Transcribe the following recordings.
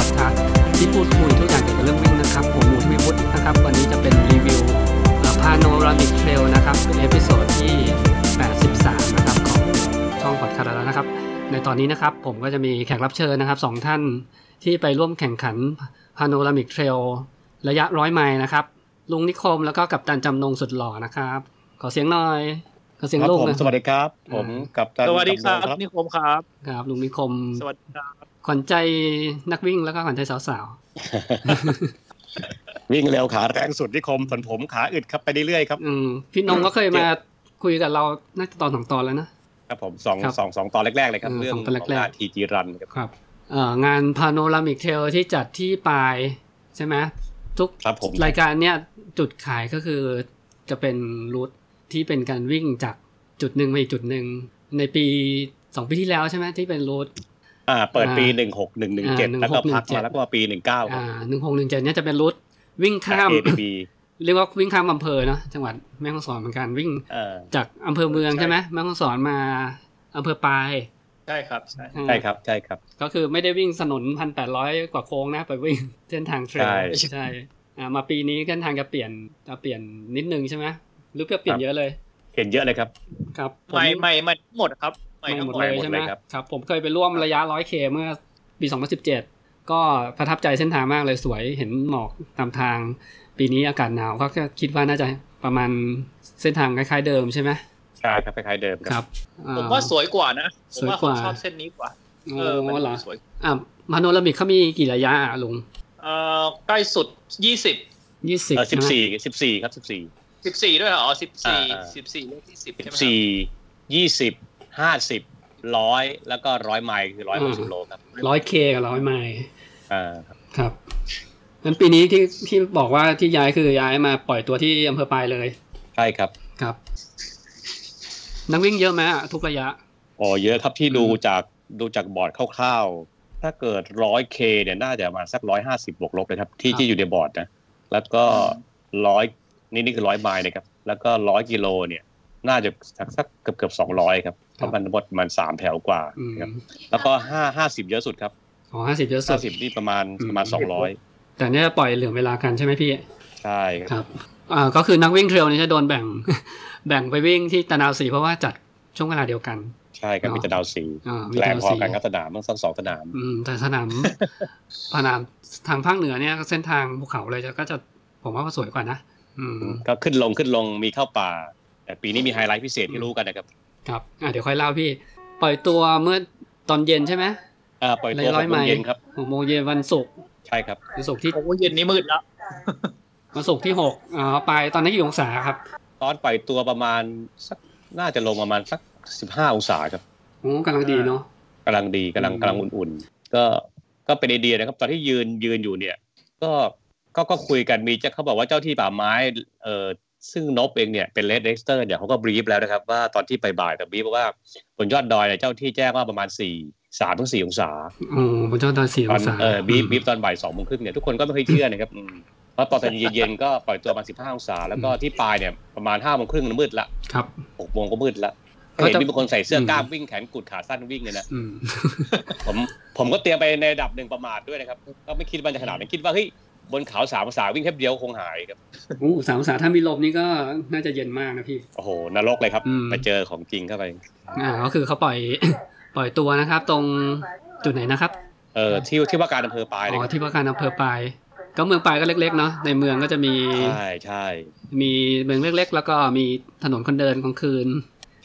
พูดคุยทุกอย่างเกี่ยวกับเรื่องวิ่งนะครับ ผมหมูทวีพุทธนะครับ วันนี้จะเป็นรีวิวพาโนรามิกเทรลนะครับ เป็นเอพิโซดที่ 83 นะครับ ของช่องพอดคาร์แล้วนะครับ ในตอนนี้นะครับผมก็จะมีแขกรับเชิญนะครับสองท่านที่ไปร่วมแข่งขันพาโนรามิกเทรลระยะร้อยไมล์นะครับ ลุงนิคมแล้วก็กับตันจำนงสุดหล่อนะครับ ขอเสียงหน่อย ขอเสียง ครับ ลุง ผม นะ สวัสดีครับ ผมกับตัน สวัสดีครับ จำนง นิคมครับ ครับลุงนิคม สวัสดีครับ ขวัญใจนักวิ่งแล้วก็ขวัญใจสาว วิ่งเร็วขาแรงสุดนิคมส่วนผมขาอึดครับไปเรื่อยๆครับ ๆอืมพี่นงก็เคยมาคุยกับเราน่าจะตอนสองตอนแล้วนะ ครับผมสอง ครับ สองสองตอนแรกๆเลยครับ เออ เรื่อง สองตขอนแรกๆ องทีจีรันครับ ครับเอ่องานพาโนรามิกเทลที่จัดที่ปลายใช่ไหมทุก ครับผม รายการเนี้ยจุดขายก็คือจะเป็นรูทที่เป็นการวิ่งจากจุดหนึ่งไปอีกจุดหนึ่งในปีสองปีที่แล้วใช่ไหมที่เป็นรูท อ่าเปิดปี อ่า หนึ่งหกหนึ่งหนึ่งเจ็ด อ่า แล้วก็พัก 1617 มาแล้วก็มาปีหนึ่งเก้า อ่าหนึ่งหกหนึ่งเจ็ดเนี่ยจะเป็นรูทวิ่งข้าม เอทีบี เรียกว่าวิ่งข้ามอำเภอเนาะจังหวัดแม่ฮ่องสอนเหมือนกันวิ่ง เออ จากอำเภอเมืองใช่ไหมแม่ฮ่องสอนมาอำเภอปลาย ใช่ครับใช่ อ่า ใช่ครับใช่ครับ ก็คือไม่ได้วิ่งถนนพันแปดร้อยกว่าโค้งนะ ไปวิ่ง เส้นทางเทรล ใช่ ใช่อ่ามาปีนี้เส้นทางจะเปลี่ยนจะเปลี่ยนนิดนึงใช่ไหมหรือเปลี่ยนเยอะเลย เห็นเยอะเลยครับ ครับผ ไม่ไม่ไม่ทั้งหมดครับไม่ ไม่ ทั้ง ห ห ม ม ด ด เลย หมด ใช่ไหม เลยครับ ครับผมเคยไปร่วมระยะ 100K เมื่อปี 2017 ก็ประทับใจเส้นทางมากเลยสวยเห็นหมอกตามทาง ปีนี้อากาศหนาวก็คิดว่าน่าจะประมาณเส้นทางคล้ายๆเดิมใช่ไหม ใช่ครับคล้ายๆเดิมค ครั รับบ อ่ ผมว่าสวยกว่านะผมว่า สผวยกว่า มชอบเส้นนี้กว่า โอ้ เออมัน เหรอ สวย อ่ะมาโนรามิกเขามีกี่ระยะอ่ะลุง เอ่อใกล้สุดยี่สิบ ยี่สิบ เออสิบสี่สิบสี่ครับสิบสี่ สิบสี่ด้วยเหรอสิบ อ่ สี่ า สิบสี่เลขที่สิบใช่สิบ ไหม สี่ยี่สิบห้าสิบร้อยแล้วก็ร้อยไมล์คือร้อยหกสิบโลครับ ร้อยเคกับร้อยไมล์ อ่า ครับงั้นปีนี้ที่ที่บอกว่าที่ย้ายคือย้ายมาปล่อยตัวที่อำเภอปลายเลย ใช่ครับ ครับ นักวิ่งเยอะไหมอ่ะทุกระยะ อ๋อเยอะครับที่ อืม ดูจากดูจากบอร์ดคร่าวๆ ถ้าเกิดร้อยเคเนี่ยน่าจะประมาณสักร้อยห้าสิบบวกลบเลยครับ ที่ที่อยู่ในบอร์ดนะ แล้วก็ร้อยนี่นี่คือร้อยไมล์นะครับ แล้วก็ร้อยกิโลเนี่ยน่าจะสักสักเกือบเกือบสองร้อยครับเพราะมันหมดมันสามแถวกว่า อืม ครับแล้วก็ห้าห้าสิบเยอะสุดครับ อ๋อห้าสิบเยอะสุ ห้า ด สิบนี่ประมาณ อืม ประมาณสองร้อย แต่เนี่ยปล่อยเหลือเวลากันใช่ไหมพี่ ใช่ค ครับ รับอ่าก็คือนักวิ่งเทรลเนี่ยจะโดนแบ่ง แบ่งไปวิ่งที่ตะนาวสีเพราะว่าจัดช่วงเวลาเดียวกัน ใช่ครับ เนอะ มีแต่ดาวสี อ่ามี แร ตะ ง นาว พอ สี กันครับสนามทั้งสองสนาม อืมแต่สนาม สนามทางภาคเหนือเนี่ยเส้นทางภูเขาเลยจะก็จะผมว่าสวยกว่านะอืม ก็ขึ้นลงขึ้นลงมีเข้าป่า แต่ปีนี้มีไฮไลท์พิเศษที่รู้กันนะครับ ครับอ่าเดี๋ยวค่อยเล่าพี่ ปล่อยตัวเมื่อตอนเย็นใช่ไหม อ่าปล่อยตัว ร้อย หกโม ไมล์ งเย็นครับ หกโมงเย็นวันศุกร์ ใช่ครับ วันศุกร์ที่ โอ้เย็นนี้มืดแล้ว วันศุกร์ที่หกอ่าไปตอนนี้กี่องศาครับ ตอนปล่อยตัวประมาณสักน่าจะลงประมาณสักสิบห้าองศาครับ โอ้กำลังดีเนาะ กำลังดีกำลัง อืม กำลังอุ่นๆ ก็ก็เป็นไอเดียนะครับ ตอนที่ยืนยืนอยู่เนี่ย ก็ก็ก็คุยกันมีเจ้าเขาบอกว่าเจ้าที่ป่าไม้เออซึ่งนบเองเนี่ยเป็นเลดเด็กสเตอร์เนี่ยเขาก็บรีฟแล้วนะครับ ว่าตอนที่ไปบ่ายๆแต่บรีฟว่าบนยอดดอยเนี่ยเจ้าที่แจ้งว่าประมาณสี่สามถึงสี่องศา โอ้บนยอดดอยสี่ ต อ อง น ศา เออบีบบีบตอนบ่ายสองโมงครึ่งเนี่ยทุกคนก็ไม่เคยเชื่อนะครับอืมเพราะตอนเย็นๆก็ปล่อยตัวมาสิบห้าองศา แล้วก็ที่ปลายเนี่ยประมาณห้าโมงครึ่งมืดละ ครับ หกโมงก็มืดละ เขา เห็น จะ มีบางคนใส่เสื้ออ ม กล้ามวิ่งแขนกุดขาสั้นวิ่งเลยนะ อืม ผมผมก็เตรียมไปในระดับหนึ่งประมาทด้วยนะครับ ก็ไม่คิดว่าจะขนาดนั้นคิดว่าเฮ้ยบนเขาสามองศาวิ่งแค่เดียวคงหายครับ โอ้สามองศาถ้ามีลมนี่ก็น่าจะเย็นมากนะพี่ โอ้โหนรกเลยครับ อืม ไปเจอของจริงเข้าไป อ่าก็คือเขาปล่อย ปล่อยตัวนะครับ ตรงจุดไหนนะครับ เออที่ที่ว่าการอำเภอปลาย อ๋ เลย อ ครับ ที่ว่าการอำเภอปลายก็เมืองปลายก็เล็กๆเนาะในเมืองก็จะมี ใช่ใช่ มีเมืองเล็ก ๆ แล้วก็มีถนนคนเดินกลางคืน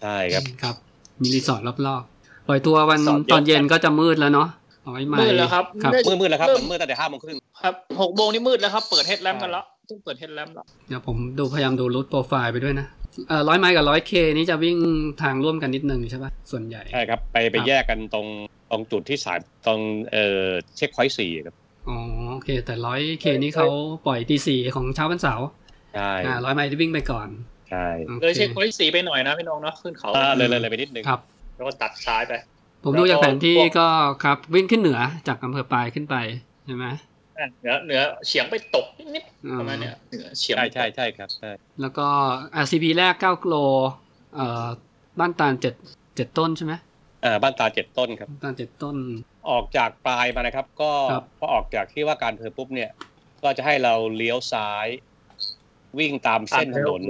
ใช่ครับ ครับ มีรีสอร์ทรอบๆปล่อยตัววัน รีสอร์ทเยอะ ตอนเย็นก็จะมืดแล้วเนาะเอาไว้ใหม่ มืดแล้วครับ ครับ ได้ มืดๆแล้วครับ เ มันมืดตั้งแต่ห้าโมงครึ่ง ครับหกโมงนี่มืดแล้วครับ เปิดเฮดแลมกันแล้วต้องเปิดเฮดแลมแล้ว เดี๋ยวผมดูพยายามดูรูทโปรไฟล์ไปด้วยนะเอ่อร้อยไมล์กับร้อยเคนี้จะวิ่งทางร่วมกันนิดนึงใช่ปะส่วนใหญ่ ใช่ครับ ไปคไปรับ แยกกันตรงตรงจุดที่สามตรงเอ่อเช็คพอยต์สี่ครับ อ๋อโอเค แต่ร้อยเคนี้เขาปล่อยตีสี่ของเช้าวันเสาร์ ใช่ อ่าร้อยไมล์ที่วิ่งไปก่อน ใช่ โอ เลยเช็คคนที่สีไปหน่อยนะพี่น้องเนาะขึ้นเขา อ่าเลยเลยเลยไปนิดนึง ครับ แล้วก็ตัดซ้ายไป ผมดูจากแผนที่ก็ครับวิ่งขึ้นเหนือจากอำเภอปลายขึ้นไปใช่ไหม อ่ะเหนือเหนือเฉียงไปตกนิด อื ๆประมาณเนี้ยเหนือเฉียง ใช่ใช่ใช่ครับใช่ แล้วก็ RCP แรก 9กิโลเอ่อบ้านตาลเจ็ดเจ็ดต้นใช่ไหม อ่าบ้านตาเจ็ดต้นครับ บ้านตาลเจ็ดต้น ออกจากปลายมานะครับ ก็ ครับ พอออกจากที่ว่าการอำเภอปุ๊บเนี่ย ก็จะให้เราเลี้ยวซ้าย วิ่งตามเส้นถนน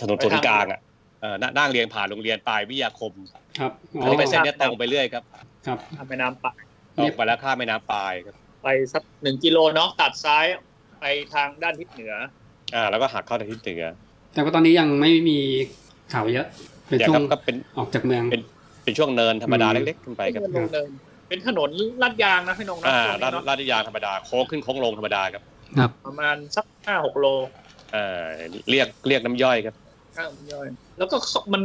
ถนนส่วนกลางอ่ะเออหน้าหน้าโรงเรียนผ่านโรงเรียนปลายวิทยาคม ครับอ๋อ อันนี้เป็นเส้นเนี้ยตรงไปเรื่อยครับ ครับ ทำไปน้ำปะ ตรงไปแล้วข้ามแม่น้ำปลายครับ ไปสักหนึ่งกิโลเนาะตัดซ้ายไปทางด้านทิศเหนือ อ่าแล้วก็หักเข้าทางทิศเหนือ แต่ว่าตอนนี้ยังไม่มีข่าวเยอะ เป็น เนี่ย ช่ว ครั ง บก็เป็น ออกจากเมือง เป็น เป็นช่วงเนินธรรมดา อืม เล็กๆขึ้นไปครับ เดินเดินเป็นถนนลาดยางนะพี่นงนะ อ่า ช่วง ลาดนี้เนอะ ลาดยางธรรมดาโค้งขึ้นโค้งลงธรรมดาครับ ครับ ประมาณสักห้าหกโล เอ่อเรียกเรียกน้ำย่อยครับ ห้าหกย่อยแล้วก็มัน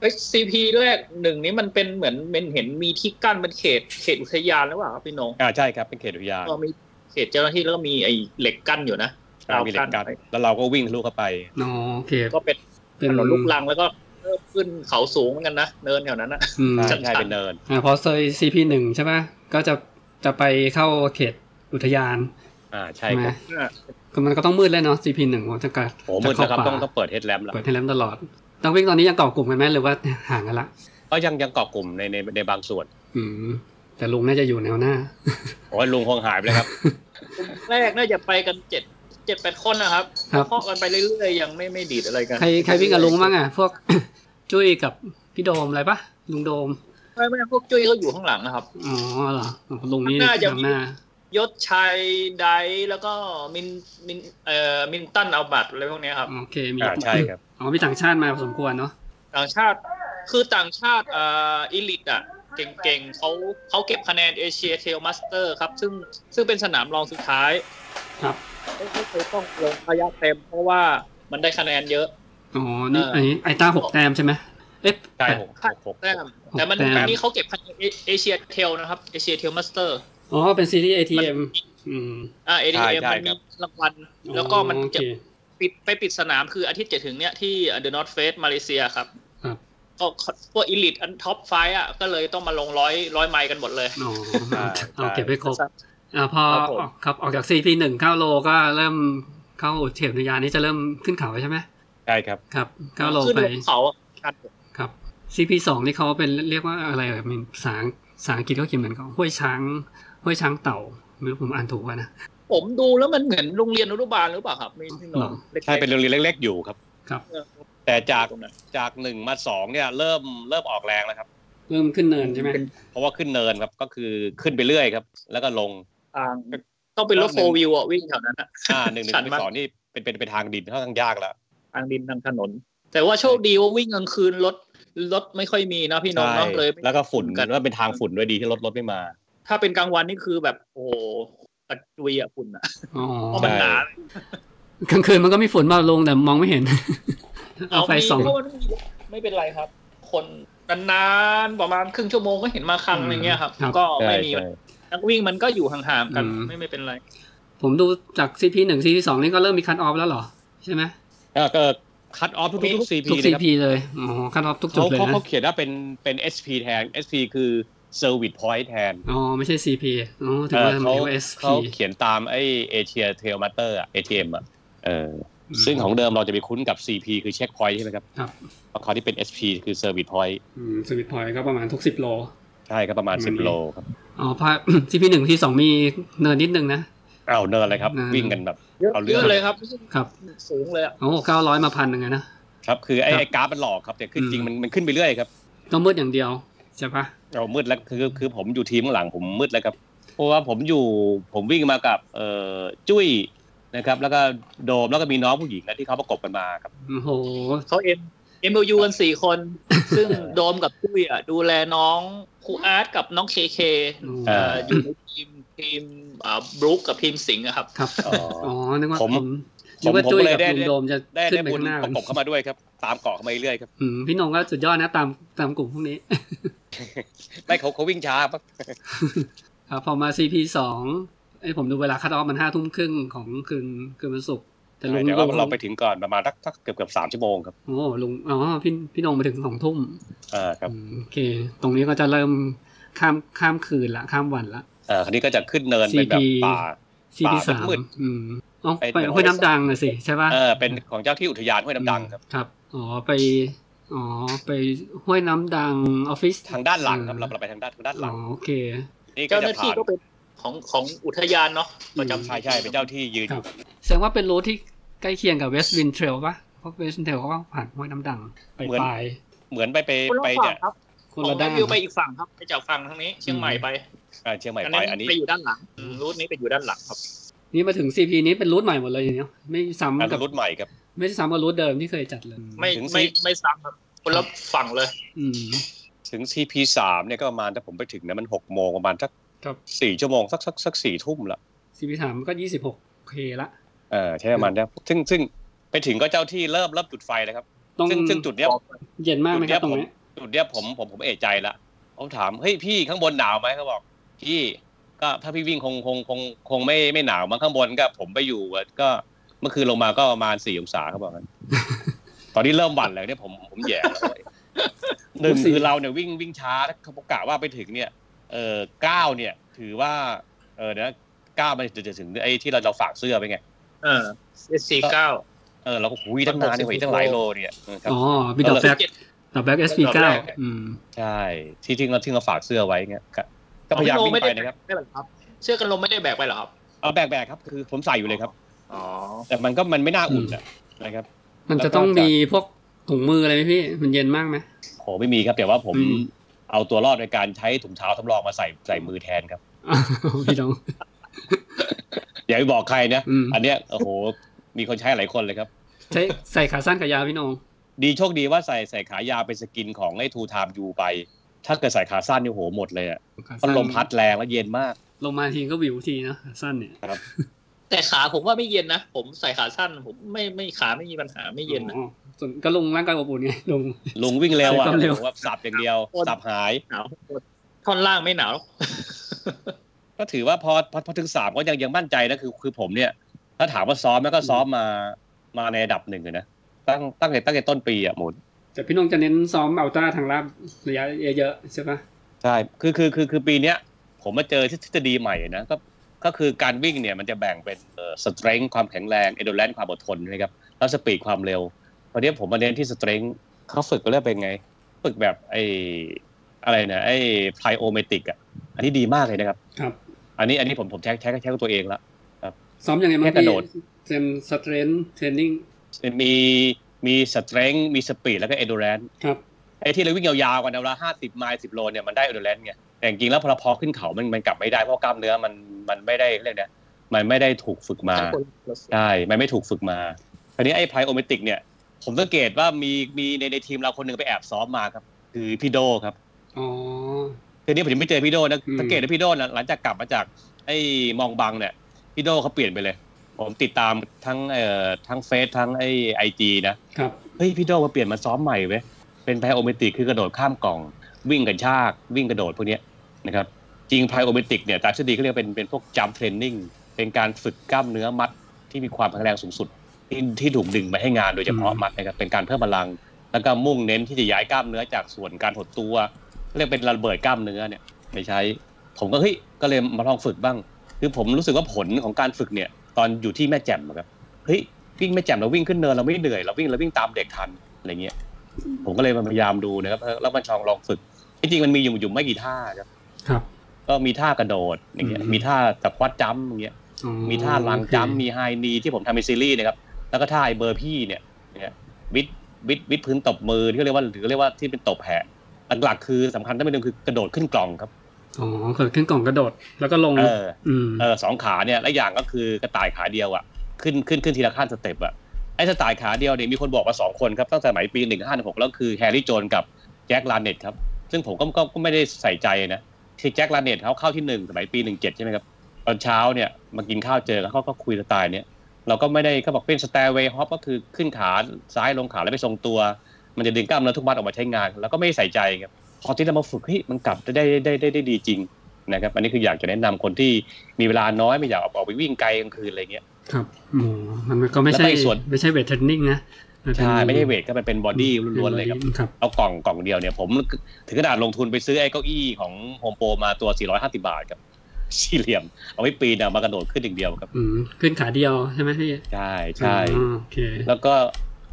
เอ้ซีพีด้วยหนึ่งนี้มันเป็นเหมือนเป็นเห็นมีที่กั้นเป็นเขตเขตอุทยานหรือเปล่าครับพี่นง อ่าใช่ครับเป็นเขตอุทยาน ก็มีเขตเจ้าหน้าที่แล้วก็มีไอ้เหล็กกั้นอยู่นะ อ่ามีเหล็กกั้น เรากั้นไว้ แล้วเราก็วิ่งทะลุเข้าไป อ๋อโอเค ก็เป็น เป็น ถนนลูกลังแล้วก็เริ่มขึ้นเขาสูงเหมือนกันนะเนินแถวนั้นนะ อืม ใช่ น ใช่เป็นเนิน อ่าพอเซยซีพีหนึ่งใช่ปะก็จะจะไปเข้าเขตอุทยาน อ่าใช่ ใช่ ค ไหม รับ ก็มันก็ต้องมืดแล้วเนาะซีพีหนึ่งจะกะ โอ้ จะ มืด เข้า นะครับ ป่า ต้องต้องเปิดเฮดแลมแล้ว เปิดให้แล้มตลอดต้องวิ่งตอนนี้ยังเกาะกลุ่มกันไหมหรือว่าห่างกันละ ก็ยังยังเกาะกลุ่มในในในบางส่วน อืม แต่ลุงน่าจะอยู่แนวหน้า โอ้ยลุงคงหายไปแล้วครับ แรกน่าจะไปกันเจ็ดเจ็ดแปดคนนะครับ ครับ เคาะกันไปเรื่อยๆยังไม่ไม่ดีดอะไรกัน ใครใครวิ่งกับลุงบ้างอ่ะ พวก จุ้ยกับพี่โดมอะไรปะลุงโดม ไม่ไม่พวกจุ้ยเขาอยู่ข้างหลังนะครับ อ๋อเหรอลุงนี่ น่าจะ นำหน้า ยศชัยไดแล้วก็มินมินเอ่อมินตันเอาบัตรอะไรพวกเนี้ยครับ โอเค มี อ่าใช่ครับ อ๋อมีต่างชาติมาพอสมควรเนาะ ต่างชาติคือต่างชาติเอ่ออิลิตอ่ะ เก่งๆเขาเขาเก็บคะแนนเอเชียเทลมาสเตอร์ครับ ซึ่งซึ่งเป็นสนามรองสุดท้าย ครับ ไม่ไม่เคยต้องลงระยะเต็ม เพราะว่ามันได้คะแนนเยอะ อ๋อ นี่ เอออั ไอ้ไอต้าหกแต้มใช่ไหมเอ๊ะ ใช่หกหกหก แต้มแต่มัน แต้ม อันนี้เขาเก็บคะแนนเอเชียเทลนะครับเอเชียเทลมาสเตอร์ อ๋อ เป็นซีรีส์ ATM อืม อ่าเอทีเอ็มมันมีรางวัลแล้วก็มัน โอ จะ เค ปิดไปปิดสนามคืออาทิตย์จะถึงเนี้ยที่เดอะนอตเฟสมาเลเซียครับ ครับ ก็พวกอีลิตอันท็อปไฟอ่ะก็เลยต้องมาลงร้อยร้อยไมล์กันหมดเลย อ๋อเอาเอาเก็บไว้ครบ ครับ อ่า พอ ครับผม ออกครับ ออกจากซีพีหนึ่งเข้าโลก็เริ่มเข้าเฉียบนุยานนี่จะเริ่มขึ้นเขาใช่ไหม ใช่ครับ ครับก้าวโล ขึ้น ไป ลงเขาชัน ครับ CP สองนี่เขาเป็นเรียกว่าอะไรเอ่ยมันภาษาภาษาอังกฤษเขาเขียนเหมือนเขาห้วยช้างห้วยช้างเต่า ไม่รู้ผมอ่านถูกป่ะนะ ผมดูแล้วมันเหมือนโรงเรียนอนุบาลหรือเปล่าครับไม่ไม่หน หร อ อ ง ใช่เป็นโรงเรียนเล็ก ๆ อยู่ครับ แต่จาก ตรงนั้น จากหนึ่งมาสองเนี่ยเริ่มเริ่มออกแรงแล้วครับ เริ่มขึ้นเนินใช่ไหม เป็น เพราะว่าขึ้นเนินครับก็คือขึ้นไปเรื่อยครับ แล้วก็ลง ทางต้องเป็นรถ รอบหนึ่ โฟ ง วิวอ่ะวิ่งแถวนั้นอะ อ่าหนึ่งหนึ่ ชั ง น ไป มาก สองนี่เป็นเป็นเป็นทางดินค่อนข้างยากแล้ว ทางดินทางถนน แต่ว่าโชคดีว่าวิ่งกลางคืนรถรถไม่ค่อยมีนะพี่น้อง ใช่ เนาะเลยไม่ แล้วก็ฝุ่นกันว่าเป็นทางฝุ่นด้วยดีที่รถรถไม่มา ถ้าเป็นกลางวันนี่คือแบบโอ้โหตะจุยอ่ะฝุ่นอ่ะ อ๋อ เพราะมันหนา กลางคืนมันก็มีฝนมาลงแต่มองไม่เห็ น เอาไฟส่อง มีก็ไม่มีไม่เป็นไรครับ คนนานๆประมาณครึ่งชั่วโมงก็เห็นมาครั้ง อืม อะไรเงี้ยครับ ครับ ก็ ใช่ ไม่มี ใช่ นักวิ่งมันก็อยู่ห่างๆกัน อืม ไม่ไม่เป็นไร ผมดูจาก CP หนึ่ง CP สองนี่ก็เริ่มมีคั t ออฟแล้วเหรอ ใช่ไหม แล้วก็คัดออฟทุกๆทุกซี ทุ พี ก นะครับ CP เลย อ๋อคั t ออฟทุกจุด เขา เลย เขา นะ เขาเขียนว่าเป็นเป็น SP แทน SP คือ Service Point แทน อ๋อ ไม่ใช่ CP อ๋อถือ เออ ว่า เขา เรียกว่า SP เขาเขียนตามไอเอเชียเทลมาเตอร์อะ ATM อะเอออซึ่งของเดิมเราจะไปคุ้นกับ CP คือ Check Point ใช่ไหมครับ ครับ ของเขาที่เป็น SP คือ Service Point สวิตพอยก็ประมาณทุกสิบโล ใช่ครับประมาณ อืม 10 โลครับ อ๋อพา CP หนึ่ง CP สองมีเนินนิดนึงนะ เอาวเนินเลยครับ เนิน วิ่งกันแบบ เยอะ เอาเรื่ เย อง อะเลยครับ ครับ สูงเลยอะ โอ้เก้าร้อยมาพันหนึ่งอะนะ ครับคือไอ ครับ ไอกราฟมันหลอกครับแต่ขึ้น อืม จริงมันมันขึ้นไปเรื่อยครับ ต้องมืดอย่างเดียวใช่ปะ เรามืดแล้วคือคือผมอยู่ทีมข้างหลังผมมืดแล้วครับ เพราะว่าผมอยู่ผมวิ่งมากับเอ่อจุ้ยนะครับ แล้วก็โดมแล้วก็มีน้องผู้หญิงนะที่เขาประกบกันมาครับ โอ้โห เขาเอ็มเอ็มยูกันสี่คน ซึ่งโดมกับตุ้ยอ่ะดูแลน้องครูอาร์ตกับน้องเคเค เอ่อ อยู่ในทีมทีมอ่าบรูคกับทีมสิงห์อะครับ ครับ อ๋ อ๋ อ อ นึกว่า ผม ผมนึกว่า ผม จุ้ย เลย กับ ได้ ลุงได้โดมจะ ได้ ขึ้ ได้ นไป บุญ ข้างหน้า ป กั ระ น กบเข้ามาด้วยครับ ตามเกาะเข้ามาเรื่อยๆครับ อืมพี่นงก็สุดยอดนะตามตามกลุ่มพวกนี้ ไม่เขาเขาวิ่งช้าปะ ครับพอมา CP สองไอ้ยผมดูเวลาคัดออฟมันห้าทุ่มครึ่งของคืนคืนวันศุกร์แต่ลุง เดี๋ยว ลุง เราไปถึงก่อนประมาณสักสักเกือบเกือบสามชั่วโมงครับ โอ้ลุงอ๋อพี่พี่นงมาถึงสองทุ่ม อ่าครับ อืมโอเค ตรงนี้ก็จะเริ่มข้ามข้ามคืนละข้ามวันละ อ่าคราวนี้ก็จะขึ้นเนินเป็นแบบ CP ป่า CP ป่า สาม มืด อืมอ๋อ ไป ไป แบบ ห้วยน้ำดังน่ะสิใช่ปะ เออเป็นของเจ้าที่อุทยานห้วยน้ำดังครับ ครับ อ๋อ ไป อ๋อ ไปห้วยน้ำดังออฟฟิศ ทางด้านหลังครับเราเราไปทางด้านทางด้านห อ๋ ลั อง โอเค นี่ก็ เจ้าห จะ น้า ผ่า ที่ น ก็เป็นของของอุทยานเนาะประจำ ใช่ใช่เป็นเจ้าที่ยืนอยู่ แสดงว่าเป็นรูทที่ใกล้เคียงกับเวสต์วินเทรลปะเพราะเวสต์วินเทรลเขาก็ผ่านห้วยน้ำดังไปปลาย เหมือนไปไป คนละ ไป ฝั่ เนี่ ง ย ครับ ค ขอนง ละด้าน วิวไปอีกฝั่งครับไปจากฝั่งทางนี้ เชียงใหม่ไป อ่าเชียงใหม่ อัน ไป นั้น อันนี้ ไปอยู่ด้านหลังอืมรูทนี้ไปอยู่ด้านหลังครับ นี่มาถึง CP นี้เป็นรูทใหม่หมดเลยอย่างเนี้ยไม่ซ้ำกับ รุ่นใหม่ครับ ไม่ซ้ำกับรูทเดิมที่เคยจัดเลย ไม่ ถึง ไม่ สิ ไม่ซ้ำครับคนละฝั่งเลย อืม ถึง CP สามเนี่ยก็ประมาณถ้าผมไปถึงนะมันหกโมงประมาณสัก ครับ สี่ชั่วโมงสักสักสักสี่ทุ่มละ CP สามก็ยี่สิบหกเคละ เออใช่ประมาณนี้ซึ่งซึ่งไปถึงก็เจ้าที่เริ่มเริ่มจุดไฟแล้วครับ ต้อง ซึ่งซึ่งจุดเนี้ย เย็นมากไหมครับตรงเนี้ย จุดเนี้ยผมผมผมเอะใจละผมถามเฮ้ยพี่ข้างบนหนาวไหมเขาบอก พี่ก็ถ้าพี่วิ่งคงคงคงคงไม่ไม่หนาวมั้งข้างบนก็ผมไปอยู่อะก็เมื่อคืนลงมาก็ประมาณสี่องศาเขา บอกกัน ตอนนี้เริ่มหวั่นแล้วเนี่ยผมผม แย่แล้วเว้ยหนึ่งคือเราเนี่ยวิ่งวิ่งช้าแล้วเขาประกาศว่าไปถึงเนี่ย เออเก้าเนี่ย ถือว่า เออเดี๋ยวนะเก้ามันจะถึงไอ้ที่เราเราฝากเสื้อไปไง เออเอสสี่เก้า เออเราก็หุยตั้งนานเนี่ยหุยตั้งหลายโลเนี่ยเออครับ อ๋อมีดอกแบก เออ ดอกแบก SP เก้า ดอกแบก อืม ใช่ที่ที่เราที่เราฝากเสื้อไว้เงี้ยก็ก็พยายามวิ่งไปนะครับ ไม่เป็นไรครับ เสื้อกันลมไม่ได้แบกไปเหรอครับ เอาแบกแบกครับคือผมใส่อยู่เลยครับ อ๋อ แต่มันก็มันไม่น่าอุ่น อืม อะนะครับ มัน แล้วก็ จะต้องมีพวกถุงมืออะไรไหมพี่ มันเย็นมากไหม โหไม่มีครับแต่ว่าผม อืม เอาตัวรอดในการใช้ถุงเท้าทำรองมาใส่ใส่มือแทนครับ อ้าวพี่น้อง อย่าไปบอกใครนะ อืม อันเนี้ยโอ้โหมีคนใช้หลายคนเลยครับ ใช้ใส่ขาสั้นขายาวพี่น้อง ดีโชคดีว่าใส่ใส่ขายาวเป็นสกินของไอ้ทูไทม์ยูไป ถ้าเกิดใส่ขาสั้นเนี่ยโหหมดเลยอะ ขา เพ สั้ ราะ น ลมพัดแรงแล้วเย็นมาก ลงมาทีก็วิวทีนะขาสั้นเนี่ย แต่ขาผมว่าไม่เย็นนะ ผมใส่ขาสั้น ผมไม่ไม่ขาไม่มีปัญหาไม่เย็นนะ อ๋อส่วนก็ลงร่างกายอบอุ่นไงลง ลุงวิ่งเร็วอะ ใส่ความเร็ว ผมว่าสับอย่างเดียว อด สับหาย หนาวท่อนล่างไม่หนาว ก็ถือว่าพอพอพอถึงสามก็ยังยังมั่นใจนะคือ คือผมเนี่ย ถ้าถามว่าซ้อมไหมก็ซ้อมมามาในระดับหนึ่งอะนะตั้งตั้งแต่ตั้งแต่ต้นปีอะหมด แต่พี่น้องจะเน้นซ้อมอัลต้าทางลาบระยะเยอะๆใช่ปะ ใช่คือคือคือคือปีเนี้ย ผมมาเจอทฤษฎีใหม่นะก็ก็คือการวิ่งเนี่ยมันจะแบ่งเป็นเอ่อสเตรนจ์ความแข็งแรงเอโดแลนความอดทนนะครับแล้วสปีดความเร็วตอนนี้ผมมาเน้นที่สเตรนจ์เขาฝึกก็เรียกเป็นไง ฝึกแบบไอ้อะไรนะไอ้ไพโอเมติกอะอันนี้ดีมากเลยนะครับ ครับ อั อันนี้อันนี้ผมผมใช้ใช้ใช้กับตัวเองละ ซ้อมยังไงบ้าง แค่กระโดด เซมสเตรนเทรนนิ่ง มีมีสเตรนจ์มีสปีดแล้วก็เอโดแลน ครับ ไอ้ที่เราวิ่งยาวๆกันเวลาห้าสิบไมล์สิบโลเนี่ยมันได้อ d ด r ลนไงแต่จริงๆแล้วพอเราพอขึ้นเขามันมันกลับไม่ได้เพราะกล้ามเนื้อมันมันไม่ได้เรียกนะมันไม่ได้ถูกฝึกมาใช่มันไม่ถูกฝึกมาคราวนี้ไอ้ไพโอเมติกเนี่ย ผมสังเกตว่ามีมีในในทีมเราคนหนึ่งไปแอบซ้อมมาครับ คือพี่โดครับ อ๋อ ทีนี้ผมยังไม่เจอพี่โดนะ อืม สังเกตว่าพี่โดนะหลังจากกลับมาจากไอ้มองบังเนี่ยพี่โดเขาเปลี่ยนไปเลย ผมติดตามทั้งเอ่อทั้งเฟซทั้งไอ้ไอจีนะ ครับ เฮ้ยพี่โดมาเปลี่ยนมาซ้อมใหม่เว้ยเป็นไพโอเมติกคือกระโดดข้ามกล่อง วิ่งกันชาก วิ่งกระโดดพวกเนี้ยนะครับจริงไพโอเมติกเนี่ยตามทฤษฎีเขาเรียกเป็นเป็นพวกจัมเทรนนิ่งเป็นการฝึกกล้ามเนื้อมัดที่มีความแข็งแรงสูงสุด ที่ที่ถูกดึงมาให้งานโดยเฉพาะมัดนะครับเป็นการเพิ่มพลัง แล้วก็มุ่งเน้นที่จะย้ายกล้ามเนื้อจากส่วนการหดตัว เรียกเป็นระเบิดกล้ามเนื้อเนี่ยไม่ใช้ ผมก็เฮ้ยก็เลยมาลองฝึกบ้าง คือผมรู้สึกว่าผลของการฝึกเนี่ย ตอนอยู่ที่แม่แจ่มอะครับเฮ้ยวิ่งแม่แจ่มเราวิ่งขึ้นเนินเราไม่เหนื่อยเราวิ่งเราวิ่งตามเด็กทันอะไรเงี้ยผมก็เลยมาพยายามดูนะครับแล้วมันชองลองฝึกจริงๆมันมีอยู่อยู่ไม่กี่ท่าครับ ครับ ก็มีท่ากระโดดอย่างเงี้ย อืม มีท่าตะควอดจัมป์อย่างเงี้ย อ๋อ มีท่าลัง โอเค จัมป์มีไฮนีที่ผมทำเป็นซีรีส์นะครับแล้วก็ท่าไอเบอร์พี่เนี่ยเนี่ยวิดวิดวิดพื้นตบมือที่เขาเรียกว่าหรือเรียกว่าที่เป็นตบแผ่หลักๆคือสำคัญที่เป็นหนึ่งคือกระโดดขึ้นกล่องครับ อ๋อเกิดขึ้นกล่องกระโดดแล้วก็ลง เออ อืม เออสองขาเนี่ยและอย่างก็คือกระต่ายขาเดียวอ่ะขึ้นขึ้นขึ้นทีละขั้นสเต็ปอ่ะไอ้กระต่ายขาเดียวเนี่ยมีคนบอกมาสองคนครับตั้งแต่สมัยปีหนึ่งห้าหกแล้วคือแฮร์รี่โจนกับแจ็คลาเน็ตครับซึ่งผมก็ก็ก็ไม่ได้ใส่ใจนะที่แจ็คลาเน็ตเขาเข้าที่หนึ่งสมัยปีหนึ่งเจ็ดใช่ไหมครับตอนเช้าเนี่ยมากินข้าวเจอแล้วเขาก็คุยสไตล์เนี่ยเราก็ไม่ได้เขาบอกเป็นสแตร์เวย์ฮอปก็คือขึ้นขาซ้ายลงขาแล้วไปทรงตัว มันจะดึงกล้ามเนื้อทุกมัดออกมาใช้งาน แล้วก็ไม่ใส่ใจครับพอที่เรามาฝึกเฮ้ยมันกลับได้ได้ได้ได้ได้ดีจริง นะครับอันนี้คืออยากจะแนะนำคนที่มีเวลาน้อยไม่อยากออกออกไปวิ่งไกลกลางคืนอะไรเงี้ย ครับโอ้มันก็ไม่ใช่ แล้วก็อีกส่วน ไม่ใช่เวทเทรนนิ่งนะนเป็น ใช่ไม่ใช่เวทก็เป็นเป็นบอดี้ล้วนๆเลยครับ ครับ เอากล่องกล่องเดียวเนี่ยผมถึงขนาดลงทุนไปซื้อไอ้เก้าอี้ของโฮมโปรมาตัว 450 บาทครับ สี่เหลี่ยม เอาไว้ปีนอะมากระโดดขึ้นอย่างเดียวครับ อืมขึ้นขาเดียวใช่ไหมพี่ ใช่ใช่ อ๋อโอเค แล้วก็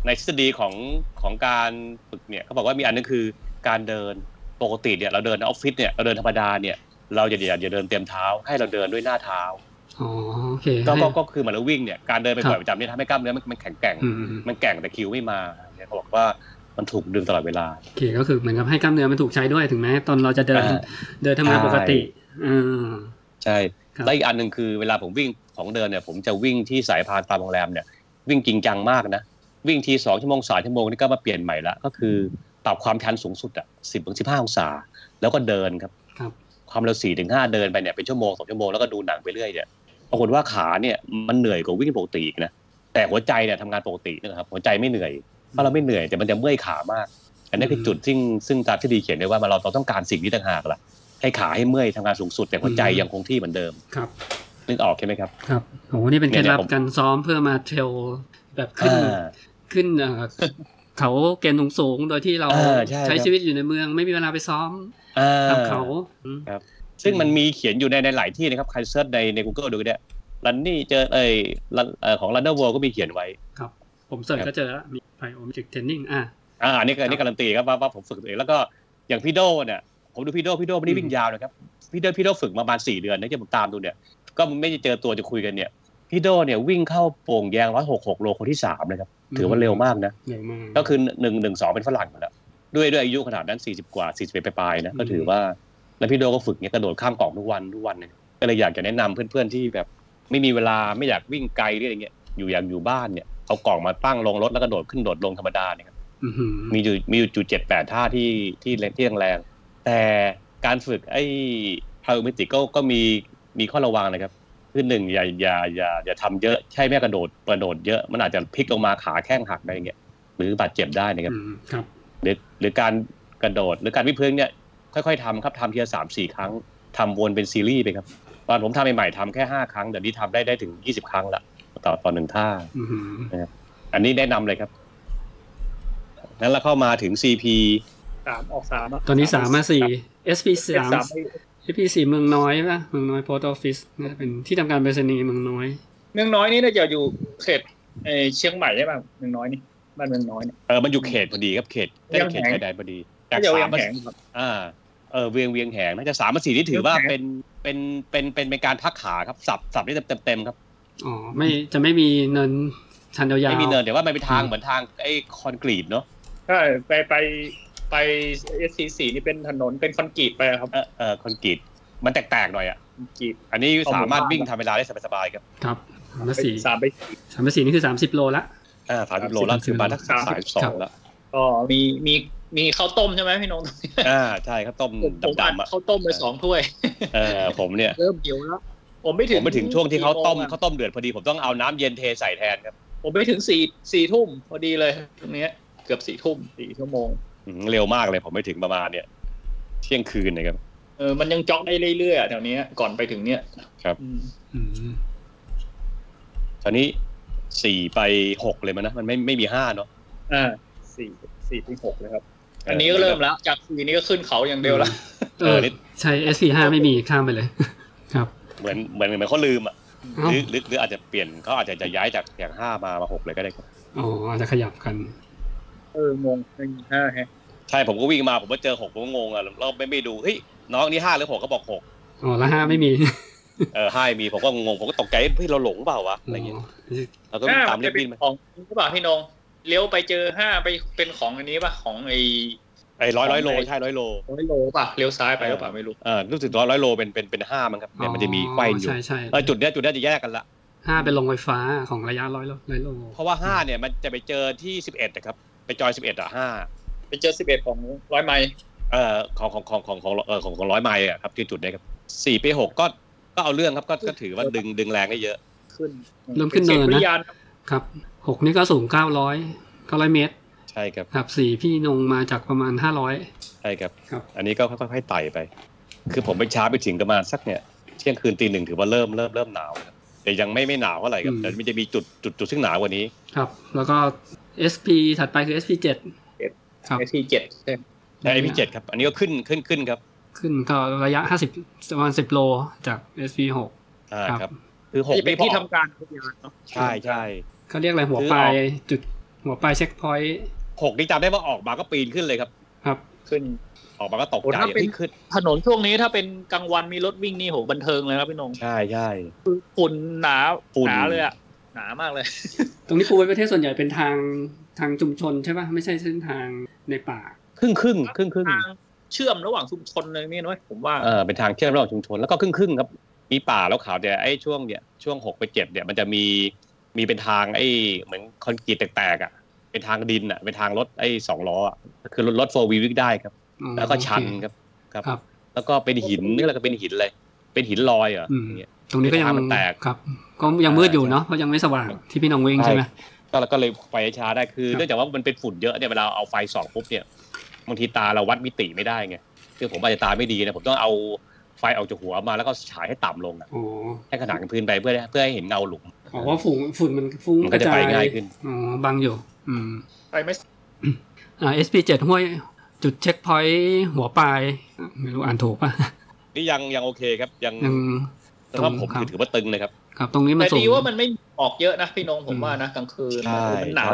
ในทฤษฎีของของการฝึกเนี่ยเขาบอกว่ามีอันนึงคือการเดินปกติเนี่ยเราเดินออฟฟิศเนี่ยเราเดินธรรมดาเนี่ย เราอย่าอย่าอย่าเดินเต็มเท้า ให้เราเดินด้วยหน้าเท้า อ๋อโอเค ก็ก็ ให้ ก็คือเหมือนเราวิ่งเนี่ยการเดินไป ครับ บ่อยประจำเนี่ยทำให้กล้ามเนื้อมันมันแข็งแกร่ง อืมอืม มันแกร่งแต่คิวไม่มาเนี่ยเขาบอกว่ามันถูกดึงตลอดเวลา โอเคก็คือเหมือนกับให้กล้ามเนื้อมันถูกใช้ด้วยถึงแม้ตอนเราจะเดิน อ่า เดินทำงานปกติ ใช่ อ่า ใช่ ครับ และอีกอันหนึ่งคือเวลาผมวิ่งของเดินเนี่ย ผมจะวิ่งที่สายพานตามโรงแรมเนี่ย วิ่งจริงจังมากนะ วิ่งทีสองชั่วโมงสามชั่วโมงนี่ก็มาเปลี่ยนใหม่ละก็คือปรับความชันสูงสุดอ่ะสิบถึงสิบห้าองศา แล้วก็เดินครับ ครับ ความเร็วสี่ถึงห้าเดินไปเนี่ยเป็นชั่วโมงสองชั่วโมงแล้วก็ดูหนังไปเรื่อยเนี่ยปรากฏว่าขาเนี่ยมันเหนื่อยกว่าวิ่งปกติอีกนะแต่หัวใจเนี่ยทำงานปกตินะครับหัวใจไม่เหนื่อยเพราะเราไม่เหนื่อยแต่มันจะเมื่อยขามาก อันนี้คือจุดซึ่งซึ่งตามที่ดีเขียนไว้ว่ามันเราต้องการสิ่งนี้ต่างหากล่ะให้ขาให้เมื่อยทำงานสูงสุด แต่หัวใจยังคงที่เหมือนเดิม ครับ นึกออกใช่ไหมครับ ครับโอ้โหนี่เป็นเคล็ดลับ เนี่ยผม การซ้อมเพื่อมาเทรลแบบขึ้น อ่า ขึ้นเอ่อ เขาเกณฑ์สูงๆโดยที่เรา เออใช่ครับ ชีวิตอยู่ในเมือง ไม่มีเวลาไปซ้อม อ่า กับเขาอืม ซึ่งมันมีเขียนอยู่ในในหลายที่นะครับใครเซิร์ชในใน Google ดูก็ได้รันนี่เจอเอย Run- เอ่อของ Runner World ก็มีเขียนไว้ ผมเสิร์ช ครับ ก็เจอแล้วมีไ i โอมิจิกเทรนนิ่งอ่ะ อ่าอันนี้ก็อันนี้ ครับ การันตีครับว่าว่าผมฝึกตัวเองแล้วก็อย่างพี่โดเนี่ยผมดูพี่โดพี่โดไม่ อื ได้ ม วิ่งยาวนะครับพี่โดพี่โดฝึกมาประมาณสี่เดือนนะที่ผมตามดูเนี่ยก็ไม่ได้เจอตัวจะคุยกันเนี่ยพี่โดเนี่ยวิ่งเข้าโป่งแยงร้อยหกหกโลคนที่สามเลยครับถือว่าเร็วมากนะ เร็วมาก ก็คือหนึ่งหนึ่งสองเป็นฝรั่งหมดแล้วด้วยด้วยอายุขนาดนั้นสี่สิบกว่าสี่สิบปลายๆนะก็ถือว่าแล้วพี่โดก็ฝึกเนี่ยกระโดดข้ามกล่องทุกวันทุกวันเนี่ยก็เลยอยากจะแนะนำเพื่อนๆที่แบบไม่มีเวลาไม่อยากวิ่งไกลหรืออะไรเงี้ยอยู่อยากอยู่บ้านเนี่ยเอากล่องมาตั้งลงรถแล้วกระโดดขึ้นโดดลงธรรมดาเนี่ย อื้อหือ มีอยู่มีอยู่จุดเจ็ดแปดท่าที่ที่เล็กที่แรงๆแต่การฝึกไอ้พารามิติก็ก็มีมีข้อระวังนะครับคือหนึ่งอย่าอย่าอย่าอย่าทำเยอะใช่แม่กระโดดกระโดดเยอะมันอาจจะพลิกลงมาขาแข้งหักอะไรอย่างเงี้ยหรือบาดเจ็บได้นะครับ อืมครับ หรือหรือการกระโดดหรือการวิดพื้นเนี่ยค่อยๆทำครับทำทีละสามสี่ครั้งทำวนเป็นซีรีส์ไปครับตอนผมทำใหม่ๆทำแค่ห้าครั้งเดี๋ยวนี้ทำได้ได้ถึงยี่สิบครั้งละต่อต่อหนึ่งท่า อื้อหือ อันนี้แนะนำเลยครับนั้นเราเข้ามาถึง CP สามออกสามะ ตอนนี้สามมาสี่ ครับ SP สาม สาม SP สี่เมืองน้อยป่ะเมืองน้อยโพสต์ออฟฟิศนะเป็นที่ทำการไปรษณีย์เมืองน้อย เมืองน้อยนี่น่าจะอยู่เขตเอ่อเชียงใหม่ใช่ป่ะเมืองน้อยนี่บ้านเมืองน้อยเนี่ย เออมันอยู่เขตพอดีครับเขตได้ เวียง เขตแหง ชายแดนพอดี น่าจะยังแข็ง อ่าเออเวียงเวียงแหงน่าจะสามมาสี่นี่ถือว่าเป็นเป็นเป็นเป็นเป็นการพักขาครับสับสับได้เต็มเต็มๆครับ อ๋อไม่จะไม่มีเนินชันยาวๆ ไม่มีเนินแต่ว่ามันเป็นทาง อืม เหมือนทางไอ้คอนกรีตเนาะ ใช่ไปไปไปเอสซีสี่นี่เป็นถนนเป็นคอนกรีตไปอะครับ เออเออคอนกรีตมันแตกๆหน่อยอ่ะ คอนกรีต อันนี้ เอาหมู่ สามารถ บ้าน วิ่งทำเวลาได้สบายๆครับ ครับสามมาสี่ สามไป สามมาสี่นี่คือสามสิบโลละ อ่าสามสิบโลแล้วคือมาทัก ครับ สายสองแล้ว ก็ มีมีมีข้าวต้มใช่ไหมพี่นงท์ อ่าใช่ครับต้ม ผมผมอัด ดำๆอ่ะ ข้าวต้มไปสองถ้วย เออผมเนี่ย เริ่มหิวแล้ว ผมไม่ถึ ผ ง มไปถึงช่วงที่เขาต้ม กี่โงอะ เขาต้มเดือดพอดีผมต้องเอาน้ำเย็นเทใส่แทนครับ ผมไปถึงสี่สี่ทุ่มพอดีเลยตรงเนี้ยเกือบสี่ทุ่ม สี่ชั่วโมง อืมเร็วมากเลยผมไปถึงประมาณเนี่ยเที่ยงคืนนะครับ เออมันยังจ็อกได้เรื่อยๆอะแถวเนี้ยก่อนไปถึงเนี้ย ครับ อืม อืม ตอนนี้สี่ไปหกเลยมั้ยนะมันไม่ไม่มีห้าเนาะ อ่าสี่สี่ถึงหกเลยครับ อันนี้ก็เริ่มแล้ว จากสี่นี้ก็ขึ้นเขาอย่างเดียวละ เออใช้ SP ห้าไม่มีข้ามไปเลย ครับ เหมือนเหมือนเหมือนเขาลืมอ่ะ เอ้า หรือหรือหรืออาจจะเปลี่ยนเขาอาจจะจะย้ายจากอย่างห้ามามาหกเลยก็ได้ครับ อ๋ออาจจะขยับกัน เอองงหนึ่งห้าแฮะ ใช่ผมก็วิ่งมาผมก็เจอหกผมก็งงอ่ะเราไม่ไม่ดูเฮ้ยน้องนี่ห้าหรือหกเขาบอกหก อ๋อ ละห้าไม่มี เออห้ามีผมก็งงผมก็ตกใจเฮ้ยเราหลงเปล่าวะอะไรเงี้ยเราก็วิ่งตามเรียบวิ่งไป ของหรือเปล่าพี่นงท์เลี้ยวไปเจอห้าไปเป็นของอันนี้ป่ะของไอ้ ไอ้ร้อยร้อยโลใช่ร้อยโล ร้อยโลป่ะเลี้ยวซ้ายไปหรือเปล่าไม่รู้ เออรู้สึกร้อยร้อยโลเป็นเป็นเป็นห้ามั้งครับเนี่ยมันจะมีไขว้อยู่ ใช่ใช่ เออจุดเนี้ยจุดเนี้ยจะแยกกันละ ห้าเป็นลงไฟฟ้าของระยะร้อยโลร้อยโล เพราะว่าห้าเนี่ยมันจะไปเจอที่สิบเอ็ดนะครับ ไปจอยสิบเอ็ดอ่ะห้า ไปเจอสิบเอ็ดของร้อยไมล์ เอ่อของของของของของเอ่อของของร้อยไมล์อะครับที่จุดเนี้ยครับสี่ปีหกก็ก็เอาเรื่องครับก็ก็ถือว่าดึงดึงแรงได้เยอะ ขึ้น เริ่มขึ้นเนินนะ ป็สียงวิญญาณ ครับหกนี่ก็สูงเก้าร้อยเก้าร้อยเมตร ใช่ครับ ครับสี่พี่นงมาจากประมาณห้าร้อย ใช่ครับ ครับ อันนี้ก็ค่อยๆค่อยๆไต่ไป คือผมไปช้าไปถึงประมาณสักเนี่ยเที่ยงคืนตีหนึ่งถือว่าเริ่มเริ่มเริ่มหนาวครับแต่ยังไม่ไม่หนาวเท่าไหร่ครับแต่มันจะมีจุดจุดจุดซึ่งหนาวกว่านี้ ครับ แล้วก็ SP ถัดไปคือ SP เจ็ดครับ ไอทีเจ็ดใช่ไหม ใช่พี่เจ็ดครับ อันนี้ก็ขึ้นขึ้นขึ้นครับ ขึ้นก็ระยะห้าสิบประมาณสิบโลจาก SP หก อ่า ครับ ครับคือหก ที่เป็น นี่พอ ที่ทำการวิญญาณเนาะ ใช่ใช่ เขาเรียกอะไรหัวปลายจุดหัวปลายเช็คพอยต์ หกนี่จำได้ว่าออกมาก็ปีนขึ้นเลยครับ ครับ ขึ้น ออกมาก็ตก โอ้ ใจ ถ้าเป็น ขึ้น ถนนช่วงนี้ถ้าเป็นกลางวันมีรถวิ่งนี่โหบันเทิงเลยครับพี่นง ใช่ใช่ ฝุ่นหนา ฝุ่น หนาเลยอะหนามากเลย ตรงนี้ภูไว้ประเทศส่วนใหญ่เป็นทางทางชุมชนใช่ปะไม่ใช่เส้นทางในป่า ครึ่งครึ่งครึ่งครึ่ง ทางเชื่อมระหว่างชุมชนเลยนี่นะเว้ยผมว่า เออเป็นทางเชื่อมระหว่างชุมชนแล้วก็ครึ่งครึ่งครับมีป่าแล้วขาวแต่ไอ้ช่วงเนี่ยช่วงหกไปเจ็ดเนี่ยมันจะมีมีเป็นทางไอ้เหมือนคอนกรีตแตกๆอ่ะเป็นทางดินอ่ะเป็นทางรถไอ้สองล้ออะคือรถรถโฟวีวิ่งได้ครับ อ๋อ แล้วก็ชัน โอเค ครับครับ ครับ แล้วก็เป็นหินนี่อะไรก็เป็นหินเลยเป็นหินลอยเหรอ อืม อย่างเงี้ย ตรงนี้ก็ยั ทาง งมันแตก ครับ ก็ยังมืดอยู่เนาะเพราะยังไม่สว่างที่พี่น้องวิ่งใช่ไหม ใช่ ก็เราก็เลยไฟช้าได้คือ ครับ เนื่องจากว่ามันเป็นฝุ่นเยอะเนี่ยเวลาเอาไฟส่องปุ๊บเนี่ยบางทีตาเราวัดมิติไม่ได้ไงคือผมอาจจะตาไม่ดีนะผมต้องเอาไฟออกจากหัวมาแล้วก็ฉายให้ต่ำลงอะ โอ้ ให้ขนานกับพื้นไปเพื่อเพื่อให้เห็นเงาหลุม อ๋อว่าฝุ่นฝุ่นมันฟุ้ง มัน ก ก็ ระ จะ จา ไป ย ง่ายขึ้น อ๋อบังอยู่ อืม ไปไม่ อ่า SP7 ห้วยจุดเช็คพอยต์หัวปลาย ไม่รู้อ่านถูกป่ะ นี่ยังยังโอเคครับยัง ยัง สภาพผม ตรงครับ ถือว่าตึงเลยครับ ครับตรงนี้มัน แต่ สูง ดีว่ามันไม่ออกเยอะนะพี่นงผมว่านะกลางคืนมันหนาว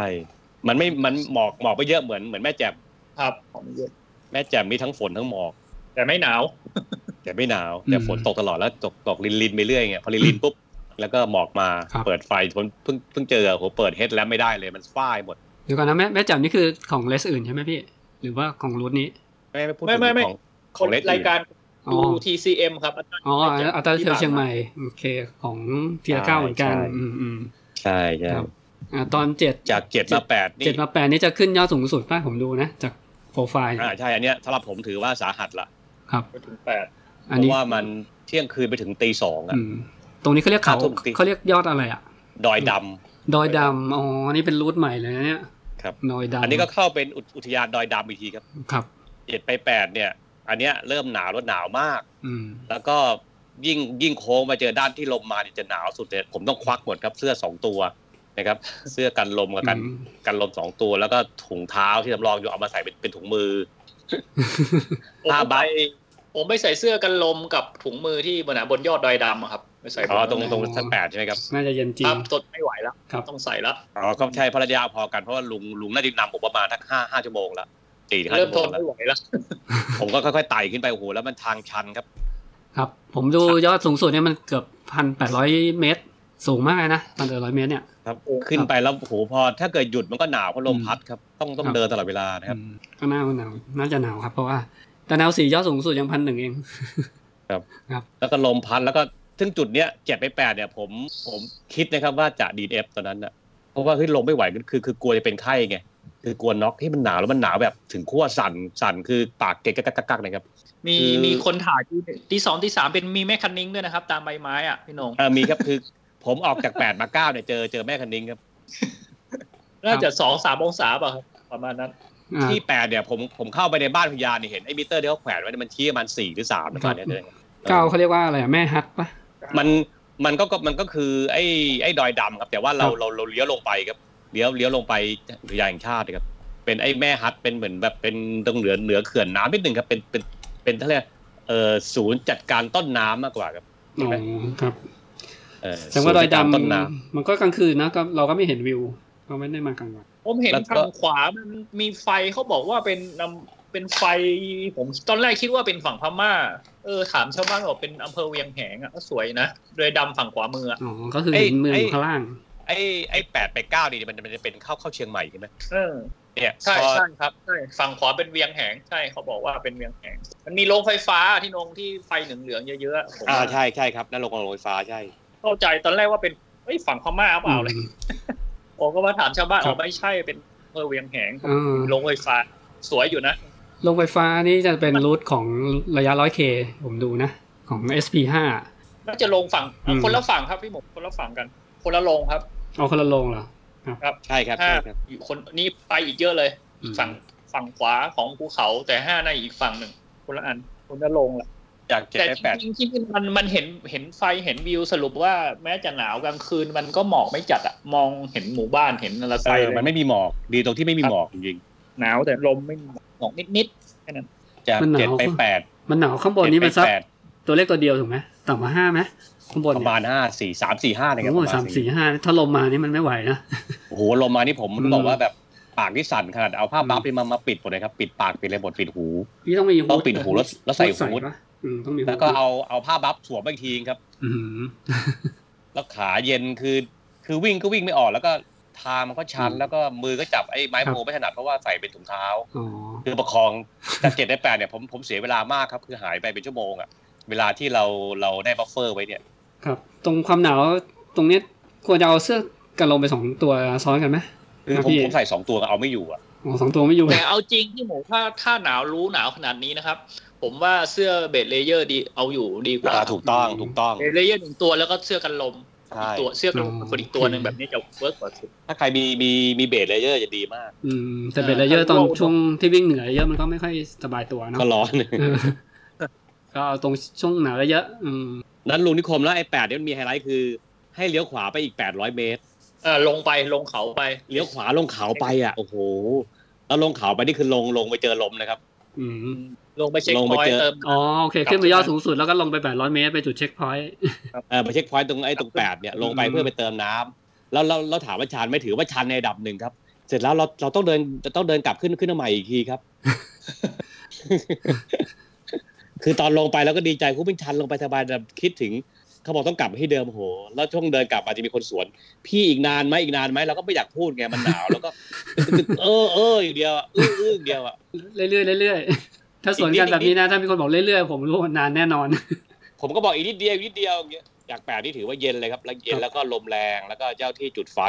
มันไม่มันหมอกหมอกไปเยอะเหมือนเหมือนแม่แจ่ม ครับ แม่แจ่มมีทั้งฝนทั้งหมอก แต่ไม่หนาว แต่ไม่หนาวแต่ อืม ฝนตกตลอดแล้วตกตกลินลินๆไปเรื่อยไงพอลินลินๆปุ๊บแล้วก็หมอกมา ครับ เปิดไฟผมเพิ่งเพิ่งเจอผมเปิดเฮดแล้วไม่ได้เลยมันฝ้ายหมด เดี๋ยวก่อนนะแม่แม่แจ่มนี่คือของเลสอื่นใช่ไหมพี่ หรือว่าของรูทนี้ ไม่ไม่พูด ไม่ ถึง ไม่ไม่ ของข ค อง น เลส รายการ อ๋อ ดู TCM ครับอาจารย์ อ๋อ แจ่ม อัลตราเทล ที่ เชียง ผ่าน ให มา ม่โอเคของเทียเก้าเหมือนกัน อืมอืม ใช่ใช่ ครับอ่าตอนเจ็ด จากเจ็ดมาแปดนี่ เจ็ดมาแปดนี่จะขึ้นยอดสูงสุดป่ะผมดูนะ จากโปรไฟล์ อ่าใช่อันเนี้ยสำหรับผมถือว่าสาหัสละ ครับ ไปถึงแปด อัน เพ นี้ ราะว่ามันเที่ยงคืนไปถึงตีสองอ่ะ อืมตรงนี้เขาเรียกเขา ขาทุ่มติ๊ก เขาเรียกยอดอะไรอ่ะ ดอยดำ ดอยดำอ๋ออันนี้เป็นรูทใหม่เลยนะเนี่ย ครับ ดอยดำ อันนี้ก็เข้าเป็นอุทอุทยานดอยดำอีกทีครับ ครับ เจ็ดไปแปดเนี่ย อันเนี้ยเริ่มหนาวแล้วหนาวมาก อืม แล้วก็ยิ่งยิ่งโค้งมาเจอด้านที่ลมมาเนี่ยจะหนาวสุดเลยผมต้องควักหมดครับเสื้อสองตัวนะครับ เสื้อกันลมกับกัน อืม กันลมสองตัว แล้วก็ถุงเท้าที่สำรองอยู่เอามาใส่เป็นเป็นถุงมือ ผม ผ้าใบ ไปผมไปใส่เสื้อกันลมกับถุงมือที่บนบนยอดดอยดำอะครับไปใส่ อ๋อตรงตรง อ๋อ ชั้นแปดใช่ไหมครับ น่าจะเย็นจริ ค ง รับสดไม่ไหวแล้ว ครับ ต้องใส่แล้ว อ๋อก็ใช่ภรรยาพอกันเพราะว่าลุงลุงน่าจะนำผมประมาณทักห้าห้าชั่วโมงละสี่ถึงห้า เริ่ม ชั่ว ท โมงแล้วนไม่ไหวแล้ว ผมก็ค่อยๆไต่ขึ้นไปโอ้โหแล้วมันทางชันครับ ครับ ผมดูยอดสูงสุดเนี่ยมันเกือบพันแปดร้อยเมตร สูงมากเลยนะพันแปดร้อยเมตรเนี่ย ครับขึ้นไปแล้วโอ้โหพอถ้าเกิดหยุดมันก็หนาวเพราะลม อืม พัดครับต้องต้อ ค ง รับ เดินตลอดเวลานะครับ อืมก็น่าหนาวน่าจะหนาวครับ เพราะว่าแต่แนวสียอดสูงสุดยังพันหนึ่งเอง แล้วก็ลมพัดแล้วก็ถึงจุดเนี้ยเจ็ดไปแปดเนี่ยผมผมคิดนะครับว่าจะดีดเอฟตอนนั้นนะเพราะว่าเฮ้ยลมไม่ไหวคือคือคือกลัวจะเป็นไข้ไงคือกลัวน็อกที่มันหนาวแล้วมันหนาวแบบถึงขั้วสั่นสั่นคือปากเกะกะกะกะกะนะครับ มี คือ มีคนถ่ายที่ที่สองที่สามเป็นมีแม่คันนิ้งด้วยนะครับ ตามใบไม้อ่ะพี่นง เออมีครับคือ ผมออก จากแปดมาเก้าเนี่ยเจอเจอแม่คันนิ้งครับ น่าจะสองสามองศาป่ะครับประมาณนั้น อ่า ที่แปดเนี่ยผมผมเข้าไปในบ้านคุณยายเนี่ยเห็นไอ้มิเตอร์ที่เขาแขวนไว้เนี่ยมันชี้ประมาณสี่หรือสามประมาณเนี้ย ครับ เลย เก้าเขาเรียกว่าอะไรอะแม่ฮัทปะ มันมันก็ก็มันก็คือไอ้ไอ้ดอยดำครับ แต่ว่าเรา ครับ เราเราเลี้ยวลงไปครับเลี้ยวเลี้ยวลงไปอุทยานแห่งชาติครับ เป็นไอ้แม่ฮัดเป็นเหมือนแบบเป็นตรงเหนือเหนือเขื่อนน้ำนิดหนึ่งครับเป็นเป็นเป็นเท่าไหร่เอ่อศูนย์จัดการต้นน้ำมากกว่าครับ อ๋อครับ เออ แสดงว่าดอย ศูนกรต้น ดำ น้ มันก็กลางคืนนะก็เราก็ไม่เห็นวิวเราไม่ได้มากลางวัน ผมเห็น แล้วก็ ทางขวามันมีไฟเขาบอกว่าเป็นอำเป็นไฟ ผมตอนแรกคิดว่าเป็นฝั่งพม่า เออถามชาวบ้านบอกเป็นอำเภอเวียงแหงอ่ะก็สวยนะโดยดำฝั่งขวามืออะ อ๋อ ก็คือเห็น ไอ้ เมือง ไอ้ อยู่ข้างล่าง ำไอ้ไอ้แปดไปเก้านี่มันมันจะเป็นเข้าเข้าเชียงใหม่ใช่ไหม เออ เนี่ย ใช่ พอ ใช่ครับใช่ฝั่งขวาเป็นเวียงแหงใช่เขาบอกว่าเป็นเวียงแหง มันมีโรงไฟฟ้าที่นงที่ไฟเหลืองๆเยอะๆผม อ่าใช่ใช่ครับนั่นโรงโรงไฟฟ้าใช่ เข้าใจตอนแรกว่าเป็นเอ้ยฝั่งพม่าเปล่าเลยผมก็มาถามชาวบ้าน ครับ อ๋อไม่ใช่เป็นอำเภอเวียงแหง อืม มีโรงไฟฟ้าสวยอยู่นะ โรงไฟฟ้านี่จะเป็นรูทของระยะ 100K ผมดูนะ ของ SP5 น่าจะลงฝั่ง อืม คนละฝั่งครับพี่หมกคนละฝั่งกัน คนละลงครับ เอาคนละโรงเหรอ ใช่ครับ ห้า ใช่ครับ อยู่คนนี่ไปอีกเยอะเลย อืม ฝั่งฝั่งขวาของภูเขาแต่ห้าในาอีกฝั่งหนึ่งคนละอันคนละลงละ จากเจ็ด แต่ ไป จ แปด ริงๆที่มันมันเห็นเห็นไฟเห็นวิวสรุปว่าแม้จะหนาวกลางคืนมันก็หมอกไม่จัดอะมองเห็นหมู่บ้านเห็นอะไรไฟ เออ เลย มันไม่มีหมอกดีตรงที่ไม่มีหมอกจริง หนาวแต่ลมไม่มีหมอกนิดๆแค่นั้น ๆจาก มันหนาว เจ็ดไปแปด มันหนาวข้างบนนี่มันสัก เจ็ดไปแปด ตัวเลขตัวเดียวถูกไหมต่ำกว่าห้าไหมข้างบน ประมาณห้าสี่สามสี่ห้านะครับ โอ้ ประณ สามสี่ห้าถ้าลมมานี่มันไม่ไหวนะ โอ้โหลมมานี่ผมต้องบอกว่าแบบ ปากที่สั่นขนาดเอาผ้าบัฟนี่มามาปิดหมดเลยครับปิดปากปิดเลยหมดปิดหู พี่ต้องมีฮู้ ต้องปิดหูแล้วแล้วใส่ฮู้ ปะอืมต้องมีฮู้ แล้วก็เอาเอาผ้าบัฟสวมไปอีกทีครับ อื้อหือ แล้วขาเย็นคือคือวิ่งก็วิ่งไม่ออก แล้วก็ทางมันก็ชัน อืม แล้วก็มือก็จับไอ้ไม้ ครับ โพไม่ถนัดเพราะว่าใส่เป็นถุงเท้า อ๋อ คือประคองจากเจ็ดได้แปดเนี่ยผมผมเสียเวลามากครับ คือหายไปเป็นชั่วโมงอะเวลาที่เราเราได้บัฟเฟอร์ไว้เนี่ย ครับ ตรงความหนาวตรงเนี้ยควรจะเอาเสื้อกันลมไปสองตัวซ้อนกันไหม คือผมผมใส่สองตัวก็เอาไม่อยู่อะ อ๋อสองตัวไม่อยู่ แต่เอาจริงที่หมูถ้าถ้าหนาวรู้หนาวขนาดนี้นะครับ ผมว่าเสื้อเบดเลเยอร์ดีเอาอยู่ดีกว่า อ่าถูกต้อง อืม ถูกต้อง เบดเลเยอร์หนึ่งตัวแล้วก็เสื้อกันลม ใช่ ตัวเสื้อกันลม อ๋อ คนอีกตัวหนึ่งแบบนี้จะเวิร์กกว่าสุด ถ้าใครมีมีมีเบสเลเยอร์จะดีมาก อืมแต่ เออ เบรเยอร์ ถ้า ตอน ลวก ช่วงที่วิ่งเหนื่อยเยอะมันก็ไม่ค่อยสบายตัวเนาะ ก็ร้อน เอ อก็เอาตรงช่วงหนาวเยอะๆอืม นั้นลุงนิคมแล้วไอ้แปดเนี่ยมันมีไฮไลท์คือ ให้เลี้ยวขวาไปอีก 800 เมตร เออลงไปลงเขาไป เลี้ยวขวาลงเขาไปอ่ะโอ้โห แล้วลงเขาไปนี่คือลงลงไปเจอลมนะครับ อืม ลงไปเช็ค ลง พ ไป อย เจอ ต์เติม อ๋อโอเค ครับ ขึ้นไปยอดสูงสุดแล้วก็ลงไปแปดร้อยเมตรไปจุดเช็คพอยต์ เออไปเช็คพอยต์ตรงไอ้ตรงแปดเนี่ยลงไป อืม เพื่อไปเติมน้ำแล้วเราเราถามว่าชันไหม่ถือว่าชันในระดับหนึ่งครับ เสร็จแล้วเราเราต้องเดินต้องเดินกลับขึ้นขึ้นมาใหม่อีกที ครับ คือตอนลงไปเราก็ดีใจคุณเป็นชันลงไปสบายแต่คิดถึง เขาบอกต้องกลับให้เดิมโห แล้วช่วงเดินกลับอาจจะมีคนสวน พี่อีกนานไหมอีกนานไหมเราก็ไม่อยากพูดไงมันหนาวแล้วก็ เออเอออย่างเดียวอะอื้ออื้ออย่างเดียวอ่ะ เรื่อยๆเรื่อยๆ ถ้าสวนกัน อีกนิด แบบนี้นะถ้ามีคนบอกเรื่อยๆผมรู้ว่านานแน่นอน ผมก็บอกอีกนิดเดียวอีกนิดเดียวอย่างเงี้ยจากแปดนี่ถือว่าเย็นเลยครับแล้วเย็นแล้วก็ลมแรงแล้วก็เจ้าที่จุดไฟ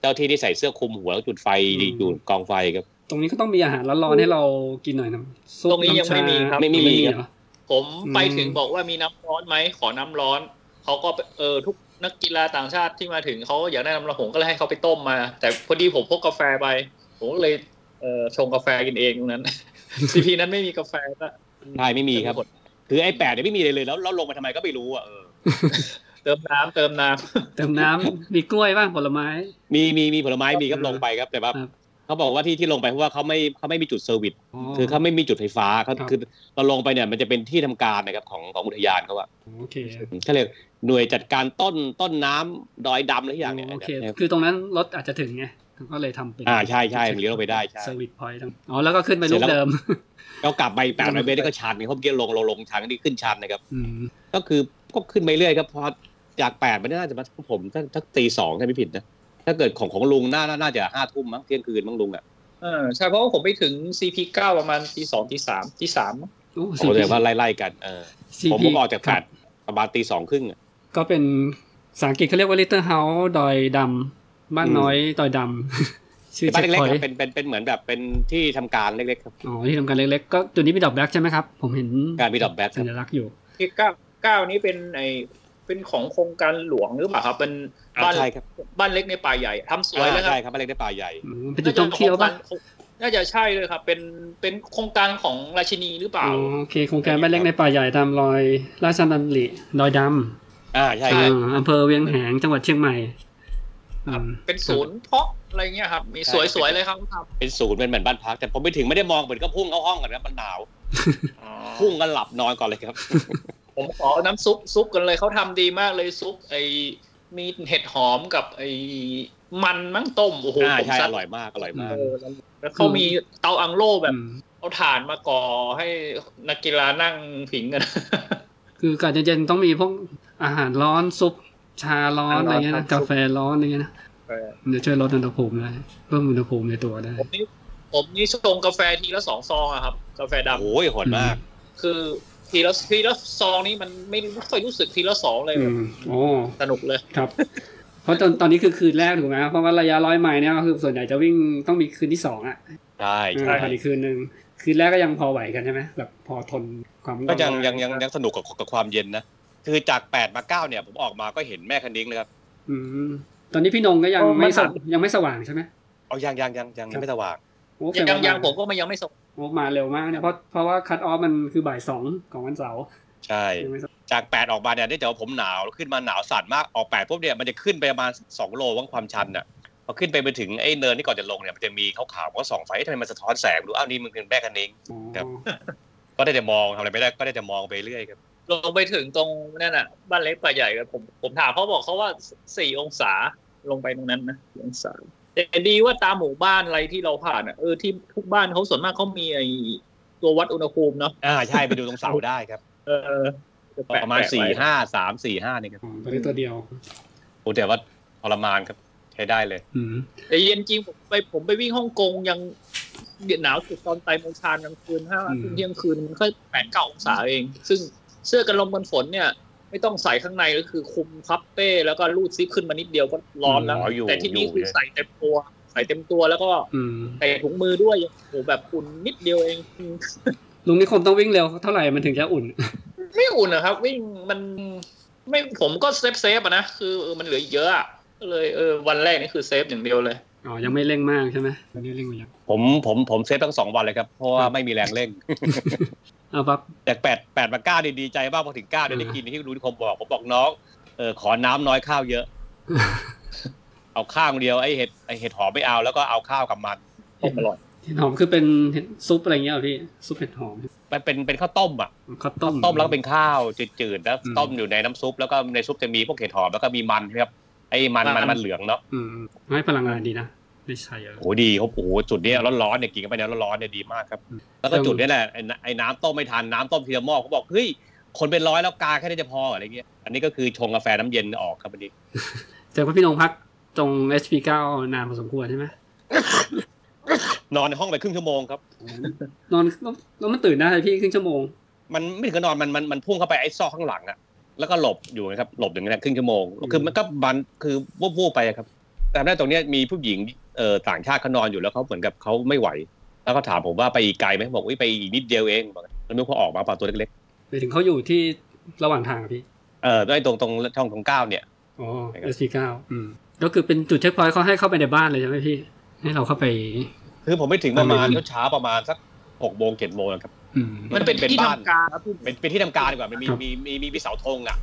เจ้าที่ที่ใส่เสื้อคลุมหัวแล้วจุดไฟ อืม อยู่กองไฟครับ ตรงนี้ก็ต้องมีอาหารร้อนๆให้เรากินหน่อยนะซุป ตรงนี้ยังไม่มีครับ ไม่มี เห ครอรับผมไป อืม ถึงบอกว่ามีน้ำร้อนไหมขอน้ำร้อนเขาก็ไปเออทุกนักกีฬาต่างชาติที่มาถึงเขาอยากได้น้ำร้อนผมก็เลยให้เขาไปต้มมา แต่พอดีผมพกกาแฟไปผมก็เลยเออชงกาแฟกินเองตรงนั้น ซีพีนั้นไม่มีกาแฟก็ ใช่ไม่มีครับ คือไอ้แปดเนี่ยไม่มีเลยเลยแล้วแล้วลงมาทำไมก็ไม่รู้อ่ะเออ เติมน้ำเติมน้ำ เติมน้ำมีกล้วยบ้างผลไม้ มีมีมีผลไม้มีครัคบรับ ลงไปครับ แต่ว่า ครับ เขาบอกว่าที่ที่ลงไปเพราะว่าเขาไม่เขาไม่มีจุดเซอร์วิสคือเขาไม่มีจุดไฟฟ้าเขา ครับ คือเราลงไปเนี่ยมันจะเป็นที่ทำการนะครับของของอุทยานเขาอะ โอเค เขาเรียกหน่วยจัดการต้นต้นน้ำดอยดำอะไรอย่างเนี้ย โอเค เนี่ย คือตรงนั้นรถอาจจะถึงไงก็เลยทำเป็น อ่าใช่ใช่เลี้ยวไปได้ใช่ เซอร์วิสพอยต์อ๋อแล้วก็ขึ้นไปรูปเดิม เรากลับไปแปดร้อยเมตรนี่ก็ชันเขาเมื่อกี้ลงลงลงชันนี่ขึ้นชันนะครับ อืม ก็คือก็ขึ้นไปเรื่อยครับพอจากแปดมันน่าจะมาผมถ้าถ้าตีสองถ้าไม่ผิดนะถ้าเกิดของของลุงน่าน่าน่าจะห้าทุ่มมั้งเที่ยงคืนมั้งลุงอ่ะ เออใช่เพราะว่าผมไปถึง CP9 ประมาณตีสองตีสามตีสาม โอ้ ผมเลยว่าไล่ไล่กันเออ CP ผมผมออกจาก ค แป รั ด บ ประมาณตีสองครึ่งอะ ก็เป็นภาษาอังกฤษเขาเรียกว่า Little House ดอยดำบ้าน อืม น้อยดอยดำ ชื่อ บ้า เช็ น ค เล็ก พ ๆ อ ค ย รับเป็นเป็นเป็นเหมือนแบบเป็นที่ทำการเล็กๆครับ อ๋อที่ทำการเล็กๆ ก็จุดนี้มีดอกแบล็กใช่ไหมครับ ผมเห็น การมีดอกแบทค สั รับ ญลักษณ์อยู่ เก้าเก้านี้เป็นไอเป็นของโครงการหลวงหรือเปล่าครับเป็นบ้าน อ่าใช่ครับ บ้านเล็กในป่าใหญ่ทำสวยแล้วครั ใช่ บ ครับบ้านเล็กในป่าใหญ่ เป็นจุดท่องเที่ยวป่ะ น่าจะใช่เลยครับ เป็นเป็นโครงการของราชินีหรือเปล่า อ๋อโอเคโครงการบ้านเล็กในป่าใหญ่ตามรอย ราชดำริดอยดำ อ่าใช่ ใช่ ครับ อ่าอำเภอเวียงแหงจังหวัดเชียงใหม่อืม เป็นศูนย์เพาะอะไรเงี้ยครับ มี ใช่ สวยๆเลยครับครับ เป็นศูนย์เป็นเหมือนบ้านพัก แต่ผมไปถึงไม่ได้มองเหมือนก็พุ่งเข้าห้องกันนะมันหนาวพุ่งกันหลับนอนก่อนเลยครับ ผมขอน้ำซุปซุปกันเลยเขาทำดีมากเลยซุปไอมีเห็ดหอมกับไอมันมั้งต้มโอ้โห อ่า ผม ใช่ ซั อ ด ร่อยมากอร่อยมาก เออแล้วเขามีเตาอังโล่แบบ อืม เอาถ่านมาก่อให้นักกีฬานั่งผิงกัน คืออากาศเย็นๆต้องมีพวกอาหารร้อนซุป ชาร้อนอะอาหารร้อนไรเงี้ยนะ ครับ กา ซุป แฟร้อนอะไรเงี้ยนะ เออ เดี๋ยวช่วยลดอุณหภูมิได้เพิ่มอุณหภูมิในตัวได้ ผมนี่ผมนี่ชงกาแฟทีละสองซองอะครับ กาแฟดำ โอ้ยโหดมาก คือทีละทีละซองนี่มันไม่ไม่ค่อยรู้สึกทีละสองเลย อื แบบ มโอ้ สนุกเลย ครับ เพราะตอนตอนนี้คือคืนแรกถูกไหมเพราะว่าระยะร้อยไมล์เนี่ยก็คือส่วนใหญ่จะวิ่งต้องมีคืนที่สองอ่ะ ใช่ เออ ใช่ ผ่านอีกคืนหนึ่งคืนแรกก็ยังพอไหวกันใช่ไหมแบบพอทนความร้อน ก็ยังยังยังยังสนุกกับกับความเย็นนะคือจากแปดมาเก้าเนี่ยผมออกมาก็เห็นแม่คันนิ้งเลยครับ อืมตอนนี้พี่นงก็ยัง โอ้มัน ไม่ส หนัก ว่างยังไม่สว่างใช่ไหม เอายังยังยังยัง ครับ ไม่สว่าง โอ้แสด ยัง ว่า ยังผมก็มันยังไม่สง โอ้มาเร็วมากเนี่ยเพราะเพราะว่าคัตออฟมันคือบ่ายสองของวันเสาร์ ใช่ ยังไม่สว่าง จากแปดออกมาเนี่ยได้แต่ว่าผมหนาวขึ้นมาหนาวสั่นมากออกแปดปุ๊บเนี่ยมันจะขึ้นไปประมาณสองโลวังความชันน่ะพอขึ้นไปไปถึงไอ้เนินที่ก่อนจะลงเนี่ยมันจะมีขาวๆก็ส่องไฟเอ๊ะทำไมมันสะท้อนแสงดูอ้าวนี่มันเป็นแม่คันนิ้ง อ๋อ ครับ ก็ได้แต่มองทำอะไรไม่ได้ก็ได้แต่มองไปเรื่อยครับ ลงไปถึงตรงนั่นน่ะ บ้านเล็กป่าใหญ่กันผมผมถามเขาบอกเขาว่าสี่องศาลงไปตรงนั้นนะสี่องศา แต่ดีว่าตามหมู่บ้านอะไรที่เราผ่านอ่ะเออที่ทุกบ้านเขาส่วนมากเขามีไอตัววัดอุณหภูมิเนาะ อ่าใช่ไป ดูตรงเสาได้ครับ เออจแ ประมาณ แไว้ สี่ห้าสามสี่ห้านี่ครับ อ๋อตัวนี้ตัวเดียว โอ้แต่ว่าทรมานครับใช้ได้เลย อืม แต่เย็นจริงผมไปผมไปวิ่งฮ่องกงยังเดือดหนาวสุดตอนไตรโมงชานกลางคืนห้าทุ่มเที่ยงคืนมันก็แปดเก้าองศาเอง ซึ่งเสื้อกันลมกันฝนเนี่ย ไม่ต้องใส่ข้างในก็คือคลุมพับเป้แล้วก็รูดซิปขึ้นมานิดเดียวก็ร้อนแล้ว อ๋ออยู่ แต่ที่นี่ อยู่ คือใส่เต็มตัว ใส่เต็มตัวแล้วก็ อืม ใส่ถุงมือด้วยโอ้โหแบบอุ่นนิดเดียวเอง ลุงนิคมต้องวิ่งเร็วเท่าไหร่มันถึงจะอุ่น ไม่อุ่นนะครับ วิ่งมันไม่ผมก็เซฟเซฟๆอะนะคือเออมันเหลืออีกเยอะอะก็เลยเออวันแรกนี่คือเซฟอย่างเดียวเลย อ๋อ ยังไม่เร่งมากใช่ไหมไม่ได้เร่งมาก ผมผมผมเซฟทั้งสองวันเลยครับ เพราะว่า ครับ ไม่มีแรงเร่ง เอาปั๊บ แต่แปดแปดมาเก้านี่ดีใจมากพอถึงเก้าเนี่ย อืม ได้กินที่รู้ที่ผมบอก ผมบอกน้องเออขอน้ำน้อยข้าวเยอะ เอาข้าวอย่างเดียวไอเห็ดไอเห็ดหอมไม่เอาแล้วก็เอาข้าวกับมัน ต้มอร่อย เห็ดหอมคือเป็นเห็ดซุปอะไรเงี้ยเหรอพี่ซุปเห็ดหอม มันเป็นเป็นข้าวต้มอ่ะ ข้าวต้ม ต้มแล้วก็เป็นข้าวจืดๆแล้ว อืม ต้มอยู่ในน้ำซุปแล้วก็ในซุปจะมีพวกเห็ดหอมแล้วก็มีมันครับไอ้มันมัน มัน มันเหลืองเนาะ อืมให้พลังงานดีนะได้ใช้เยอะ โอ้โหดีครับโอ้โหจุดเนี้ยร้อนๆเนี่ยกินเข้าไปเนี่ยร้อนๆเนี่ยดีมากครับ อืม แล้วก็จุดเนี้ยแหละไอ้น้ำไอ้น้ำต้มไม่ทานน้ำต้มทีละหม้อเขาบอกเฮ้ยคนเป็นร้อยแล้วกาแค่นี้จะพอเหรออะไรเงี้ยอันนี้ก็คือชงกาแฟน้ำเย็นออกครับวันนี้ เจอพระพี่นงพักตรง HP9 นานพอสมควรใช่ไหม นอนในห้องไปครึ่งชั่วโมงครับ นอนแล้วมันตื่นได้พี่ครึ่งชั่วโมง มันไม่ถึงกับนอนมันมันมันพุ่งเข้าไปไอ้ซอกข้างหลังอะแล้วก็หลบอยู่นะครับหลบอย่างนั้นครึ่งชั่วโมง อืม คือมันก็บันคือวูบๆไปอะครับ แต่ได้ตรงเนี้ยมีผู้หญิงเอ่อต่างชาติเขานอนอยู่แล้วเขาเหมือนกับเขาไม่ไหว แล้วก็ถามผมว่าไปอีกไกลไหมบอกว่าไปอีกนิดเดียวเองบอกแล้วนึกว่าออกมาเปล่าตัวเล็ก ไปถึงเขาอยู่ที่ระหว่างทางอะพี่ ๆเออไอ้ตรงตรงช่องของก้าวเนี่ย อ๋อ ใช่ครับ SP9 อืมก็คือเป็นจุดเช็คพอยต์เขาให้เข้าไปในบ้านเลยใช่ไหมพี่ ให้เราเข้าไป คือผมไม่ถึงประมาณ อืม เช้าๆประมาณสักหกโมงเจ็ดโมงนะครับ อืม มันเป็น เป็น ที่ บ้าน ทำการครับ เป็นเป็นที่ทำการดีกว่ามันมี ครับ มีมีมีมีเสาธงอะ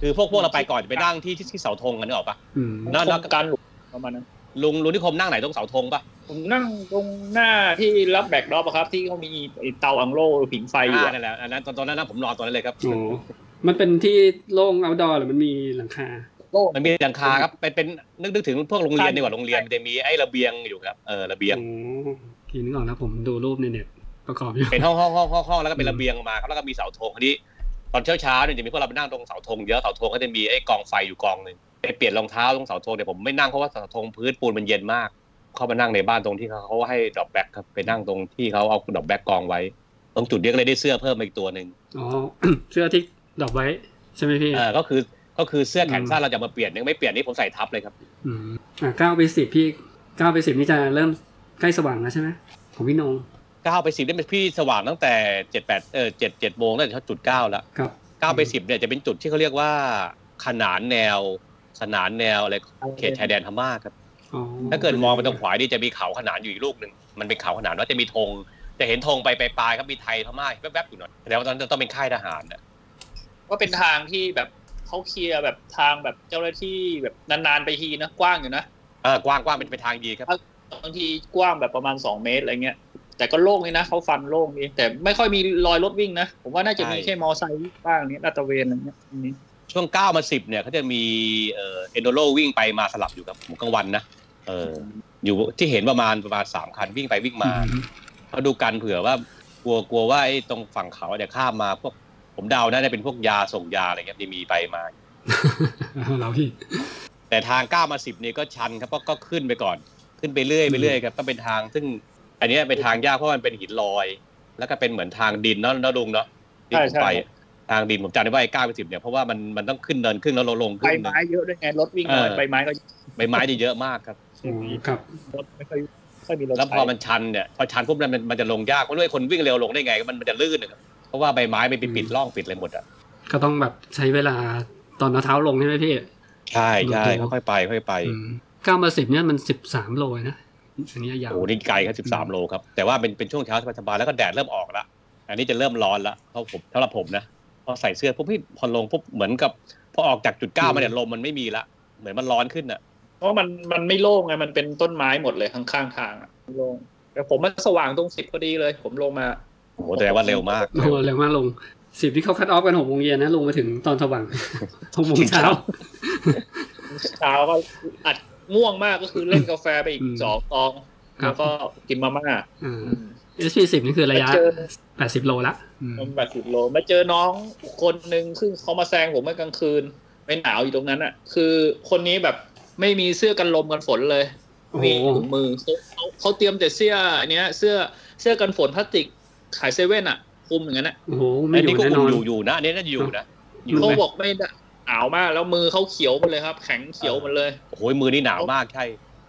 คือพวกพวกเราไปก่อนจะไปนั่งที่ที่ที่เสาธงกันนึกออกปะ อืม นั่นแล้ว การหลุดประมาณนั้น ลุงลุงนิคมนั่งไหนตรงเสาธงปะ ผมนั่งตรงหน้าที่รับแบกดรอปอะครับ ที่เขามีไอ้เตาอังโล่ผิงไฟอยู่ อ่า อะ นั่นแหละอันนั้นตอนตอนนั้นนะผมนอนตอนนั้นเลยครับ โอ้มันเป็นที่โล่ง o อ t d o o r หรือมันมีหลังคา โล่ง มันมีหลังคาครับ เป็นเป็นนึกนึกถึงพวกโรงเรียน ใช่ ดีกว่าโรงเรียนมันจะมีไอ้ระเบียงอยู่ครับ เออระเบียง โอ้กินนึกออกแล้วผมดูรูปในเน็ตประกอบอยู่ เป็นห้องห้องห้องห้องห้องแล้วก็เป็ อื น ม ระเบียงออกมาครับ แล้วก็มีเสาธงทีนี้ตอนเช้าเช้าๆเนี่ยจะมีพวกเราไปนั่งตรงเสาธงเยอะ เสาธงก็จะมีไอ้กองไฟอยู่กองหนึ่งไปเปลี่ยนรองเท้าตรงเสาธงเนี่ยผมไม่นั่งเพราะว่าเสาธงพื้นปูนมันเย็นมาก เข้ามานั่งในบ้านตรงที่เขาเขาให้ดอกแบกครับ ไปนั่งตรงที่เขาเอาดอกแบกกองไว้ ตรงจุดเนี้ยก็เลยได้เสื้อเพิ่มมาอีกตัวหนึ่ง อ๋อ เสื้อที่ดอกไว้ ใช่ไหมพี่ เออ ก็คือ ก็คือเสื้อแขนสั้นเราจะมาเปลี่ยนเนี่ยไม่เปลี่ยนนี่ผมใส่ทับเลยครับ อืมอ่ะเก้าไปสิบพี่เก้าไปสิบนี่จะเริ่มใกล้สว่างแล้วใช่ไหมของพี่นง ก้าไปสิบนี่เป็นพี่สว่างตั้งแต่เจ็ดแปดเออเจ็ดเจ็ดโมงตั้งแต่จุดเก้าแล้ว ครับ เก้าไปสิบเนี่ยจะเป็นจุดที่เขาเรียกว่า ขนานแนว ขนานแนวอะไรเขตชายแดนพม่าครับ อ๋อ ถ้าเกิดมองไปตรงขวานี่จะมีเขาขนานอยู่อีกลูกหนึ่งมันเป็นเขาขนานแล้วจะมีธงจะเห็นธงไปปลายๆครับมีไทยพม่าแวบๆอยู่หน่อยแต่ว่าตอนนั้นต้องเป็นค่ายทหารนะ ก็เป็นทางที่แบบเขาเคลียร์แบบทางแบบเจ้าหน้าที่แบบนานๆไปทีนะกว้างอยู่นะ เออกว้างๆเป็นไปทางดีครับ บางทีกว้างแบบประมาณสองเมตรอะไรเงี้ย แต่ก็โล่งนี่นะเขาฟันโล่งนี่แต่ไม่ค่อยมีรอยรถวิ่งนะ ผมว่าน่าจะมี ใช่ แค่มอไซค์บ้างเนี้ยลาดตระเวนอะไรเงี้ยตรงนี้ ช่วงเก้ามาสิบเนี่ยเขาจะมีเอ่อเอนโดโรวิ่งไปมาสลับอยู่ครับกลางวันนะเอออยู่ที่เห็นประมาณประมาณสามคันวิ่งไปวิ่งมา อืม เขาดูกันเผื่อว่ากลัวกลัวว่าไอ้ตรงฝั่งเขาเนี่ยข้ามมาพวกผมเดานะจะเป็นพวกยาส่งยาอะไรเงี้ยที่มีไปมา เราพี่ แต่ทางก้ามาสิบนี่ก็ชันครับก็ก็ขึ้นไปก่อน ขึ้นไปเรื่อยไปเรื่อยครับก็เป็นทางซึ่ง อันเนี้ยเป็นทางยากเพราะมันเป็นหินลอย แล้วก็เป็นเหมือนทางดินเนาะเนาะลุงเนาะที่ผมไปทางดินผมจำได้ว่าไอ้ก้าไปสิบเนี่ยเพราะว่ามันมันต้องขึ้นเนินขึ้นแล้วลง ใบ ขึ้นเนิ ไม้ น เยอะด้วยไงรถวิ่งน้อย เออ ใบไม้ก็ ใบไม้จะเยอะมากครับ อ๋อครับ รถไม่ค่อยไม่ค่อยมีรถ แล้วพ ใช้ อมันชันเนี่ยพอชันปุ๊บมันมันจะลงยากเพราะด้วยคนวิ่งเร็วลงได้ไงมันมันจะลื่นนะครับเพราะว่าใบไม้มันไปปิดร่องปิดอะไรหมดอะ ก็ต้องแบบใช้เวลาตอนเอาเท้าลงใช่ไหมพี่ ใช่ โดด ใช่ เดี่ยว ค่อยๆไปค่อยๆไป อืมเก้ามาสิบเนี่ยมันสิบสามโลนะอันนี้ยาว โอ้โหนี่ไกลครับสิบสามโลครับ แต่ว่าเป็นเป็นช่วงเช้าสบายๆแล้วก็แดดเริ่มออกละอันนี้จะเริ่มร้อนละเพราะผมสำหรับผมนะพอใส่เสื้อปุ๊บพี่พอลงปุ๊บเหมือนกับพอออกจากจุดเก้ามาเนี่ยลมมันไม่มีละเหมือนมันร้อนขึ้นอ่ะ เพราะมันมันไม่โล่งไงมันเป็นต้นไม้หมดเลยข้างข้างๆทางอะโล่งแต่ผมมันสว่างตรงสิบพอดีเลย ผมลงมา โอ้โหแสดงว่าเร็วมาก โอ้โหเร็วมากลงสิบที่เขาคัดออฟกันหกโมงเย็นนะ ลงมาถึงตอนสว่าง หกโมงเช้า เช้าก็อัด ง่วงมากก็คือเล่นกาแฟไปอีก อืม สองซอง ครับ แล้วก็กินมาม่า เออ SP10 นี่คือระยะ เจอ 80 โลละอืม มันแปดสิบโลมาเจอน้องคนหนึ่งซึ่งเขามาแซงผมเมื่อกลางคืนไปหนาวอยู่ตรงนั้นอ่ะ คือคนนี้แบบไม่มีเสื้อกันลมกันฝนเลย โอ้โห มีถุงมือเขาเขาเขาเตรียมแต่เสื้ออันเนี้ย เสื้อเสื้อกันฝนพลาสติกขายเซเว่นอ่ะคลุมอย่างนั้นอ่ะ โอ้โหไม่ อั อน นี้ ยู่ ก็ แน่ คน อง น อยู่อยู่นะอันนี้น่าจะอยู่นะอยู่ เขา ไหม บอกไม่ได้หนาวมากแล้วมือเขาเขียวหมดเลยครับ แข็งเขียวหมดเลย โอ้โหมือนี่หนาวมากใช่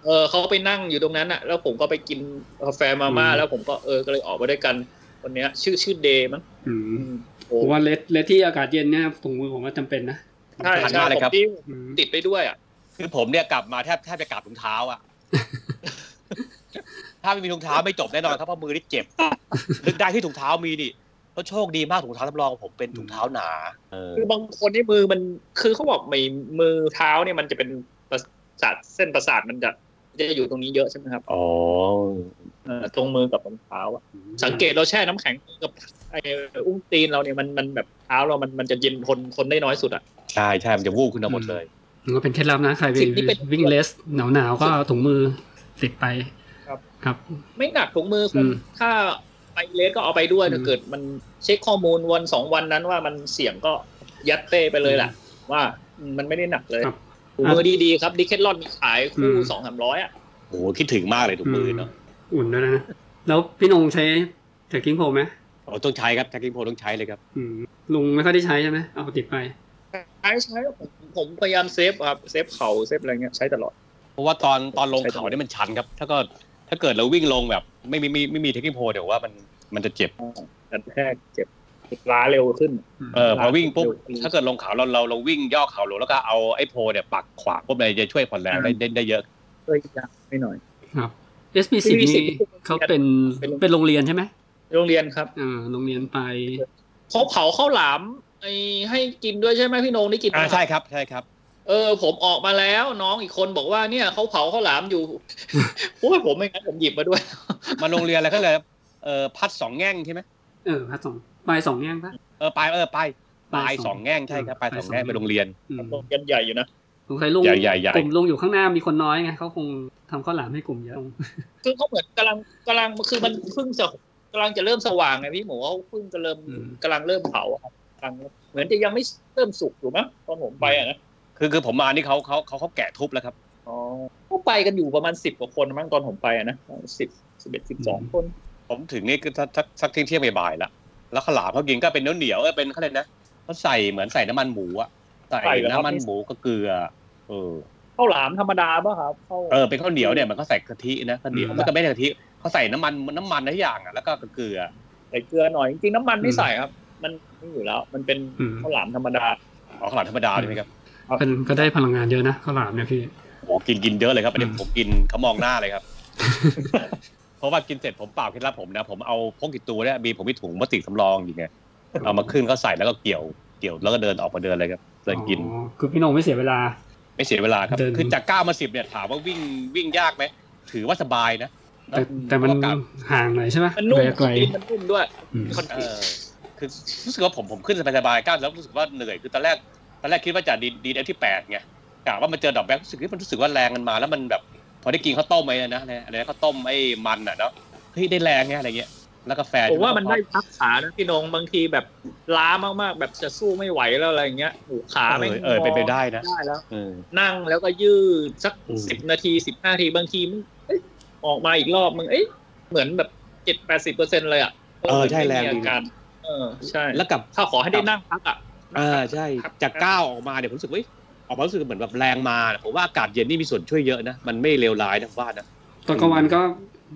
เออเขาไปนั่งอยู่ตรงนั้นอ่ะ แล้วผมก็ไปกินกาแฟมาม่า อืม แล้วผมก็เออก็เลยออกมาด้วยกันวันเนี้ย ชื่อชื่อเดย์มั้ง อืม โอ้ ผมว่าเลสเลสที่อากาศเย็นเนี่ยถุงมือผมว่าจำเป็นนะ ใช่ ทาน ใช่ มากเลย ผม ครับ ที่ อืม ติดไปด้วยอ่ะ คือผมเนี่ยกลับมาแทบแทบจะกลับถุงเท้าอ่ะ ถ้าไม่มีถุงเท้าไม่จบแน่นอนครับเพราะมือนี่เจ็บนึกได้ที่ถุงเท้ามีนี่ก็โชคดีมากถุงเท้าทำรองของผมเป็นถุงเท้าหนาเออ คือบางคนนี่มือมันคือเขาบอกไม่มือเท้าเนี่ยมันจะเป็นประสาทเส้นประสาทมันจะจะอยู่ตรงนี้เยอะใช่ไหมครับ อ๋อ เออตรงมือกับตรงเท้าอะสังเกตเราแช่น้ำแข็งกับไอ้อุ้งตีนเราเนี่ยมันมันแบบเท้าเรามันมันจะเย็นทนทนได้น้อยสุดอ่ะ ใช่ใช่มันจะวูบขึ้นมาหมดเลย มันก็เป็นเคล็ดลับนะใครไป สิ่งที่เป็น วิ่งเลสหนาวหนาวๆก็ถุงมือติดไป ครับ ครับ ไม่หนักถุงมือค อื น ม ถ้าไปเลสก็เอาไปด้วย อืม ถ้าเกิดมันเช็คข้อมูลวันสองวันนั้นว่ามันเสี่ยงก็ยัดเป้ไปเลยแหละว่ามันไม่ได้หนักเลย ครับ ถุงมือดีๆครับดิเคทลอนมีขายคู่ อืม สองสามร้อยอ่ะ โอ้โหคิดถึงมากเลยถุงมือเนาะ อุ่นด้วยนะ แล้วพี่นงใช้แท็กกิ้งโฟมไหม อ๋อต้องใช้ครับแท็กกิ้งโพต้องใช้เลยครับ อืมลุงไม่ค่อยได้ใช้ใช่ไหมเอาติดไป ใช้ใช้ผมผมพยายามเซฟครับเซฟเขาเซฟอะไรเงี้ยใช้ตลอด เพราะว่าตอนตอนลงเขาเนี่ยมันชันครับ ถ้าก็ถ้าเกิดเราวิ่งลงแบบไม่มีไม่มีไม่มีเทคนิคโพเดี๋ยวว่ามันมันจะเจ็บ แต่แทกเจ็บล้าเร็วขึ้น เออพอวิ่งปุ๊บ เร็วขึ้น ถ้าเกิดลงเขาเราเราเราวิ่งย่อเขาลงแล้วก็เอาไอ้โพเนี่ยปักขวางปุ๊บเลยจะช่วยผ่อนแรงได้ได้ได้เยอะ เอ้ยยากไม่หน่อย ครับ SP10 SP10 นี่เขาเป็น เป็น เป็นโรงเรียนใช่ไหม โรงเรียนครับ อ่าโรงเรียนไป เขาเผาข้าวหลามไอให้กินด้วยใช่ไหมพี่โหนงได้กินไหม อ่าใช่ครับใช่ครับ เออ ผมออกมาแล้วน้องอีกคนบอกว่าเนี่ยเขาเผาข้าวหลามอยู่ โอ้ยผมไม่งั้นผมหยิบมาด้วย มาโรงเรียนอะไรก็เลยเออพัดสองแง่งใช่ไหม เออพัดสองไปสองแง่งปะ เออปลายเออปลายปลายสองแง่งใช่ครับปลายสองแง่งไปโรงเรียน อืม โรงเรียนใหญ่อยู่นะ สงสัยลุง ใหญ่ใหญ่ใหญ่ กลุ่มลุงอยู่ข้างหน้ามีคนน้อยไงเขาคงทำข้าวหลามให้กลุ่มเยอะ คือเขาเหมือนกำลังกำลังคือมันเพิ่งจะกำลังจะเริ่มสว่างไงพี่หมูเขาเพิ่งจะเริ่ม อืม กำลังเริ่มเผาอะครับกำลังเหมือนจะยังไม่เริ่มสุกอยู่มั้งตอนผมไปอะนะ คือคือผมมานี่เขาเขาเขาเขาแกะทุบแล้วครับ อ๋อก็ไปกันอยู่ประมาณสิบกว่าคนมั้งตอนผมไปอะนะสิบสิบเอ็ดสิบสองคน ผมถึงนี่คือสักสักสักเที่ยงเที่ยงบ่ายๆละแล้วขาวหลามเขากินก็เป็นเนื้อเหนียวๆเออเป็นเขาเลยกนะเขาใส่เหมือนใส่น้ำมันหมูอะใส่ ใส่เหรอครับ น้ำมันหมูก็เกลือเออ ข้าวหลามธรรมดาป่ะครับข้าว เออเป็นข้าวเหนียวเนี่ยมันก็ใส่กะทินะข้าวเหนียว อืม มันก็ไม่ใช่กะทิเขาใส่น้ำมันน้ำมันทุกอย่างอะแล้วก็เกลือ ใส่เกลือหน่อยจริงๆน้ำมันไม่ อืม ใส่ครับ มันไม่อยู่แล้ว มันเป็น อืม ข้าวหลามธรรมดา อ๋อข้าวหลามธรรมดาใช่ไหมครับ เป็นก็ได้พลังงานเยอะนะข้าวหลามเนี่ยพี่ โอ้กินกินเยอะเลยครับอันนี้ อืม ผมกินเขามองหน้าเลยครับ เพราะว่ากินเสร็จผมเปล่าเคล็ดลับผมนะผมเอาพกติดตัวเนี่ยมีผมมีถุงพลาสติกสำรองอยู่ไง เอามาขึ้นก็ใส่แล้วก็เกี่ยวเกี่ยวแล้วก็เดินออกมาเดินเลยครับเดินกิน อ๋อคือพี่นงไม่เสียเวลา ไม่เสียเวลาครับ เดิน คือจากเก้ามาสิบเนี่ยถามว่าวิ่งวิ่งยากไหมถือว่าสบายนะ แต่แต่มัน เพราะกลับ ห่างหน่อยใช่ไหม มันนุ่ม ระยะไกล ดินมันนุ่มด้วย อืม คอนก เอ รีต อคือรู้สึกว่าผมผมขึ้นสบายๆเก้าแล้วรู้สึกว่าเหนื่อยคือตอนแรกตอนแรกคิดว่าจะดีดีได้ที่แปดไงกะว่ามันเจอดอกแบ็กรู้สึกว่ามันรู้สึกว่าแรงมันมาแล้วมันแบบ พอได้กินข้าวต้มไอ้นะอะไรอะไรนะข้าวต้มไอ้มันอ่ะเนาะเฮ้ยได้แรงไงอะไรเงี้ยแล้วกาแฟ ผมว่ามันได้พักขานะพี่นงบางทีแบบล้ามากๆ แบบจะสู้ไม่ไหวแล้วอะไรอย่างเงี้ยโอ้โหขา เอ ไม่ง อเออเป็นไปได้นะ ได้แล้ว เออ นั่งแล้วก็ยืดสัก อืม สิบนาทีสิบห้าทีบางทีมึงเอ้ยออกมาอีกรอบมึงเอ้ยเหมือนแบบเจ็ดแปดสิบเปอร์เซ็นเลยอ่ะ เออใช่แรงดี ไม่มีอาการเออใช่ แล้วกับ ถ้าขอให้ได้นั่งพักอ่ะ อ่าใช่ ครับ จากก้าวออกมาเนี่ยผมรู้สึกว่าเอ้ยออกมารู้สึกเหมือนแบบแรงมานะผมว่าอากาศเย็นนี่มีส่วนช่วยเยอะนะมันไม่เลวร้ายนะผมว่านะ ตอนกลางวันก็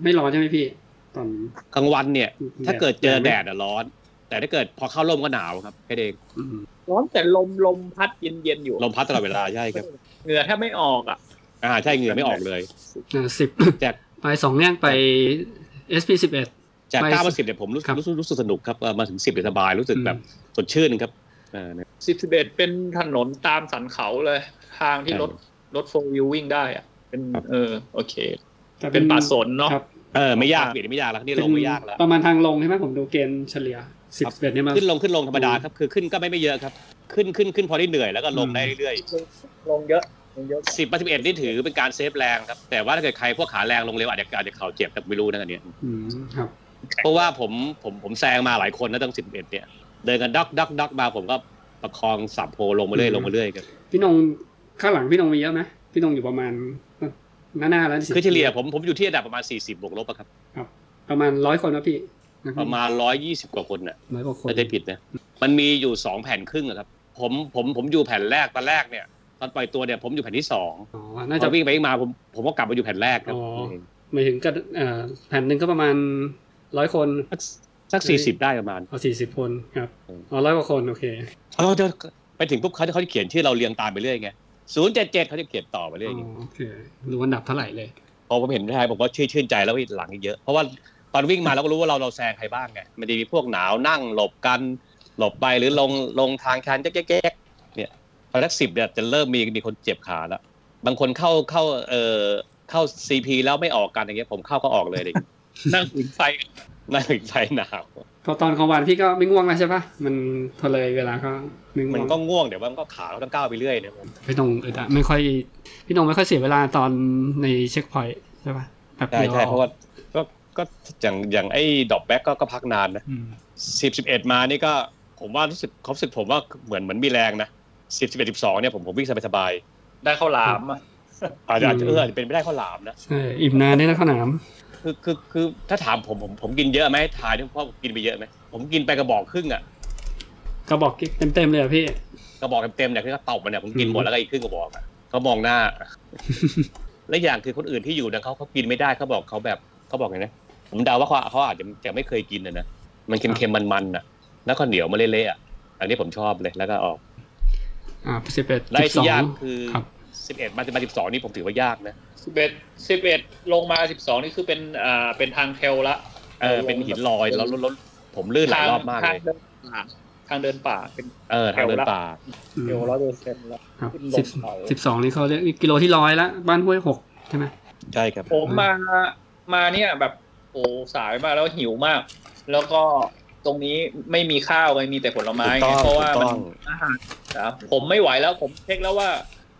ไม่ร้อนใช่ไหมพี่ ตอน กลางวันเนี่ย ถ้าเกิดเจอแด ด ดอะร้อน แต่ถ้าเกิดพอเข้าร่มก็หนาวครับแค่เอง อืม ร้อนแต่ลมลมพัดเย็นเย็นๆอยู่ ลมพัดตลอดเวลาใช่ครับ เหงื่อแทบไม่ออกอ่ะ อ่าใช่เหงื่อไม่ออกเลย อ่าสิบ จาก ไปสองแง่งไป SP11 จาก ไม่ เก้ามาสิบเนี่ยผมรู้สึก ครับ รู้สึกรู้สึกสนุกครับเออมาถึงสิบเนี่ยสบายรู้สึก อืม แบบสดชื่นครับเออนะ สิบสิบเอ็ดเป็นถนนตามสันเขาเลย ทางที่รถรถโฟล์วิววิ่งได้อ่ะเป็น ครับ เออโอเค เป็นป่าสนเนาะ ครับ เออไม่ยากเปลี่ยนไม่ยากแล้วนี่ลงไม่ยากแล้ว ประมาณทางลงใช่ไหมผมดูเกณฑ์เฉลี่ยสิบ ครับ เอ็ดเนี่ยมา ขึ้นลงขึ้นลงธรรมดาครับคือขึ้นก็ไม่ไม่เยอะครับ ขึ้นขึ้นขึ้นพอได้เหนื่อยแล้วก็ลงได้เรื่อย ลงเยอะ เยอะ สิบมาสิบเอ็ดนี่ถือเป็นการเซฟแรงครับ แต่ว่าถ้าเกิดใครพวกขาแรงลงเร็วอาจจะอาจจะเข่าเจ็บแต่ไม่รู้นะอันเนี้ย อืมครับ เพราะว่าผมผมผมแซงมาหลายคนนะตั้งสิบเอ็ดเนี่ย เดินกันดักดักดักมาผมก็ประคองสับโพลงมาเรื่อยลงมาเรื่อยครับ พี่นงข้างหลังพี่นงมีเยอะไหมพี่นงอยู่ประมาณหน้าหน้าแล้วสิ คือเฉลี่ยผมผมอยู่ที่ระดับประมาณสี่สิบบวกลบอะครับ ประมาณร้อยคนนะพี่นคบ ประมาณร้อยยี่สิบกว่าคนน่ะ ร้อยกว่าคน ไม่ได้ผิดนะ มันมีอยู่สองแผ่นครึ่งอะครับ ผมผมผมอยู่แผ่นแรกตอนแรกเนี่ยตอนปล่อยตัวเนี่ยผมอยู่แผ่นที่สอง อ๋อ น่า พ จะ อวิ่งไปวิ่งมาผมผมก็กลับมาอยู่แผ่นแรกครับ อ๋อ หมายถึงก็เอ่อแผ่นหนึ่งก็ประมาณร้อยคน สักสักสี่สิบได้ประมาณ เอาสี่สิบคนครับ อืม เอาร้อยกว่าคนโอเค เราจะไปถึงปุ๊บเขาจะเขาจะเขียนชื่อเราเรียงตามไปเรื่อยไงศูนย์เจ็ดเจ็ดเขาจะเขียนต่อไปเรื่อยไง อ๋อโอเครู้อันดับเท่าไหร่เลย พอผมเห็นไทยผมก็ชื่นชื่นใจแล้วว่าหลังอีกเยอะ เพราะว่าตอนวิ่งมาเราก็รู้ว่าเราเราแซงใครบ้างไง มันจะมีพวกหนาวนั่งหลบกันหลบไปหรือลงลงทางชันแจ๊กแจ๊กๆเนี่ยพอสักสิบเนี่ยจะเริ่มมีมีคนเจ็บขาแล้ว บางคนเข้าเข้าเอ่อเข้าซีพีแล้วไม่ออกกันอย่างเงี้ยผมเข้าก็ออกเลยเด็ก นั่งอุ่นไฟ นั่งถึงใจหนาว พอตอนของวันพี่ก็ไม่ง่วงแล้วใช่ปะมันทนเลยเวลาก็ไม่ง่วง มันก็ง่วงเดี๋ยวมันก็ขาเราต้องก้าวไปเรื่อยเนี่ย พี่นงเออดะไม่ค่อยพี่นงไม่ค่อยเสียเวลาตอนในเช็คพอยต์ใช่ปะแบบ ใช่ เดียว ใช่เพราะว่าก็ก็อย่างอย่างไอ้ดอกแบ็กก็ก็พักนานนะ อืม สิบสิบเอ็ดมานี่ก็ผมว่ารู้สึกเขารู้สึกผมว่าเหมือนเหมือนมีแรงนะสิบสิบเอ็ดสิบสองเนี่ยผมผมวิ่งสบายสบาย ได้เข้าวหลามอ่ะ ๆอาจจะอาจจะเอออาจจะเป็นไม่ได้ข้าวหลามนะ ใช่อิ่มนานด้วยนะข้าวหนาม คือคือคือถ้าถามผมผมผมกินเยอะไหมทายด้วยเพราะผมกินไปเยอะไหมผมกินไปกระบอกครึ่งอ่ะ กระบอกเต็มๆเลยอะพี่ กระบอกเต็มๆเนี่ยที่เขาตบมาเนี่ยผมกินหม อื ด ม แล้วก็อีกครึ่งกระบอกอ่ะเขามองหน้า และอย่างคือคนอื่นที่อยู่นะเขาเขากินไม่ได้เขาบอกเขาแบบเขาบอกไงนะผมเดาว่าเขาเขาอาจจะจะไม่เคยกินนะนะมันเค็มๆมันๆอ่ะ แล้วก็เหนียวมาเละๆอ่ะอันนี้ผมชอบเลยแล้วก็ออก อ่าสิบเอ็ด ได้ สอ ที่ ง ยากคือ ครับ สิบเอ็ดมาจะมาสิบสองนี่ผมถือว่ายากนะ สิบเอ็ดสิบเอ็ดลงมาสิบสองนี่คือเป็นอ่าเป็นทางเทรลละ เออเป็นหินลอยแล้วรถรถผมลื่นหลายรอบมากเลย ทางเดินป่าทางเดินป่าเป็น เออทางเดินป่า เดียวร้อยเปอร์เซ็นต์ละ ครับ ขึ้นล สิบ งเขา สิบสองนี่เขาเรียกกิโลที่ร้อยละบ้านห้วยหกใช่ไหม ใช่ครับ ผมมามาเนี่ยแบบโอ้สายมากแล้วหิวมาก แล้วก็ตรงนี้ไม่มีข้าวเลยมีแต่ผลไม้ ถูกต้ ไง อง เพราะว่า ถูก มั ต้ น อง อาหารนะผมไม่ไหวแล้วผมเช็คแล้วว่า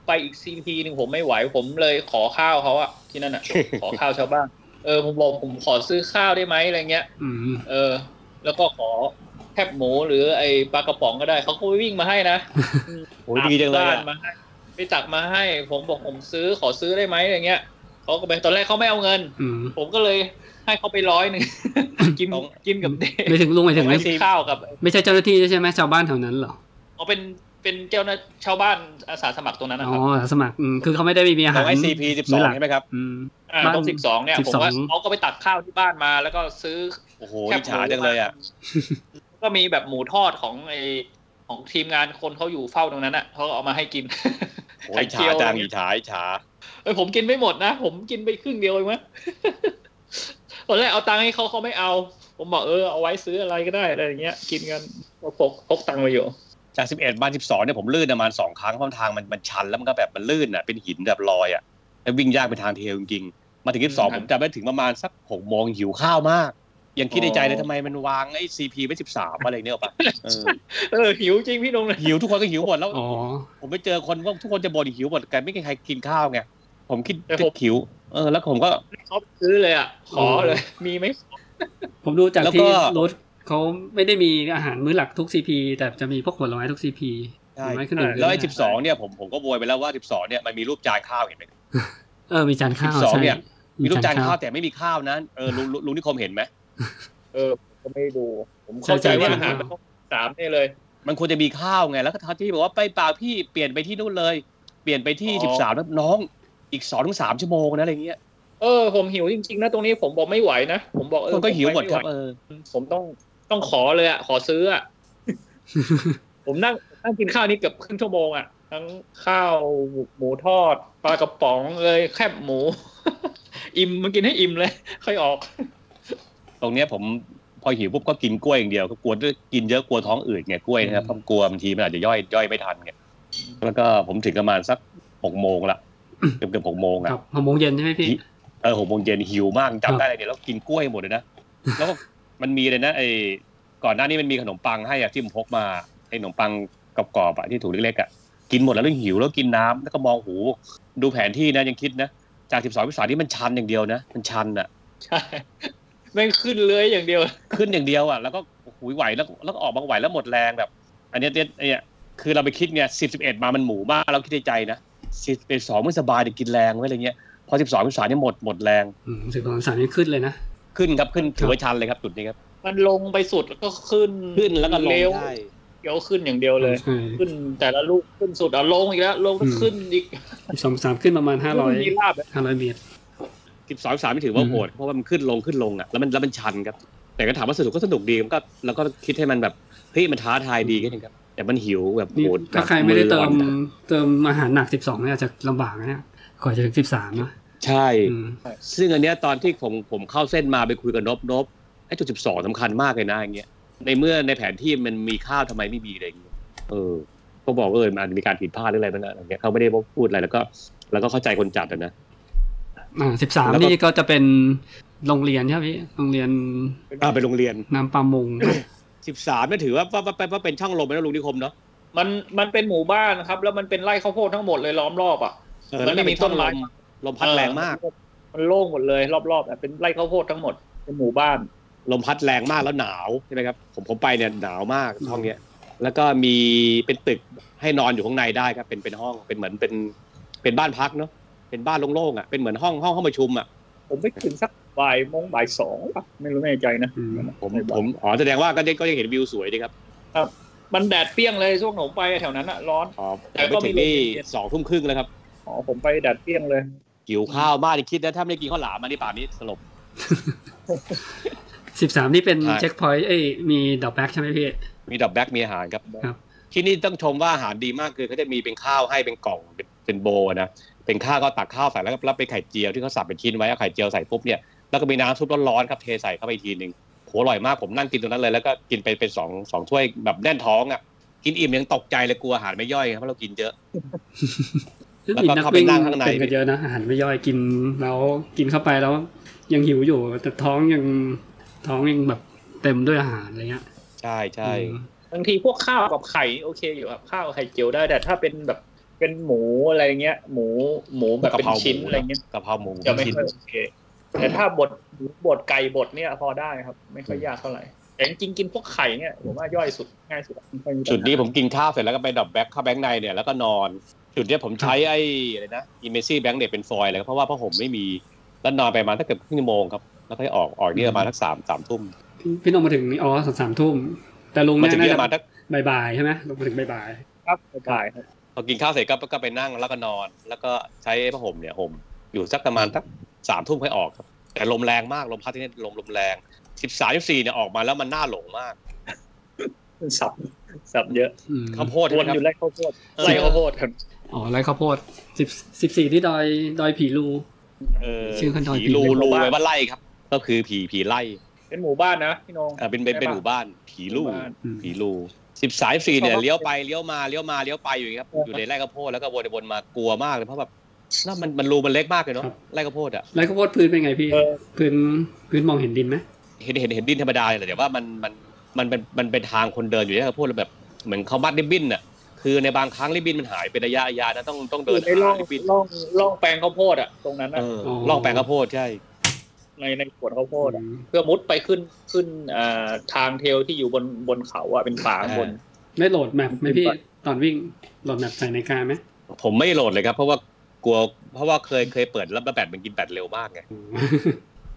ไปอีกซีพีหนึ่งผมไม่ไหว ผมเลยขอข้าวเขาอะที่นั่นอะ ขอข้าวชาวบ้านเออผมบอกผมขอซื้อข้าวได้ไหมอะไรเงี้ย อืม เออ แล้วก็ขอแคบหมูหรือไอปลากระป๋องก็ได้เขาก็วิ่งมาให้นะ โอ้ยดีจังเลย ตัก อะ บ้านมาให้ไปตักมาให้ ผมบอกผมซื้อขอซื้อได้ไหมอะไรเงี้ยเขาก็ไปตอนแรกเขาไม่เอาเงิน อืม ผมก็เลยให้เขาไปร้อยหนึ่ง กินกินกับ เด็ก ไม่ถึงลุงไม่ถึง ไม่ ไม่ กินข้าวกับ ไม่ใช่เจ้าหน้าที่ใช่ไหมชาวบ้านแถวนั้นเหรอ เอาเป็นเป็นเจ้าหน้าชาวบ้านอาสาสมัครตรงนั้นนะ อ๋อ ครับ สมัครอืมคือเขาไม่ได้มีอา ข หา อ รง ไอซีพีสิบสองใช่ไหมครับ อืม อ่า บ้าน ตรงสิบสองเนี่ยผมว่า 12 เขาก็ไปตักข้าวที่บ้านมาแล้วก็ซื้อ โอ้โหอิจฉาจังเลยอ่ะ ก็มีแบบหมูทอดของไอของทีมงานคนเขาอยู่เฝ้าตรงนั้นอ่ะเขาก็เอามาให้กิน โอ้ยอิจฉาจังอิจฉาอิจฉา เอ้ยผมกินไม่หมดนะ ผมกินไปครึ่งเดียวเอง มั้ง ตอนแรกเอาตังค์ให้เขาเขาไม่เอา ผมบอกเออเอาไว้ซื้ออะไรก็ได้อะไรอย่างเงี้ย กินกันก็พกพกตังค์มาอยู่ จาก 11 มา 12 เนี่ยผมลื่นประมาณ 2 ครั้งเพราะทางมันมันชันแล้วมันก็แบบมันลื่นอ่ะเป็นหินแบบลอยอ่ะแล้ววิ่งยากเป็นทางเทรลจริงๆ มาถึง ครั 22 บ ผมจำได้ถึงประมาณสัก 6 โมงหิวข้าวมาก ยังคิดในใจเลยทำไมมันวางไอ้ซีพีไว้ 13 อะไรเนี่ยหรอปะเออ เออหิวจริงพี่นงเลย หิวทุกคนก็หิวหมดแล้ว อ๋อ ผมไปเจอคนว่าทุกคนจะบ่นหิวหมดกันไม่มีใครกินข้าวไงผมคิด แต่ผม หิวเออแล้วผมก็ เขาซื้อเลยอ่ะ ขอเลย มีไหม ผมดูจาก แล้วก็ ที่รถเขาไม่ได้มีอาหารมื้อหลักทุกซีพีแต่จะมีพวกผลไม้ทุกซีพีผลไม้ขึ้นอื่นๆ แล้วไอ้ ด้ 12 เนี่ยผมผมก็โวยไปแล้วว่า 12 เนี่ยมันมีรูปจานข้าวเห็นไหม เออมีจานข้าว 12 ใช่ เนี่ย มีรูปจานข้าวแต่ไม่มีข้าวนั้นเออลุงลุงลุงนิคมเห็นไหม เออผมก็ไม่ดู ผมเข้าใจว่าอาหารมันต้องสามนี่เลย มันควรจะมีข้าวไง แล้วก็ที่บอกว่าไปเปล่าพี่เปลี่ยนไปที่นู่นเลย เปลี่ยนไปที่ อ๋อ สิบสามแล้วน้องอีกสองถึงสามชั่วโมงนะอะไรเงี้ย เออผมหิวจริงๆนะตรงนี้ผมบอกไม่ไหวนะผมบอกเออ คนก็หิวหมด ผ ค ไป รับ ไไ เออ ผมต้องต้องขอเลยอ่ะ ขอซื้ออ่ะ ผมนั่งนั่งกินข้าวนี้เกือบครึ่งชั่วโมงอ่ะ ทั้งข้าวหมูทอดปลากระป๋องเลยแคบหมู อิ่มมันกินให้อิ่มเลย ค่อยออก ตรงเนี้ยผมพอหิวปุ๊บก็กินกล้วยอย่างเดียวก็กลัวด้วยกินเยอะกลัวท้องอืดไงกล้วยนะครับเพราะกลัวบางทีมันอาจจะย่อยย่อยไม่ทันไงแล้วก็ผมถึงประมาณสักหกโมง ละเกือบเกือบหกโมง ค อ่ะ รับหกโมงเย็นใช่ไหมพี่ เออหกโมงเย็นหิวมาก ครับจำได้เลยเนี่ยแล้วกินกล้วยหมด เลยนะ แล้วก็มันมีเลยนะไอ้ก่อนหน้านี้มันมีขนมปังให้อะที่ผมพกมาไอ้ขนมปังกรอบๆอะที่ถุงเล็กๆอะ กินหมดแล้วเรื่องหิวแล้วกินน้ำแล้วก็มองหู ดูแผนที่นะยังคิดนะ จาก 12วิสานี่มันชันอย่างเดียวนะ มันชันอะ ใช่ไม่งขึ้นเลยอย่างเดียว ขึ้นอย่างเดียวอะแล้วก็หูยไหวแล้วแล้วก็ออกมาไหวแล้วหมดแรงแบบ อันเนี้ยเนี่ยเนี่ยคือเราไปคิดไงสิบสิบเอ็ดมามันหมูมากเราคิดในใจนะสิบเอ็ดสองไม่สบายเดี๋ยวกินแรงไว้อะไรเงี้ยพอสิบสองวิสานี่หมดหมดแรง อืมสิบสองสามนี่ขึ้นเลยนะ ขึ้นครับขึ้นถือว่าชันเลยครับจุดนี้ครับ มันลงไปสุดแล้วก็ขึ้น ขึ้นแล้วก็ลง เลี้ยว ได้ เลี้ยวขึ้นอย่างเดียวเลย ใช่ ขึ้นแต่ละลูกขึ้นสุดอ่ะลงอีกแล้ว ลงแล้วขึ้นอีก สิบสองสามขึ้นประมาณห้าร้อย มีลาบอะ ห้าร้อยเมตร สิบสองสามไม่ถือว่าโหดเพราะว่ามันขึ้นลงขึ้นลงอ่ะแล้วมันแล้วมันชันครับ แต่ก็ถามว่าสนุกก็สนุกดีมันก็เราก็คิดให้มันแบบเฮ้ยมันท้าทายดีแค่นั้นครับ แต่มันหิวแบบ นี่ โหด ถ้าใครไม่ได้เติม แบบอร้อนอะ เติมอาหารหนักสิบสองเนี่ยอาจจะลำบากนะเนี่ยกว่อนจะถึงสิบสามนะ ใช่ อืม ซึ่งอันเนี้ยตอนที่ผมผมเข้าเส้นมาไปคุยกับนบนบไอ้จุดสิบสองสำคัญมากเลยนะอย่างเงี้ยในเมื่อในแผนที่มันมีข้าวทำไมไม่มีอะไรอย่างเงี้ยเออก็บอกเออมันอาจจะมีการผิดพลาดหรืออะไรบ้างนะอะไรเงี้ยเขาไม่ได้พูดอะไรแล้วก็ แล้วก็เข้าใจคนจัดอะนะ อ่าสิบสาม แล้วก็ นี่ก็จะเป็นโรงเรียนใช่ไหมพี่โรงเรียน อ่าไปโรงเรียน น้ำปลามง สิบสามไม่ถือว่าว่าว่าว่าเป็นช่างลมไหมนะลุงนิคมเนาะ มันมันเป็นหมู่บ้านครับ แล้วมันเป็นไร่ข้าวโพดทั้งหมดเลยล้อมรอบอ่ะ เออแล้วก็เป็นช่างลมลมพัดแรงมาก มันโล่งหมดเลย รอบๆอะเป็นไร่ข้าวโพดทั้งหมดเป็นหมู่บ้าน ลมพัดแรงมากแล้วหนาวใช่ไหมครับผมผมไปเนี่ยหนาวมาก อืม ห้องเนี้ยแล้วก็มีเป็นตึกให้นอนอยู่ข้างในได้ครับเป็นเป็นห้องเป็นเหมือนเป็นเป็นบ้านพักเนาะเป็นบ้านโล่งๆอ่ะเป็นเหมือนห้องห้องห้องประชุมอ่ะ ผมไปถึงสักบ่ายโมงบ่ายสองปะไม่รู้แน่ใจนะ อืม ผม ในบ้าน ผมอ๋อแสดงว่าก็ได้ก็ยังเห็นวิวสวยดีครับ มันแดดเปรี้ยงเลยช่วงหนูไปแถวนั้นอะร้อน อ๋อ แต่ แต่ ก็ ไปถึงนี่ มีลมเย็น สองทุ่มครึ่งแล้วครับ อ๋อผมไปแดดเปรี้ยงเลย หิวข้าวมากนี่คิดนะถ้าไม่ได้กินข้าวหลามมานี่ป่านนี้สลบ สิบสามนี่เป็น ใช่ เช็คพอยต์เอ้ยมีดอกแบ็กใช่ไหมพี่ มีดับแบ็กมีอาหารครับ ครับ ที่นี่ต้องชมว่าอาหารดีมากคือเขาจะมีเป็นข้าวให้เป็นกล่องเป็นเป็นโบว์นะเป็นข้าวก็ตักข้าวใส่แล้วก็รับเป็นไข่เจียวที่เขาสับเป็นชิ้นไว้เอาไข่เจียวใส่ปุ๊บเนี่ยแล้วก็มีน้ำซุปร้อนๆครับเทใส่เข้าไปอีกทีหนึ่งโหอร่อยมากผมนั่งกินตรงนั้นเลยแล้วก็กินไปเป็นสองสองถ้วยแบบแน่นท้องอ่ะกินอิ่มยังตกใจเลยกลัวอาหารไม่ย่อยครับเพราะเรากินเยอะ แล้วก็ นัก เข้าไป วิ่ง นั่งข้างใน เป็นกันเยอะนะอาหารไม่ย่อยกินแล้วกินเข้าไปแล้ว ยังหิวอยู่แต่ท้องยังท้องยังแบบเต็มด้วยอาหารอะไรเงี้ย ใช่ใช่ อืม บางทีพวกข้าวกับไข่โอเคอยู่ครับข้าวกับไข่เจียวได้แต่ถ้าเป็นแบบเป็นหมูอะไรเงี้ย หมูหมูแบบ กะ เป็น เพราห ชิ้น มู อะไรเงี้ย กะเพราหมู จะไม่ ชิ้น ค่อยโอเค แต่ถ้าบดหมูบดไก่บดเนี่ยพอได้ครับ ไม่ค่อยยากเท่าไหร่แต่จริงๆกินพวกไข่เนี่ยผมว่าย่อยสุดง่ายสุดไม่ค่อยมีปัญหา จุดนี้ผมกินข้าวเสร็จแล้วก็ไปดับแบ็กเข้าแบงค์ในเนี่ยแล้วก็นอน จุดเนี้ยผมใช้ไอ้อะไรนะอิมเมซี่แบงค์เนี่ยเป็นฟอยล์เลยครับเพราะว่าผ้าห่มไม่มีแล้วนอนไปประมาณถ้าเกือบครึ่งชั่วโมงครับแล้วค่อยออกออกนี่ประมาณสักสามสามทุ่ม พี่พี่นงมาถึงนี่อ๋อสามสามทุ่ม แต่ลุง มัน เนี่ย จะมี น่าจะประมาณสัก บ่ายๆใช่ไหมลงมาถึงบ่าย ครับไก่ครับ พอกินข้าวเสร็จก็ก็ไปนั่งแล้วก็นอน แล้วก็ใช้ผ้าห่มเนี่ยห่มอยู่สักประมาณสักสามทุ่มค่อยออกครับ แต่ลมแรงมากลมพัดที่นี่ลมลมแรงสิบสามสิบสี่เนี่ยออกมาแล้วมันน่าหลงมาก สับสับเยอะ ๆอืม ข้าวโพด วน เนะครั อบ ยู่ไร่ข้าวโพด เออ ไร่ข้าวโพดครับ อ๋อไรข้าวโพดสิบสิบสี่ที่ดอยดอยผีลู เออ ชื่อคนดอย ผี ผี รู เป็นหมู่ รู บ้าน ไว้ว่าไล่ครับ ก็คือผีผีไล่ เป็นหมู่บ้านนะพี่นง อ่าเป็นเป็นเป็นหมู่บ้าน ผีลู หมู่บ้าน อืม ผีลูสิบสามสี่เนี่ยเลี้ยวไปเลี้ยวมาเลี้ยวมาเลี้ยวไปอยูอย่างเงี้ยครับอยู่ในไร่ข้าวโพดแล้วก็วนไปวนมากลัวมากเลยเพราะแบบแล้วมันมันรูมันเล็กมากเลยเนาะไร่ข้าวโพดอ่ะ ไรข้าวโพดพื้นเป็นไงพี่ เออ พื้นพื้นมองเห็นดินไหม เห็นเห็นเห็นดินธรรมดาเลยแหละแต่ว่ามันมันมันเป็นมันเป็นทางคนเดินอยู่แล้วพูดแล้วแบบเหมือนเขามัดริบบิ้นน่ะคือในบางครั้งริบบิ้นมันหายเป็นระยะระยะนะต้องต้อง อ เดิน ยู่ในร่อง หาริบบิ้น ร่องร่องแปลงข้าวโพดอะตรงนั้น เอ อะ อล่องแปลงข้าวโพดใช่ ในในสวนข้าวโพดอะ อืม เพื่อมุดไปขึ้นขึ้นอ่าทางเทรลที่อยู่บนบนเขาอ่ะเป็นป่าข้างบน ได้โหลดแมปไหมพี่ ขึ้นไป ตอนวิ่งโหลดแมปใส่ในาฬิกาไหม ผมไม่โหลดเลยครับ เพราะว่ากลัวเพราะว่าเคยเคยเปิดแล้วแบตมันกินแบตเร็วมากไง อืม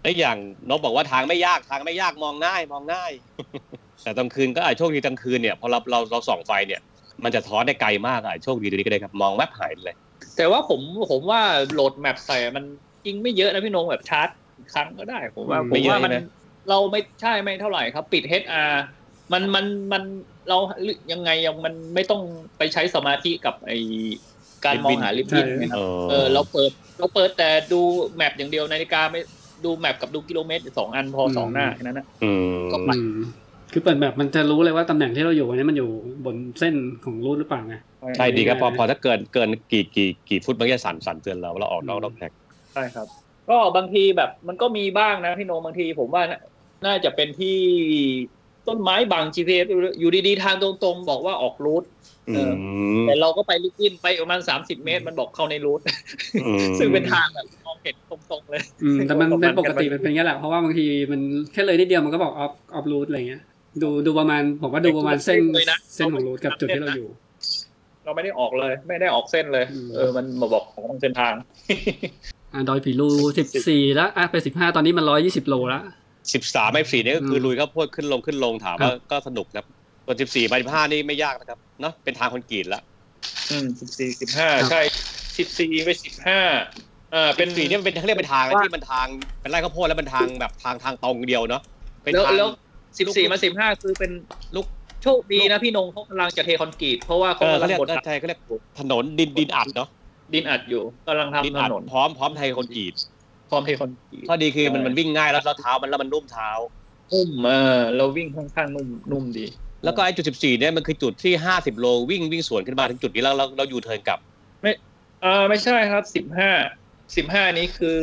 และอีกอย่างนบบอกว่าทางไม่ยากทางไม่ยากมองง่ายมองง่าย แต่กลางคืนก็อาจโชคดีกลางคืนเนี่ยพอเราเราเราส่องไฟเนี่ย มันจะท้อนได้ไกลมากอาจโชคดีตรงนี้ก็ได้ครับมองแวบหายเลย แต่ว่าผมผมว่าโหลดแมปใส่มันจริงไม่เยอะนะพี่นงแบบชาร์จอีกครั้งก็ได้ ผมว่า อืม ผมว่ามัน ไม่เยอะใช่ไหม เราไม่ใช่ไม่เท่าไหร่ครับ ปิด HR มันมันมันเรายังไงยังมันไม่ต้องไปใช้สมาธิกับไอการมองหาลิฟต์บินไง เออ เออเราเปิดเราเปิดแต่ดูแมปอย่างเดียวนาฬิกาไม่ดูแมปกับดูกิโลเมตรสองอันพอสองหน้าแค่นั้นนะ อื ก็ ม ไป อืมคือเปิดแมปมันจะรู้เลยว่าตำแหน่งที่เราอยู่วันนี้มันอยู่บนเส้นของรูทหรือเปล่าไง ใช่ดีครับพอ ง่ายๆ พอถ้าเกินเกินกี่กี่กี่ฟุตมันก็จะสั่นสั่นเตือนเราเราออกนอกนอกแท็ก ใช่ครับ ก็บางทีแบบมันก็มีบ้างนะพี่โนงบางทีผมว่าน่าน่าจะเป็นที่ ต้นไม้บาง GPS อยู่ดีๆ ทางตรงๆ บอกว่าออกรูท อืม แต่เราก็ไปลิกอินไปประมาณ 30 เมตร มันบอกเข้าในรูท ซึ่งเป็นทางแบบมองเห็นตรงๆเลย อืมแต่มัน ประมาณ เป็นปกติมันเป็นอย่างนี้แหละเพราะว่าบางทีมันแค่เลยนิดเดียวมันก็บอกออฟออฟรูทอะไรเงี้ยดูดูประมาณผมว่าดูประมาณเส้น เลยนะ เส้นของรูทกับจุดที่เราอยู่ เราไม่ได้ออกเลย ไม่ได้ออกเส้นเลย อืม เออ มันมาบอกของเส้นทาง อ่ะดอยปีรูสิบสี่แล้วอ่ะไปสิบห้าตอนนี้มันร้อยยี่สิบโลแล้ว สิบสามไม่สี่เนี่ยก็คือ ม ลุยข้าวโพดขึ้นลงขึ้นลงถาม ครับ ว่าก็สนุกนะครับส่วนสิบสี่ไปสิบห้านี่ไม่ยากนะครับเนาะเป็นทางคอนกรีตละ อืมสิบสี่สิบห้า ครับ ใช่สิบสี่ไปสิบห้าอ่า เป็ เป็น น สี่เนี่ยมันเป็นเขาเรียกเป็นทางนะที่มันทางเป็นไร่ข้าวโพดแล้วมันทางแบบทางทางตรงเดียวเนาะเป็น แล้ว ทาง แล้วสิบสี่มาสิบห้าคือเป็น ลูก โชคดีนะพี่นงเขากำลังจะเทคอนกรีต เพราะว่า เออกเขาำ เขา ลัง เรียก บดอัด ใช่เขาเรียกถนนดินดินอัดเนาะ ดินอัดอยู่กำลัง ดิน ทำถ อัด นน พร้อมพร้อมไทยคอนกรีต พร้อมเทคอนกรีต ข้อดีคือมัน ใช่ มันวิ่งง่ายแล้วแล้วเท้ามันแล้วมันนุ่มเท้า นุ่มเออเราวิ่งค่อนข้างนุ่มนุ่มดี แล้วก็ไอ้จุดสิบสี่เนี่ยมันคือจุดที่ห้าสิบโลวิ่งวิ่งสวนขึ้นมาถึงจุดนี้แล้วเราเราอยู่เทิร์นกลับ เออไม่ใช่ครับสิบห้าสิบห้านี้คือ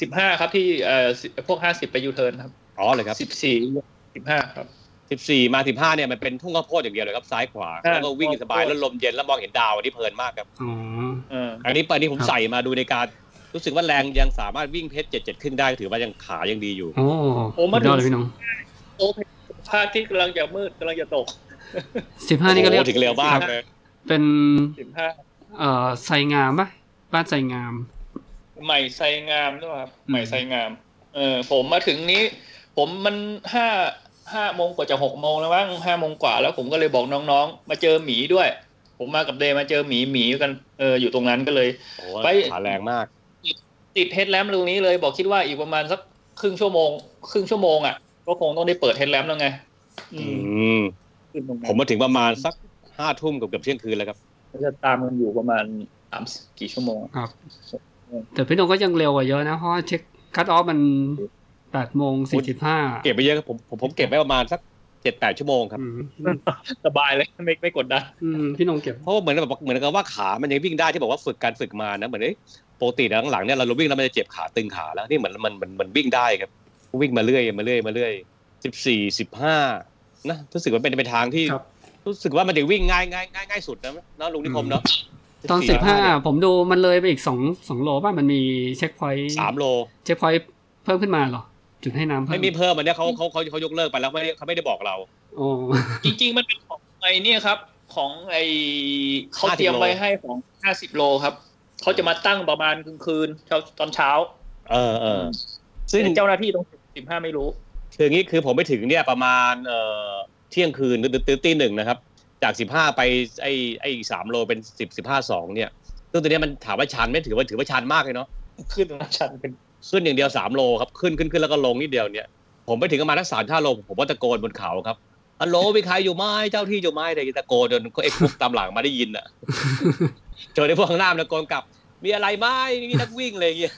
สิบห้าครับที่เอ่อสิพวกห้าสิบไปยูเทิร์นครับ อ๋อเลยครับ สิบสี่สิบห้าครับ สิบสี่มาสิบห้าเนี่ยมันเป็นทุ่งข้าวโพดอย่างเดียวเลยครับซ้ายขวา อ่า แล้วก็วิ่งสบายแล้วลมเย็นแล้วมองเห็นดาวอันนี้เพลินมากครับ อ๋อ เออ อันนี้อันนี้ผม ครับ ใส่มาดูในการรู้สึกว่าแรงยังสามารถวิ่งเพชรเจ็ดเจ็ดขึ้นได้ถือว่ายังขายังดีอยู่ โอ้ โอ้มาถึง สุดยอดเลยพี่น้อง โอ้พระอาทิตย์กำลังจะมืดกำลังจะตก สิบห้านี่ก็เรียก โอ้ถึงเร็วมากเลย เป็น สิบห้า เอ่อไซงามปะบ้านไซงาม ใหม่ไซงามด้วยครับใหม่ไซงามเออผมมาถึงนี้ ผมมันห้าห้าโมงกว่าจะหกโมงแล้วมั้งห้าโมงกว่าแล้วผมก็เลยบอกน้องๆ มาเจอหมีด้วย ผมมากับเดย์มาเจอหมีหมีกันเอออยู่ตรงนั้นก็เลย โอ้ ไป ขาแรงมาก ติดเฮดแลมป์ตรงนี้เลยบอกคิดว่าอีกประมาณสักครึ่งชั่วโมง ครึ่งชั่วโมงอ่ะก็คงต้องได้เปิดเฮดแลมป์แล้วไง อื อื ม ม ขึ้นตรง ผ นั้มนมาถึงประมาณสักห้าทุ่มเกับเกือบเที่ยงคืนแล้วครับ ก็จะตามกันอยู่ประมาณสามกี่ชั่วโมงอะ ครับ แต่พี่น้องก็ยังเร็วกว่าเยอะนะ เพราะว่าเช็คคัตออฟมันแปดโมงสี่สิบห้า เก็บไปเยอะครับผมผมผมเก็บไว้ประมาณสักเจ็ดแปดชั่วโมงครับ อืม สบายเลย ไม่ไม่กดดัน อืมพี่น้องเก็บ เพราะว่าเหมือนแบบเหมือนกับว่าขามันยังวิ่งได้ที่บอกว่าฝึกการฝึกมานะเหมือนเอ้ยปกติหลังๆเนี่ยเราวิ่งแล้วมันจะเจ็บขาตึงขาแล้วนี่เหมือนมันมันมันวิ่งได้ครับ วิ่งมาเรื่อยมาเรื่อยมาเรื่อยสิบสี่สิบห้านะรู้สึกว่าเป็นเป็นทางที่ ครับ รู้สึกว่ามันจะวิ่งง่ายง่ายง่ายง่ายสุดนะเนาะลุงนิคมเนาะ ตอนสิบห้า 14 ผมดูมันเลยไปอีกสองสองโลป่ะมันมีเช็คพอยต์ สามโล เช็คพอยต์เพิ่มขึ้นมาเหรอ จุดให้น้ำเพิ่ ไม่ ม มีเพิ่มอันเนี้ยเขาเขาเขาเขายกเลิกไปแล้วไม่ได้เขาไม่ได้บอกเรา โอ้ จริง ๆ มันเป็นของไอเนี่ยครับ ของไอเขา 50 เตรียมไว้ โล ให้ของห้าสิบโลครับเขาจะมาตั้งประมาณกลางคืนเช้าตอนเช้า เออเออซึ่ง แต่เจ้าหน้าที่ตรงสิบห้าไม่รู้ คืออย่างนี้คือผมไปถึงเนี่ยประมาณเอ่อเที่ยงคืนหรือหรือตีหนึ่งนะครับ จากสิบห้าไปไอ้ไอ้สามโลเป็นสิบสิบห้าสองเนี่ยซึ่งตัวเนี้ยมันถามว่าชันไหม่ถือว่าถือว่าชันมากเลยเนาะ ขึ้นราชันเป็น ขึ้นอย่างเดียวสามโลครับขึ้นขึ้นขึ้นแล้วก็ลงนิดเดียวเนี่ย ผมไปถึงประมาณทั้งสามท่าโลผมว่าตะโกนบนเขาครับฮัลโหลมีใครอยู่ไหมเจ้าที่อยู่ไหมแต่ตะโกนจนก็เอ็กซ์พวกตามหลังมาได้ยิน อ่ะเจอในพวกข้างหน้ามันตะโกนกลับ มีอะไรไหมนี่นักวิ่งอะไรอย่างเงี้ย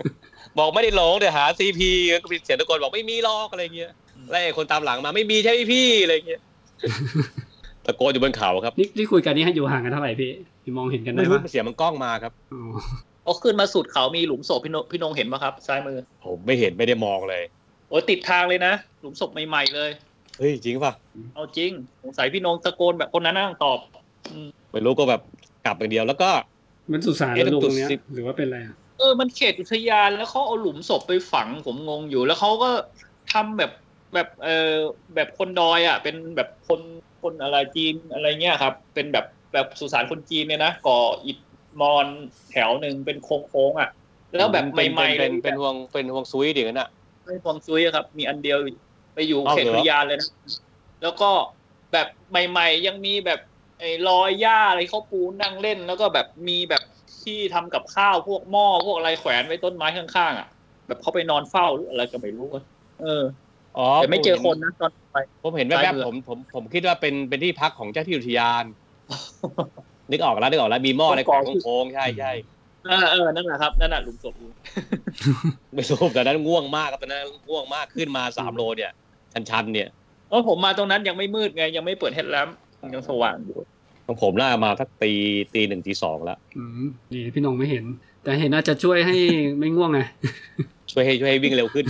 บอกไม่ได้หลงเดี๋ยวหาซีพีก็มีเสียงตะโกนบอกไม่มีหรอกอะไรอย่างเงี้ย แล้วไอ้คนตามหลังมาไม่มีใช่ไหมพี่อะไรเงี้ย ตะโกนอยู่บนเขาครับ นี่นี่คุยกันนี่ให้อยู่ห่างกันเท่าไหร่พี่พี่มองเห็นกันได้ ไม่รู้ ปะ เสียงมันกล้องมาครับ อ๋อ เอาขึ้นมาสุดเขามีหลุมศพพี่นงพี่นงเห็นปะครับซ้ายมือ ผมไม่เห็นไม่ได้มองเลย โอ้ยติดทางเลยนะ หลุมศพใหม่ๆเลย เฮ้ยจริงป่ะ เอาจริง สงสัยพี่นงตะโกนแบบคนนั้นน่าตอบ ไม่รู้ก็แบบกลับอย่างเดียวแล้วก็ มันสุสานแล้ว เอ๊ะ ลูก จุ ต ด รงเนี้ย สิบ หรือว่าเป็นอะไรอ่ะ เออ มันเขตอุทยานแล้วเขาเอาหลุมศพไปฝังผมงงอยู่ แล้วเขาก็ทำแบบแบบเออแบบคนดอยอ่ะ เป็นแบบคนคนอะไรจีนอะไรเงี้ยครับ เป็นแบบแบบสุสานคนจีนเนี่ยนะก่ออิฐมอนแถวหนึ่งเป็นโค้งๆอ่ะ แล้วแบบ เป็น ใหม่ๆเล เป็นเป็ยนเป็นห่วงเป็นห่วงซุยเดี๋ยวนั้นอ่ะ ไม่ฟองซุยอะครับ มีอันเดียวไปอยู่ อ้าว เขต เหรอ อุทยานเลยนะแล้วก็แบบใหม่ ๆ ยังมีแบบไอ้รอยหญ้าอะไรเขาปูนั่งเล่น แล้วก็แบบมีแบบที่ทำกับข้าวพวกหม้อพวกอะไรแขวนไว้ต้นไม้ข้างๆอ่ะแบบเขาไปนอนเฝ้าหรืออะไรก็ไม่รู้อะเออ อ๋อ แต่ไม่เจอคนนะตอนไป ผมเห็น ใช่ แวบ เหๆรอ ผมผมผมคิดว่าเป็นเป็นที่พักของเจ้าที่อุทยาน นึกออกแล้วนึกออกแล้วมีหม้ออะไรแขวนโค้งๆใช่ใช่ เออเออนั่นแหละครับนั่นแหละหลุมศพอยู่ ไม่รู้แต่นั้นง่วงมากครับตอนนั้นง่วงมากขึ้นมาสามโลเนี่ย ชันๆเนี่ย เออผมมาตรงนั้นยังไม่มืดไง ยังไม่เปิดเฮดแลมป์ยังสว่างอยู่ ของผมน่าจะมาสักตีตีหนึ่งตีสองแล้ว อืมดีพี่นงไม่เห็น แต่เห็นน่าจะช่วยให้ ไม่ง่วงไง ช่วยให้ช่วยให้วิ่งเร็วขึ้น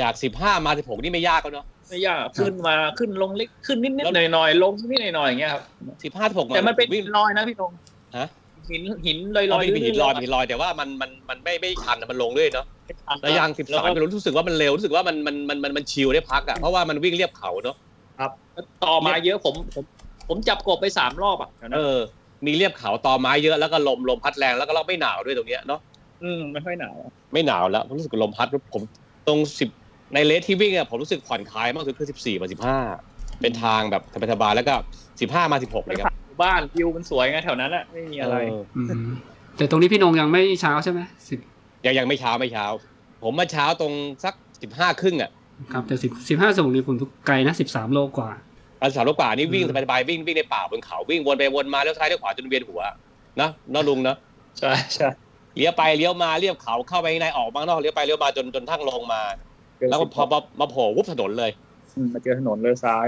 จากสิบห้ามาสิบหกนี่ไม่ยากแล้วเนาะ ไม่ยากขึ้นมาขึ้นลงเล็กขึ้นนิดๆหน่อยๆลงนิดๆหน่อยๆอย่างเงี้ยครับ สิบห้าสิบหก แต่มันเป็น วิ่ง ลอยนะพี่ตรง ฮะ หินหินลอย ล ล อ อย ยมีหินลอยมีหินลอยแต่ว่ามันมันมันไม่ไม่ชันอะมันลงด้วยเนาะแล้วยางสิบ แล้ว สาม ก็ ไม่รู้รู้สึกว่ามันเร็วรู้สึกว่ามันมันมันมันมันชิลได้พักอ่ะเพราะว่ามันวิ่งเรียบเขาเนาะ ต่อมาเยอะผมผมผมจับกบไปสามรอบอ่ะเดี๋ยว เอ นะ อ มีเรียบเขาตอไม้เยอะแล้วก็ลมลมพัดแรงแล้วก็เราไม่หนาวด้วยตรงเนี้ยเนาะ อืมไม่ค่อยหนาว ไม่หนาวแล้วรู้สึกลมพัดผมตรงสิบในเลสที่วิ่งอ่ะผมรู้สึกผ่อนคลายมากสุดคือสิบสี่มาสิบห้าเป็นทางแบบสบายๆแล้วก็สิบห้ามาสิบหกเลยครับ อยู่บ้านวิวมันสวยไงแถวนั้นอ่ะไม่มีอะไร เออ อืมแต่ตรงนี้พี่นงยังไม่เช้าใช่ไหมสิบ ยังยังไม่เช้าไม่เช้า ผมมาเช้าตรงสักสิบห้าครึ่งอ่ะ ครับแต่สิบสิบห้าสงนี้ผมไกลนะสิบสามโลกว่า อันสามโลกว่านี่วิ่ง อืม สบายๆวิ่งวิ่งในป่าบนเขาวิ่งวนไปวนมาเลี้ยวซ้ายเลี้ยวขวาจนเวียนหัวนะเน้าะลุงเนาะ ใช่ใช่ เลี้ยวไปเลี้ยวมาเลียบเขาเข้าไปข้างในออกบ้างนอกเลี้ยวไปเลี้ยวมาจนจนทั้งลงมา แล้วก็พอมามาโผล่วุบถนนเลย อืมมาเจอถนนเลยซ้าย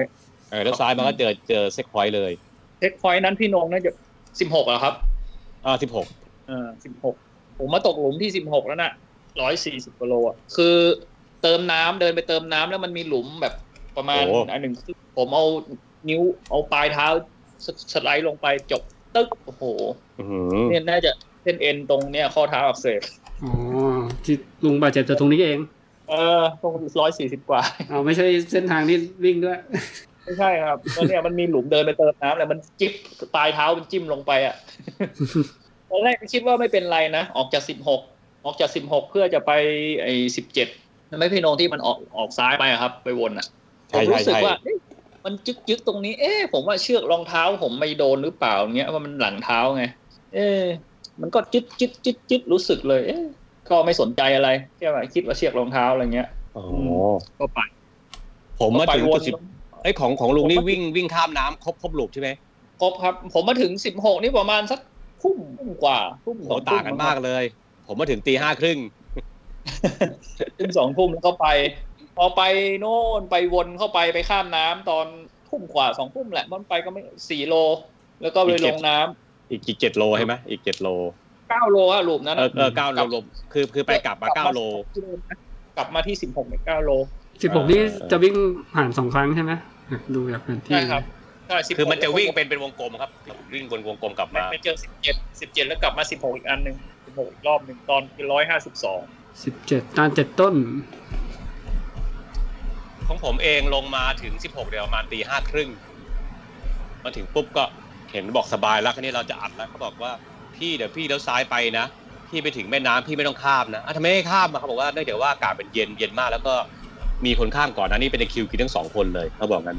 เออแล้วซ้ายมันก็เจอเจอเซ็กพอยต์เลย เช็คพอยต์นั้นพี่นงน่าจะสิบหกอะครับ อ่าสิบหก เออสิบหกผมมาตกหลุมที่สิบหกแล้วน่ะร้อยสี่สิบกิโลอ่ะคือเติมน้ำเดินไปเติมน้ำแล้วมันมีหลุมแบบประมาณอันหนึ่งผมเอานิ้วเอาปลายเท้าสสไลด์ลงไปจบตึ๊กโอ้โห เนี่ยน่าจะเส้นเอ็นตรงเนี่ยข้อเท้าอักเสบ อ๋อที่ลุงบาดเจ็บจากตรงนี้เอง เออตรงร้อยสี่สิบกว่า เอาไม่ใช่เส้นทางที่วิ่งด้วย ไม่ใช่ครับแล้วเนี่ยมันมีหลุมเดินไปเติมน้ำแหละมันจิ๊บปลายเท้ามันจิ้มลงไป อ่ะ ตอนแรกก็คิดว่าไม่เป็นไรนะออกจากสิบหกออกจากสิบหกเพื่อจะไปไอ้สิบเจ็ดไม่พี่นงที่มันออกออกซ้ายไปอะครับ ไปวนอ่ะผ ใช่ ม ใช่ รู้สึก ใช่ ว่าเอ๊ะมันจึกยึกๆตรงนี้เอ๊ะผมว่าเชือกรองเท้าผมไม่โดนหรือเปล่าเงี้ยว่ามันหลังเท้าไงเอ๊ะมันก็จึ๊ดจึ๊ดจึ๊ดจึ๊ดรู้สึกเลย เอ๊ะก็ไม่สนใจอะไรแค่ว่าคิดว่าเชือกรองเท้าอะไรเงี้ย โอ้ อื ก็ไป ผมมา ก็ไป ถึง ว จุ น ดสิบไอ้ยของของลุงนี่ ผมมา วิ่งวิ่งข้ามน้ำครบครบหลุมใช่ไหม ครบครับ ผมมาถึงสิบหกนี่ประมาณสักทุ่มกว่าทุ่ม โห สอง ต่างกันมาก ทุ่ เลย ผมมาถึงตีห้าครึ่ง ทุ่มสองทุ่มแล้วก็ไป พอไปโน่นไปวนเข้าไปไปข้ามน้ำตอนทุ่มกว่าสองทุ่มแหละมันไปก็ไม่สี่โล แล้วก็ไปลงน้ อีกอีกเจ็ดโลใช่ไหมอีกเจ็ดโล ำเก้าโลอะรูปนั้น เอ อะ อเออเก้าโลรวมคือคือไปกลับมาเก้าโล กลับมาที่สิบหกเป็นเก้าโล สิบหกนี่จะวิ่งผ่านสองครั้งใช่ไหมดูจากแผนที่ ใช่ครับใช่16 คือมันจะวิ่งเป็นเป็นวงกลมครับ วิ่งวนวงกลมกลับมา ไปเจอสิบเจ็ดสิบเจ็ดแล้วกลับมาสิบหกอีกอันหนึ่งสิบหกอีกรอบหนึ่งตอนคือร้อยห้าสิบสอง สิบเจ็ดตานเจ็ดต้น ของผมเองลงมาถึง 16เดี๋ยวประมาณตีห้าครึ่งมาถึงปุ๊บก็เห็นบอกสบายแล้วคราวนี้เราจะอัดแล้วเขาบอกว่าพี่เดี๋ยวพี่เลี้ยวซ้ายไปนะ พี่ไปถึงแม่น้ำพี่ไม่ต้องข้ามนะอ่ะทำไมไม่ข้ามอ่ะเขาบอกว่าเนื่องจากว่าอากาศเป็นเย็นเย็นมาก แล้วก็มีคนข้ามก่อนนะนี่เป็นในคิวกินทั้งสองคนเลยเขาบอกงั้น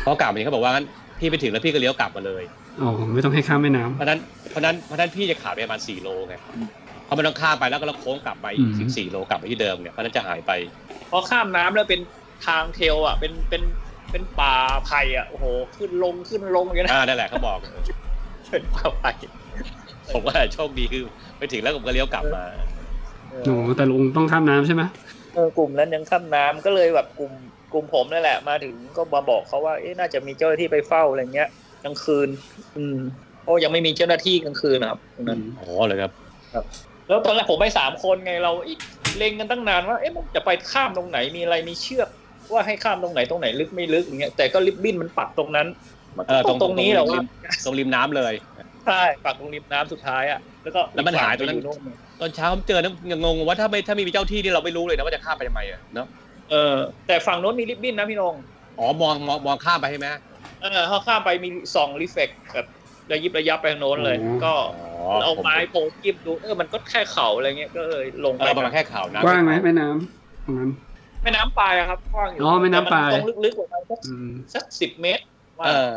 เพราะอากาศเป็นอย่างนี้เขาบอกว่างั้นพี่ไปถึงแล้วพี่ก็เลี้ยวกลับมาเลย อ๋อ ไม่ต้องให้ข้ามแม่น้ำ เพราะฉะนั้นเพราะฉะนั้นเพราะฉะนั้นพี่จะขาดไปประมาณสี่โลไงเพราะมันต้องข้ามไปแล้วก็เราโค้งกลับไปอีก อืม สิบสี่โลกลับไปที่เดิมเนี่ยเพราะฉะนั้นจะหายไป พอข้ามน้ำแล้วเป็นทางเทลอ่ะ เป็นเป็นเป็นป่าไผ่อ่ะโอ้โห ขึ้นลงขึ้นลงอย่างนั้น อ่านั่นแหละเขาบอก เป็นป่าไผ่ ผมว่า โชคดีคือไปถึงแล้วผมก็เลี้ยวกลับมา เอ โอ้ อ แต่ลุงต้องข้ามน้ำใช่ไหม เออกลุ่มนั้นยังข้ามน้ำก็เลยแบบกลุ่มกลุ่มผมนั่นแหละ มาถึงก็มาบอกเขาว่าเอ๊ะน่าจะมีเจ้าหน้าที่ไปเฝ้าอะไรเงี้ยกลางคืน อืมโอ้ยังไม่มีเจ้าหน้าที่กลางคืนนะครับตรงนั้น อ๋อเลยครับ แล้วตอนแรกผมไปสามคนไงเราเอ๊ะเล็งกันตั้งนานว่าเอ๊ะมันจะไปข้ามตรงไหนมีอะไรมีเชือกว่าให้ข้ามตรงไหนตรงไหนลึกไม่ลึกอย่างเงี้ยแต่ก็ริบบิ้นมันปักตรงนั้น เออตรง ตรงนี้เหรอวะ ตรงริมน้ำเลย ใช่ปักตรงริมน้ำสุดท้ายอ่ะแล้วก็ แล้วมันหายตรงนั้น อโ ตอนเช้าผมเจอนะยังงงว่าถ้าไม่ถ้าไม่มีเจ้าที่นี่เราไม่รู้เลยนะว่าจะข้ามไปทำไมอะเนาะ เออแต่ฝั่งโน้นมีริบบิ้นนะพี่นง อ๋อมองมองมองข้ามไปใช่ไหม เออเขาข้ามไปมีสองรีเฟกแบบระยิบระยับไปทางโน้นเลย ก็ อ๋อ เอาไม้ ผ โพกจิ้มดูเออมันก็แค่เข่าอะไรเงี้ยก็เลยลง เอ ไป อประมาณแค่ข่าวนะ กว้างไหมแม่น้ำตรงนั้น แม่น้ำปลายอะครับกว้างอยู่ อ๋อแม่น้ำปลาย แต่มันตรงลึกๆประมาณสัก อืม สักสิบเมตรว่า เออ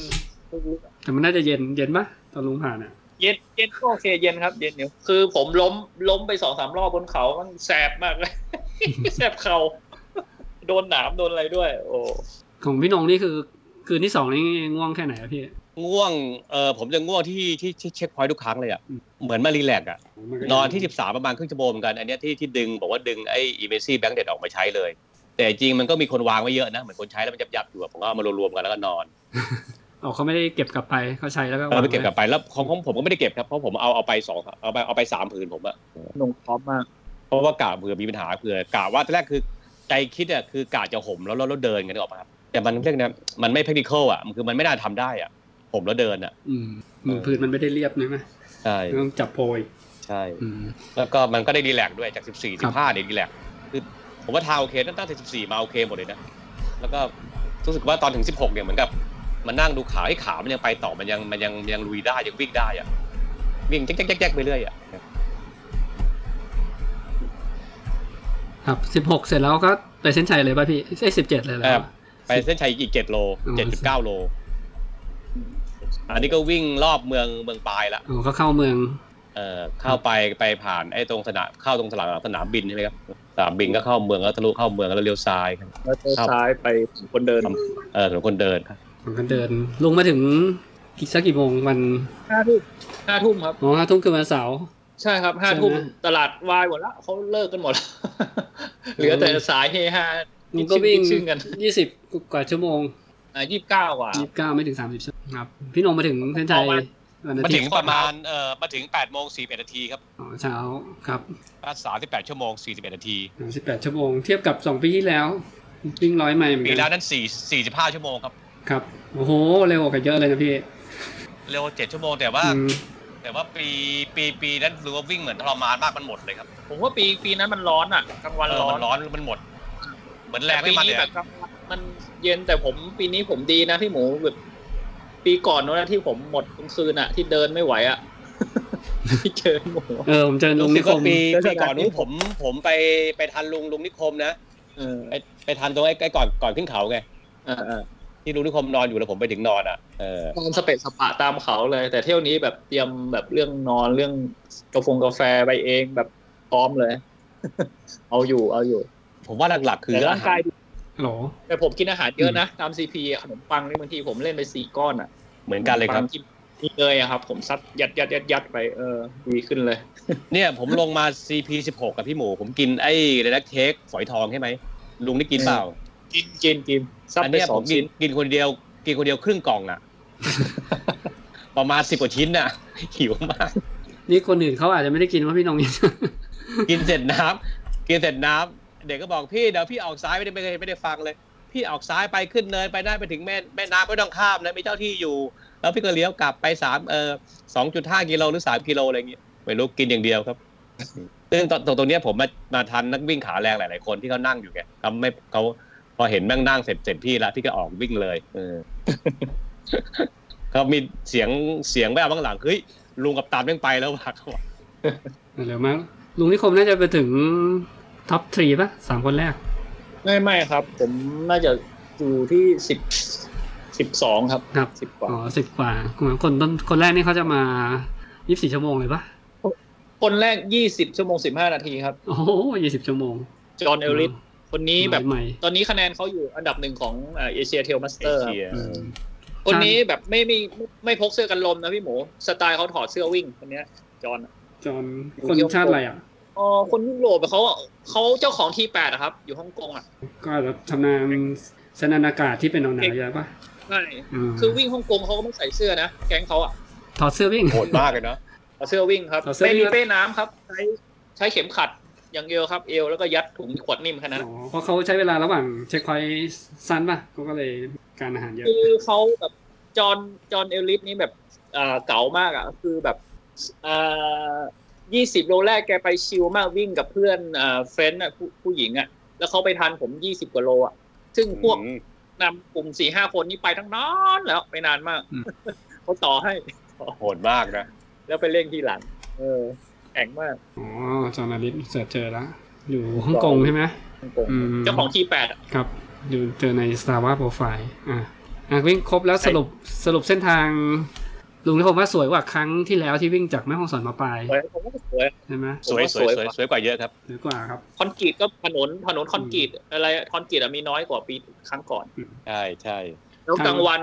ม แต่มันน่าจะเย็นเย็นปะตอนลุงผ่านอ่ะ เย็นเย็นก็โอเคเย็นครับ เย็นอยู่คือผมล้มล้มไปสองสามรอบบนเขามันแสบมาก เลย แสบเข่าโดนหนามโดนอะไรด้วย โอ้ ของพี่นงนี่คือ คืนที่สองนี่ง่วงแค่ไหนอะพี่ ง่วงเออผมจะง่วงที่ที่ที่เช็คพอยต์ทุกครั้งเลยอ่ะ อืม เหมือนมารีแลกซ์อ่ะนอนที่ 13 ประมาณครึ่งชั่วโมงเหมือนกันอันเนี้ยที่ที่ดึงบอกว่าดึงไอ้อีเมซี่แบงค์เด็ดออกมาใช้เลย แต่จริงมันก็มีคนวางไว้เยอะนะเหมือนคนใช้แล้วมันยับยับๆอยู่อะผมก็เอามารวมๆกันแล้วก็นอน อ๋อเขาไม่ได้เก็บกลับไปเขาใช้แล้วก็ เออ วาง ไปเก็บกลับไปแล้วของของผมก็ไม่ได้เก็บครับเพราะผมเอาเอาไปสองเอาไปเอาไปสามผืนผมอะ หนุ่มพร้อมมาก เพราะว่ากะเผื่อมีปัญหาเผื่อกะว่าตอนแรกคือ ใจคิดอ่ะคือกะจะห่มแล้วแล้วแล้วเดินกันออกมาครับแต่มันเรื่องนี้มันไม่ practical อ่ะมันคือมันไม่น่าทำได้อ่ะห่มแล้วเดินอ่ะ อืมมือพื้นมันไม่ได้เรียบใช่ไหม ใช่ ต้องจับโพย ใช่ อืม แล้วก็มันก็ได้รีแลกซ์ด้วยจาก 14 ครับ 15เนี่ยรีแลกซ์คือผมว่าทางโอเคตั้งแต่14 มาโอเคหมดเลยนะ แล้วก็รู้สึกว่าตอนถึง 16 เนี่ยเหมือนกับมันนั่งดูขาให้ขามันยังไปต่อมันยังมันยังยังลุยได้ยังวิ่งได้อะวิ่งแจ๊กแจ๊กแจ๊กแจ๊กไปเรื่อยอะ ครับสิบหกเสร็จแล้วก็ไปเส้นชัยเลยป่ะพี่ไอ้สิบเจ็ดเลยแล้ว ไปเส้นชัยอีก 7 โล อ๋อ 7.9 โล อันนี้ก็วิ่งรอบเมืองเมืองปลายละ อ๋อก็เข้าเมือง เออเข้าไปไปผ่านไอ้ตรงสนามเข้าตรงสนามสนามบินใช่ไหมครับสนามบินก็เข้าเมืองแล้วทะลุเข้าเมืองแล้วเลี้ยวซ้ายครับ แล้วก็ ครับ ซ้ายไปคนเดิน เออถนนคนเดินครับ ผมก็เดิน ลงมาถึงกี่สักกี่โมงวัน ห้าทุ่มห้าทุ่มครับ อ๋อห้าทุ่มคืนวันเสาร์ ใช่ครับห้าทุ่ม ใช่ไหม ตลาดวายหมดแล้วเขาเลิกกันหมดแล้ว เหลือแต่สายเฮฮา ลุงก็วิ่ง ชื่อกัน ยี่สิบกว่าชั่วโมง ยี่สิบเก้ากว่า ยี่สิบเก้าไม่ถึงสามสิบชั่วโมงครับพี่นงมาถึงเส้นชัย ออกมา วันอา มา ทิ ถึ ต ง ย์ ประมาณเอ่อมาถึง8โมง41นาทีครับ อ๋อเช้าครับ รักษาที่8ชั่วโมง41นาที สามสิบแปดชั่วโมง เทียบกับสองปีที่แล้ววิ่งร้อยไมล์เหมือน ปี กัน แล้วนั้น4 45 ชั่วโมงครับ ครับโอ้โหเร็วกว่าเยอะเลยนะพี่ เร็ว7ชั่วโมงแต่ว่า อืม แต่ว่าปีปีปีนั้นรู้ว่าวิ่งเหมือนทรมานมากมันหมดเลยครับ ผมว่าปีปีนั้นมันร้อนอ่ะกลางวัน เออ ร้อ มัน นร้อนมันหมด เหมือนแร แต่ ง ปี ไม่มาเล นี้ ย แบบกลางวันมันเย็นแต่ผมปีนี้ผมดีนะพี่หมูแบบปีก่อนโนู้นนะที่ผมหมดกลางคืนอ่ะ ที่เดินไม่ไหวอ่ะ ที่เจอพี่หมู เออผมเจอลุงนิ รู้คสึกว่าม ปี ก็จะ ปีก่อนนู้นผมผมไปไปทันลุงลุงนิคมนะ เออ ไปไปทันตรงไอ้ไอ้ก่อนก่อนขึ้นเขาไง เออเออ ที่ลุงนิคมนอนอยู่แล้วผมไปถึงนอนอ่ะเออน อนสเปะสปะตามเขาเลย แต่เที่ยวนี้แบบเตรียมแบบเรื่องนอนเรื่องกาแฟกาแฟไปเองแบบพร้อมเลย เอาอยู่เอาอยู่ ผมว่าหลักๆ คือ แต่ เรื่องอาง หากร่าาย ร ฮัลโหล แต่ผมกินอาหารเยอะนะ ตามซีพีขนมปังนี่บางทีผมเล่นไปสี่ก้อนอ่ะ เหมือนกันเลยครับ ขมปังกินกินเลยอะครับ ผมซัดยัดยัดยัดยัดไปเออดีขึ้นเลย เนี่ยผมลงมา CP 16กับพี่หมู ผมกินไอ้อะไรนะเค้กฝอยทองใช่ไหมลุงได้กินเปล่า กินกินกินซัด อัน ไป เนี้ย ส ผ อมงกิ ชิ้ น น กินคนเดียว กินคนเดียวครึ่งกล่อง อ่ะ ประมาณสิบกว่าชิ้นน่ะ หิวมาก นี่คนอื่นเขาอาจจะไม่ได้กินว่าะพี่นง นี่ กินเสร็จน้ำกินเสร็จน้ำเด็กก็บอกพี่เดี๋ยวพี่ออกซ้ายไม่ได้ไม่ได้ไม่ได้ฟังเลย พี่ออกซ้ายไปขึ้นเนินไปได้ไปถึงแม่แม่น้ำไม่ต้องข้ามนะมีเจ้าที่อยู่ แล้วพี่ก็เลี้ยวกลับไปสามเออสองจุดห้ากิโลหรือสามกิโลอะไรอย่างเงี้ยไม่รู้กินอย่างเดียวครับซึ่งตรงตรงตรงเนี้ยผมมามาทันนักวิ่งขาแรงหลาย ๆ คนที่เขานั่งอยู่ไงเขาไม่เขาพอเห็นแม่งนั่งเสร็จเสร็จพี่ละพี่ก็ออกวิ่งเลย เอ อ เขามีเสียงเสียงแว่วข้างหลังเฮ้ยลุงกับตามแม่งไปแล้วว่ะ เขาบอก เร็วมากลุงนิคมน่าจะไปถึงท็อปทรีป่ะสามคนแรก ไม่ไม่ครับ ผมน่าจะอยู่ที่สิบสิบสองครับ ครับ สิบกว่า อ๋อสิบกว่าคนต้นคนแรกนี่เขาจะมายี่สิบสี่ชั่วโมงเลยปะ คนแรกยี่สิบชั่วโมงสิบห้านาทีครับ โอ้โหยี่สิบชั่วโมง จอห์นเอลลิสคนนี้แบบ ใหม่ ตอนนี้คะแนนเขาอยู่อันดับหนึ่งของเอเชียเทลมาส เอ เตอร์ เชีย ๆอืม คนนี้แบบไม่ไม่ไม่ไม่พกเสื้อกันลมนะพี่หมู สไตล์เขาถอดเสื้อวิ่งคนเนี้ยจอห์น จอนคนชาติอะไรอ่ะ เออคนยุโรปอะเขาเขาเจ้าของทีแปดครับ อยู่ฮ่องกงอ่ะ ก็อาจจะชำนาญสนานอากาศที่เป็นหนาวๆเยอะปะ ใช่ ม คือวิ่งฮ่องกงเขาก็ไม่ใส่เสื้อนะ แก๊งเขาอ่ะ ถอดเสื้อวิ่ง โหดมากเลยเนาะ เอาเสื้อวิ่งครับ เอาเสื้อ ไม่ วิ่ มี ง เป้น้ำครับ ใช้ใช้เข็มขัดอย่างเดียวครับ เอวแล้วก็ยัดถุงขวดนิ่มแค่นั้น อ๋อเพราะเขาใช้เวลาระหว่างเช็คพอยต์สั้นปะเขาก็เลยการอาหารเยอะ คือเขาแบบจอห์นจอห์นเอลลิสนี่แบบเอ่อเก๋ามากอ่ะคือแบบยี่สิบโลแรกแกไปชิลมากวิ่งกับเพื่อนเอ่อเฟรนด์อ่ะผู้ผู้หญิงอ่ะแล้วเขาไปทันผมยี่สิบกว่าโลอ่ะซึ่งพวก อืม นำกลุ่มสี่ห้าคนนี้ไปทั้งนั้นแล้วไปนานมาก อืม เขาต่อให้ โหดมากนะ แล้วไปเล่นที่หลัง เออแข็งมาก อ๋อจอนอาริสเสิร์ชเจอแล้วอยู่ฮ่องกงใช่ไหม ฮ่องกง อืม เจ้าของทีแปด ครับดูเจอใน Star Wars Profile อ่ะอ่ะวิ่งครบแล้วสรุปสรุปเส้นทาง ลุงที่ผมว่าสวยกว่าครั้งที่แล้วที่วิ่งจากแม่ฮ่องสอนมาปลาย สวยผมว่าสวย ใช่ไหม สวย ผมว่า สวย สวย สวย กสวยกว่าว่าเยอะครับ หรือกว่าครับ คอนกรีตก็ถนนถนนคอนกรีตอะไรคอนกรีตอะมีน้อยกว่าปีครั้งก่อน ใช่ใช่ แล้ว ครับ กลางวัน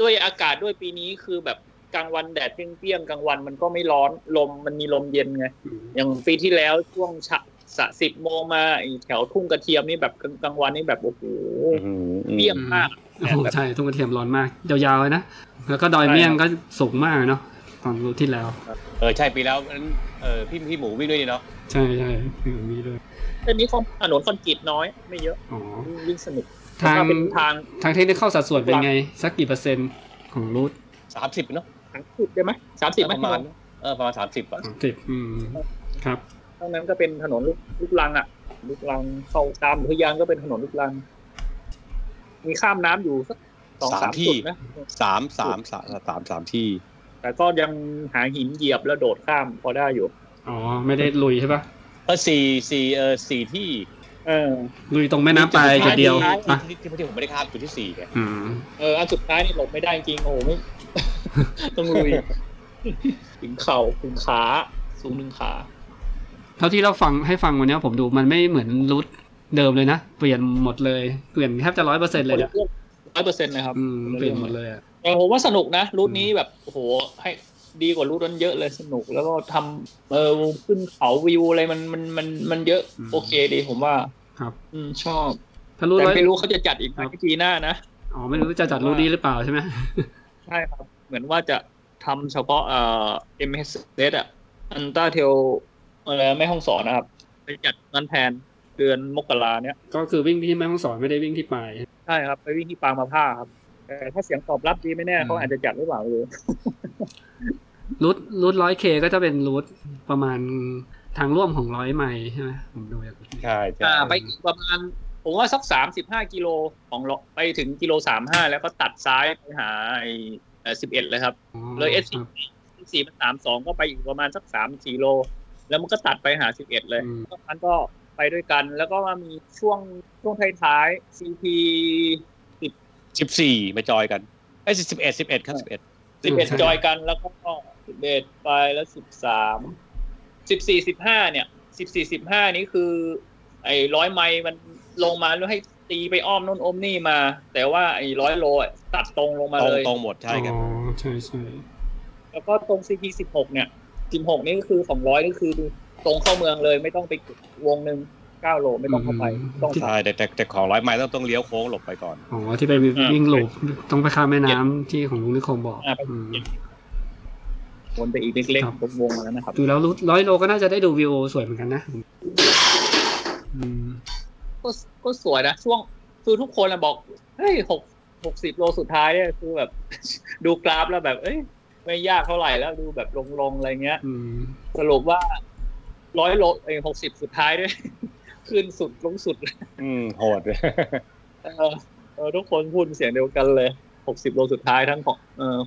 ด้วยอากาศด้วยปีนี้คือแบบกลางวันแดดเปรี้ยงๆกลางวันมันก็ไม่ร้อนลมมันมีลมเย็นไง อืม อย่างปีที่แล้วช่วงฉะสะสิบโมงมาไอ้แถวทุ่งกระเทียมนี่แบบกลางวันนี่แบบโอ้โหเปรี้ยงมาก โอ้โหใช่ทุ่งกระเทียมร้อนมาก ยาวๆเลยนะ แล้วก็ดอยเมี่ยงก็สูงมากเลยเนาะตอนรู้ที่แล้ว เออใช่ปีแล้วนั้นเออพี่พี่หมูวิ่งด้วยนี่เนาะ ใช่ใช่ถึงนี้ด้วย เส้นนี้ของถนนคอนกรีตน้อย ไม่เยอะ อ๋อ วิ่งวิ่งสนุก ทาง ถ้เป็นทาง ทางเทคนิคเข้าสัดส่วนเป็นไง สักกี่เปอร์เซ็นต์ของรูท สามสิบเนาะ สามสิบได้ไหมสามสิบไหม ประมาณเออประมาณสามสิบอะ สามสิบอืมครับ ตรงนั้นก็เป็นถนนลูกลูกลังอ่ะ ลูกลังเข้าตามอุทยานก็เป็นถนนลูกลัง มีข้ามน้ำอยู่สักสองสามจุดนะ สามสามสามสามสามที่ แต่ก็ยังหาหินเหยียบแล้วโดดข้ามพอได้อยู่ อ๋อ ไม่ได้ลุยใช่ปะ เออสี่สี่เออสี่ที่ เออ ลุยตรงแม่น้ำไปจุดเดียวอ่ะ ที่ที่ที่ผมไม่ได้ข้ามจุดที่สี่ไง อืม เออ อันสุดท้ายนี่หลบไม่ได้จริงโอ้โหไม่ ต้องลุย ถึงเข่าถึงขาสูงถึงขา เท่าที่เราฟังให้ฟังวันเนี้ยผมดูมันไม่เหมือนรูทเดิมเลยนะ เปลี่ยนหมดเลย เปลี่ยนแทบจะร้อยเปอร์เซ็นต์เลยนะ ร้อยเปอร์เซ็นต์นะครับ อืมเปลี่ยนหมดเลยอ่ะ แต่ผมว่าสนุกนะ รูทนี้แบบโอ้โหให้ดีกว่ารูทนั้นเยอะเลยสนุกแล้วก็ทำเออขึ้นเขาวิวอะไรมันมันมันมันเยอะ อืม โอเคดีผมว่า ครับ อืมชอบ ถ้ารูท แต่ ร้อย ไม่รู้เขาจะจัดอีกไหมปีหน้านะ อ๋อไม่รู้จะจัดรูทนี้หรือเปล่าใช่ไหม ใช่ครับ เหมือนว่าจะทำเฉพาะเอ่อ MSS อ่ะอันต้าเทลอะไรไม่ห้องสอนนะครับ ไปจัดงานแทนเดือนมกราเนี้ย ก็คือวิ่งที่แม่ห้องสอนไม่ได้วิ่งที่ปลาย ใช่ครับ ไปวิ่งที่ปางมาผ้าครับแต่ถ้าเสียงตอบรับดีไม่แน่ อืม เขาอาจจะจัดหรือเปล่าไม่รู้ รูทรูทร้อยเคก็จะเป็นรูทประมาณทางร่วมของร้อยไมล์ใช่ไหมผมดูอย่างนี้ ใช่ใช่ อ่า ไปอีกประมาณ ผมว่าสักสามสิบห้ากิโลของเราไปถึงกิโลสามห้าแล้วก็ตัดซ้ายไปหาไอ้สิบเอ็ดเลยครับ อ๋อ เลย S ครับ สี่มันสามสองก็ไปอีกประมาณสักสามสี่โล แล้วมันก็ตัดไปหาสิบเอ็ดเลย อืม นอกนั้นก็ไปด้วยกัน แล้วก็มีช่วงช่วงท้ายๆ CP สิบสี่มาจอยกันไอ้สิบเอ็ดสิบเอ็ดครับสิบเอ็ด สิบเอ็ดจอยกันแล้วก็สิบเอ็ดไปแล้วสิบสามสิบสี่สิบห้าเนี่ยสิบสี่สิบห้านี่คือ ไอ้ร้อยไมล์มันลงมาแล้วให้ตีไปอ้อมโน่นอ้อมนี่มา แต่ว่าไอ้ร้อยโลอะตัดตรงลงมา ตรง เลย ตรงหมดใช่ครับ อ๋อใช่ใช่ แล้วก็ตรง CP สิบหกเนี่ยสิบหกนี่ก็คือสองร้อยนี่คือตรงเข้าเมืองเลยไม่ต้องไปวงหนึ่งเก้าโลไม่ต้องเข้าไปต้อง ใช่แต่แต่แต่ของร้อยไมล์ต้องต้องเลี้ยวโค้งหลบไปก่อน อ๋อที่ไปวิ่งลูปต้องไปข้ามแม่น้ำที่ของลุงนิคมบอก อ่าไป อืม วนไปอีกเล็ก ครับ ๆวงวงๆมาแล้วนะครับ ดูแล้วรูทร้อยโลก็น่าจะได้ดูวิวสวยเหมือนกันนะอืม ก็ก็สวยนะช่วงคือทุกคนนะบอกเฮ้ยหกหกสิบโลสุดท้ายเนี่ยคือแบบ ดูกราฟแล้วแบบ เอ้ยไม่ยากเท่าไหร่แล้วดูแบบลงๆอะไรเงี้ย อืม สรุปว่าร้อยโลเอ้หกสิบสุดท้ายด้วย ขึ้นสุดลงสุด อืมโหด เออเออทุกคนพูดเสียงเดียวกันเลย 60 โลสุดท้ายทั้งของ เออ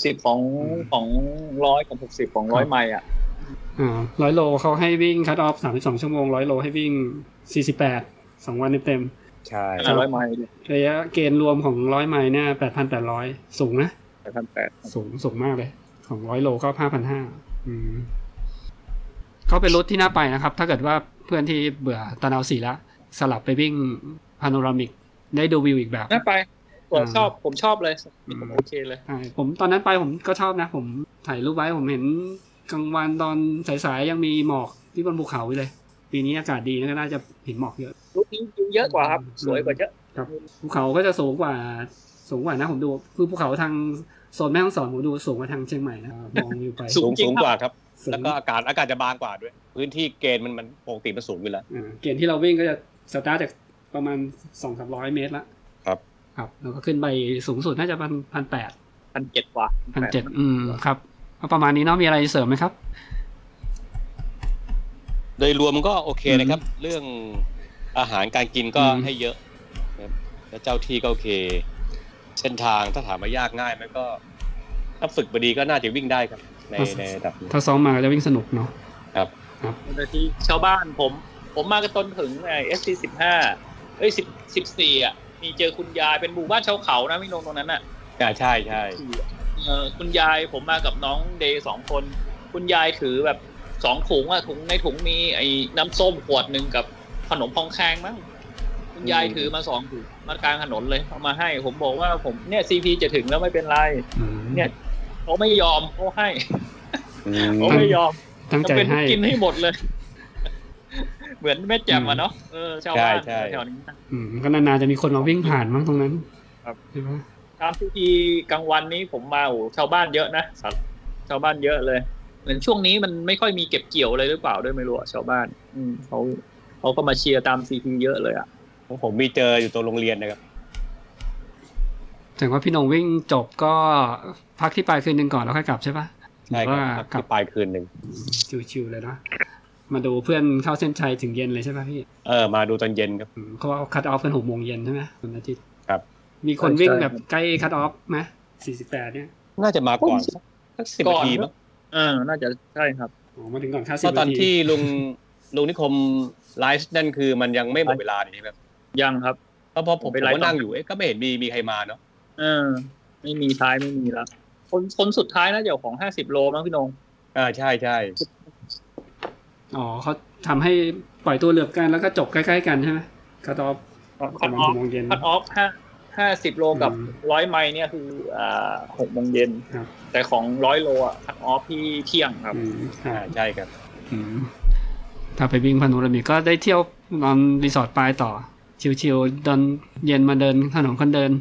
60 ของ อืม ของร้อยกับ 60 ของร้อยไมล์อ่ะ อ่าร้อยโลเขาให้วิ่งคัตออฟสามสิบสองชั่วโมงร้อยโลให้วิ่งสี่สิบแปดสองวันเต็ม ใช่ ร้อยไมล์เนี่ย ๆระยะเกณฑ์รวมของร้อยไมล์เนี่ยแปดพันแปดร้อยสูงนะ แปดพันแปด สูงสูงมากเลย ของร้อยโลก็ห้าพันห้าเขาเป็นรถที่น่าไปนะครับ ถ้าเกิดว่าเพื่อนที่เบื่อตะนาวสีละสลับไปวิ่งพาโนรามิก ได้ดูวิวอีกแบบ น่าไปผม อ่า ชอบผมชอบเลย อืม ผมโอเคเลย ใช่ผมตอนนั้นไปผมก็ชอบนะ ผมถ่ายรูปไว้ผมเห็นกลางวันตอนสายๆ ยังมีหมอกที่บนภูเขาอยู่เลย ปีนี้อากาศดีนะก็น่าจะเห็นหมอกเยอะ รูปนี้วิวเยอะกว่าครับ อืม สวยกว่าเยอะ ภูเขาก็จะสูงกว่าสูงกว่านะ ผมดู คือภูเขาทางโซนแม่ฮ่องสอนผมดูสูงกว่าทางเชียงใหม่นะมองวิวไป สูงสูงกว่าครับ สูง แล้วก็อากาศอากาศจะบางกว่าด้วย พื้นที่เกณฑ์มันมันปกติมันสูงอยู่แล้ว อ่าเกณฑ์ที่เราวิ่งก็จะสตาร์ทจากประมาณสองสามร้อยเมตรละ ครับ ครับแล้วก็ขึ้นไปสูงสุดน่าจะพันพันแปด พันเจ็ดกว่า พันเจ็ดอืมครับก็ประมาณนี้เนาะมีอะไรเสริมไหมครับ โดยรวมก็โอเคนะครับ เรื่องอาหารการกินก็ อืม ให้เยอะนะครับแล้วเจ้าที่ก็โอเค เส้นทางถ้าถามว่ายากง่ายไหมก็ ถ้าฝึกมาดีก็น่าจะวิ่งได้ครับ ในในระดับนี้ ถ้าซ้อมมาก็จะวิ่งสนุกเนาะ แต่ที่ชาวบ้านผม ผมมากันตนถึงไอเอสซีสิบห้าเอ้ยสิบสิบสี่อ่ะ มีเจอคุณยายเป็นหมู่บ้านชาวเขานะพี่นงตรงนั้นอ่ะ อ่าใช่ใช่ เอ่อคุณยายผมมากับน้องเดย์สองคน คุณยายถือแบบสองถุงอะถุงในถุงมีไอ้น้ำส้มขวดหนึ่งกับขนมพองแคงมั้งคุณยายถือมาสองถุงมากลางถนนเลยเอามาให้ ผมบอกว่าผมเนี่ยซีพีจะถึงแล้วไม่เป็นไร อืม เนี่ย เขาไม่ยอมเขาให้ อืม เขาไม่ยอม ตั้งใจ จำเป็น ให้ กินให้หมดเลย เหมือนแม่แจ่มอะเนาะเออชาวบ้านแถวนี้นะ อืมก็นานๆจะมีคนมาวิ่งผ่านมั้งตรงนั้น ครับ ใช่ไหม ตามพิธีกลางวันนี้ผมมาโอ้โหชาวบ้านเยอะนะชาวบ้านเยอะเลย เหมือนช่วงนี้มันไม่ค่อยมีเก็บเกี่ยวเลยหรือเปล่าด้วยไม่รู้อะชาวบ้าน อืมเขาเขาก็มาเชียร์ตามซีพีเยอะเลยอ่ะ ของผมมีเจออยู่ตัวโรงเรียนนะครับ ถึงว่าพี่โหนงวิ่งจบก็พักที่ปลายคืนหนึ่งก่อนแล้วค่อยกลับใช่ปะ ใช่ ห ค อ รับ ว่า พัก กลับ ที่ปลายคืนหนึ่ง ชิวๆเลยเนอะมาดูเพื่อนเข้าเส้นชัยถึงเย็นเลยใช่ปะพี่ เออมาดูตอนเย็นครับ อืมเขาคัดออฟกันหกโมงเย็นใช่ไหมวันอาทิตย์ ครับ มีคนวิ่งแบบใกล้คัดออฟไหมสี่สิบแปดเนี่ย น่าจะมาก่อนสักสิบนาทีมั้ง อ่าน่าจะใช่ครับ อ๋อมาถึงก่อนค่าสิบเพราะตอน นาที ที่ลุงลุงนิคมไลฟ์นั่นคือมันยังไม่หมดเวลานี่ใช่ไหมครับ ยังครับ เพราะพอผม ไม่ ผม ไลฟ์ ก็นั่งอยู่เอ๊ะก็ไม่เห็นมีมีใครมาเนาะ เออไม่มีท้ายไม่มีแล้วคนคนสุดท้ายน่าจะอยู่ของห้าสิบโลมั้งพี่นง อ่าใช่ใช่ อ๋อเขาทำให้ปล่อยตัวเหลือบกันแล้วก็จบใกล้ๆกันใช่ไหมคัดออฟป คั ระ ด มาณ อหอฟ กโมงเย็น คัดออฟห้าห้าสิบโลกับ อืม ร้อยไมล์เนี่ยคืออ่าหกโมงเย็น ครับ แต่ของร้อยโลอ่ะคัดออฟที่เที่ยงครับ อืม อ่า ค่ะ ใช่ครับ อืมถ้าไปวิ่งพาโนรามิกก็ได้เที่ยวนอนรีสอร์ทปลายต่อ ชิวๆตอนเย็นมาเดินถนนคนเดิน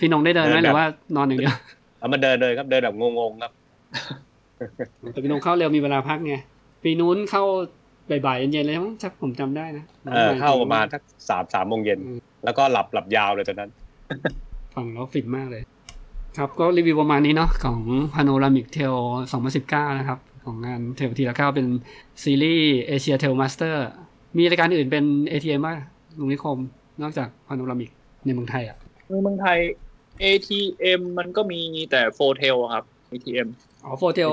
พี่นงได้เดิน ไหม เดินคหรับรือว่านอนอย่างเดียว เอามาเดินเลยครับเดินแบบงงๆครับ แต่พี่นงเข้าเร็วมีเวลาพักไงปีนู้นเข้าบ่ายๆเย็นๆเลยมั้งชักผมจำได้นะ เออเข้าประมาณสักสามสามโมงเย็น อืม แล้วก็หลับหลับยาวเลยตอนนั้น ฟังแล้วฟินมากเลย ครับก็รีวิวประมาณนี้เนาะของ Panoramic Tail 2019 นะครับ ของงานเทลทีละเก้าเป็นซีรีส์ Asia Tail Master มีรายการอื่นเป็น ATM บ้างลุงนิคมนอกจาก Panoramic ในเมืองไทยอ่ะ เมืองไทย ATM มันก็มีแต่โฟเทลครับ ATM อ๋อโฟเทล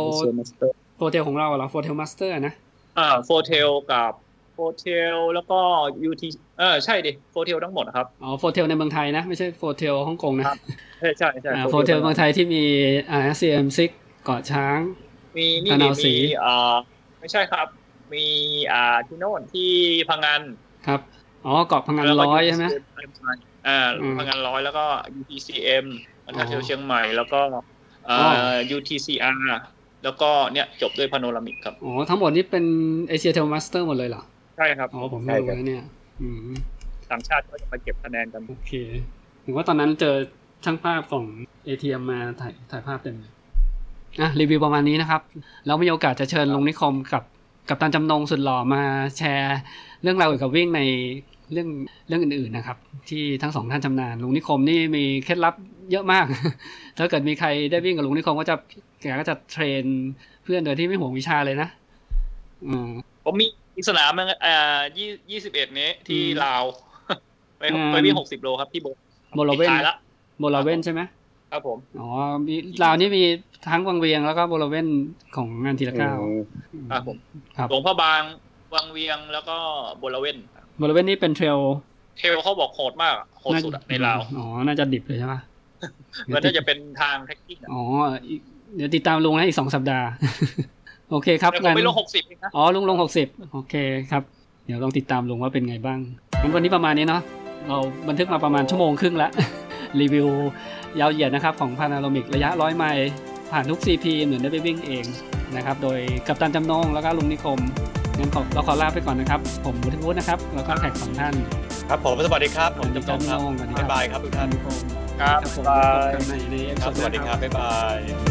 โฟเทลของเราเหรอโฟเทลมาสเตอร์นะ อ่าโฟเทลกับโฟเทลแล้วก็ UT เออใช่ดิโฟเทลทั้งหมดครับ อ๋อโฟเทลในเมืองไทยนะ ไม่ใช่โฟเทลฮ่องกงนะครับ ใช่ใช่ใช่ โฟเทลเมืองไทยที่มีอ่า CM6 เกาะช้าง มีนี่ ตะ ดิ นาวศรี มีอ่าไม่ใช่ครับ มีอ่าที่โน่นที่พังงน ครับ อ๋อเกาะพังงาน แล้วก็ ร้อยใช่ไหม UTCM อ่า อืม พังงานร้อยแล้วก็ UTCM อันทาเท อ๋ ล อ เชียงใหม่แล้วก็อ่า อ๋ UTCR แล้วก็เนี่ยจบด้วยพาโนรามิกครับ อ๋อทั้งหมดนี้เป็นเอเชียเทลมาสเตอร์หมดเลยเหรอ ใช่ครับ อ๋อผม ใช่ ไม่รู้ ครับ แล้วเนี่ย อืม ต่างชาติก็จะมาเก็บคะแนนกัน โอเคถึงว่าตอนนั้นเจอช่างภาพของ ATM มาถ่ายถ่ายภาพเต็มเลยอ่ะรีวิวประมาณนี้นะครับ แล้วมีโอกาสจะเชิญลงนิคมกับกับตันจำนงสุดหล่อมาแชร์ เรื่องราวเกี่ยวกับวิ่งในเรื่องเรื่องอื่นๆนะครับ ที่ทั้งสองท่านชำนาญลุงนิคมนี่มีเคล็ดลับเยอะมาก ถ้าเกิดมีใครได้วิ่งกับลุงนิคมก็จะแกก็จะเทรนเพื่อนโดยที่ไม่ห่วงวิชาเลยนะอืม ผมมีอีกสนามหนึงอ่ายี่ยี่สิบเอ็ดนี้ที่ อืม ลาว ไป อืม ไปวิ่งหกสิบโลครับที่โบ โบลาเวน ตายละ โบลาเวนใช่ไหม ครับผม อ๋อมีลาวนี่มีทั้งวังเวียงแล้วก็บริเวณของงานทีละเก้า อืม ครับผม ครับ หลวงพระบาง วังเวียงแล้วก็โบลาเวน บริเวณนี้เป็นเทรล เทลเขาบอกโหดมากอะโหดสุดอะในลาว อ๋อ น่าจะดิบเลยใช่ปะ มันน่าจะเป็นทางแท็กกิ้งอะ อ๋ออีกเดี๋ยวติดตามลุงนะอีกสองสัปดาห์ โอเคครับ แต่ผมไม่ลงหกสิบเองนะ อ๋อลุงลงหกสิบโอเคครับ เดี๋ยวลองติดตามลุงว่าเป็นไงบ้างงั้นวันนี้ประมาณนี้เนาะเราบันทึกมาประมา ณชั่วโมงครึ่งแล้ว รีวิวยาวเหยียดนะครับของพานาโรมิกระยะร้อยไมล์ผ่านทุก CP เหมือนได้ไปวิ่งเองนะครับโดยกัปตันจำนงแล้วก็ลุงนิคมงั้นขอเราขอลาไปก่อนนะครับ ผมวุฒิวุฒินะครับแล้วก็แขกสองท่าน ครับผมสวัสดีครับ ผมจำจงครับ สวัสดี บ๊าย ครับ บายครับทุก ท่า ท่าน น นิคม ครับ ครับผม บ๊ายบาย พบกันใหม่ใน ครับ episode สวัสดีครับบ๊ายบาย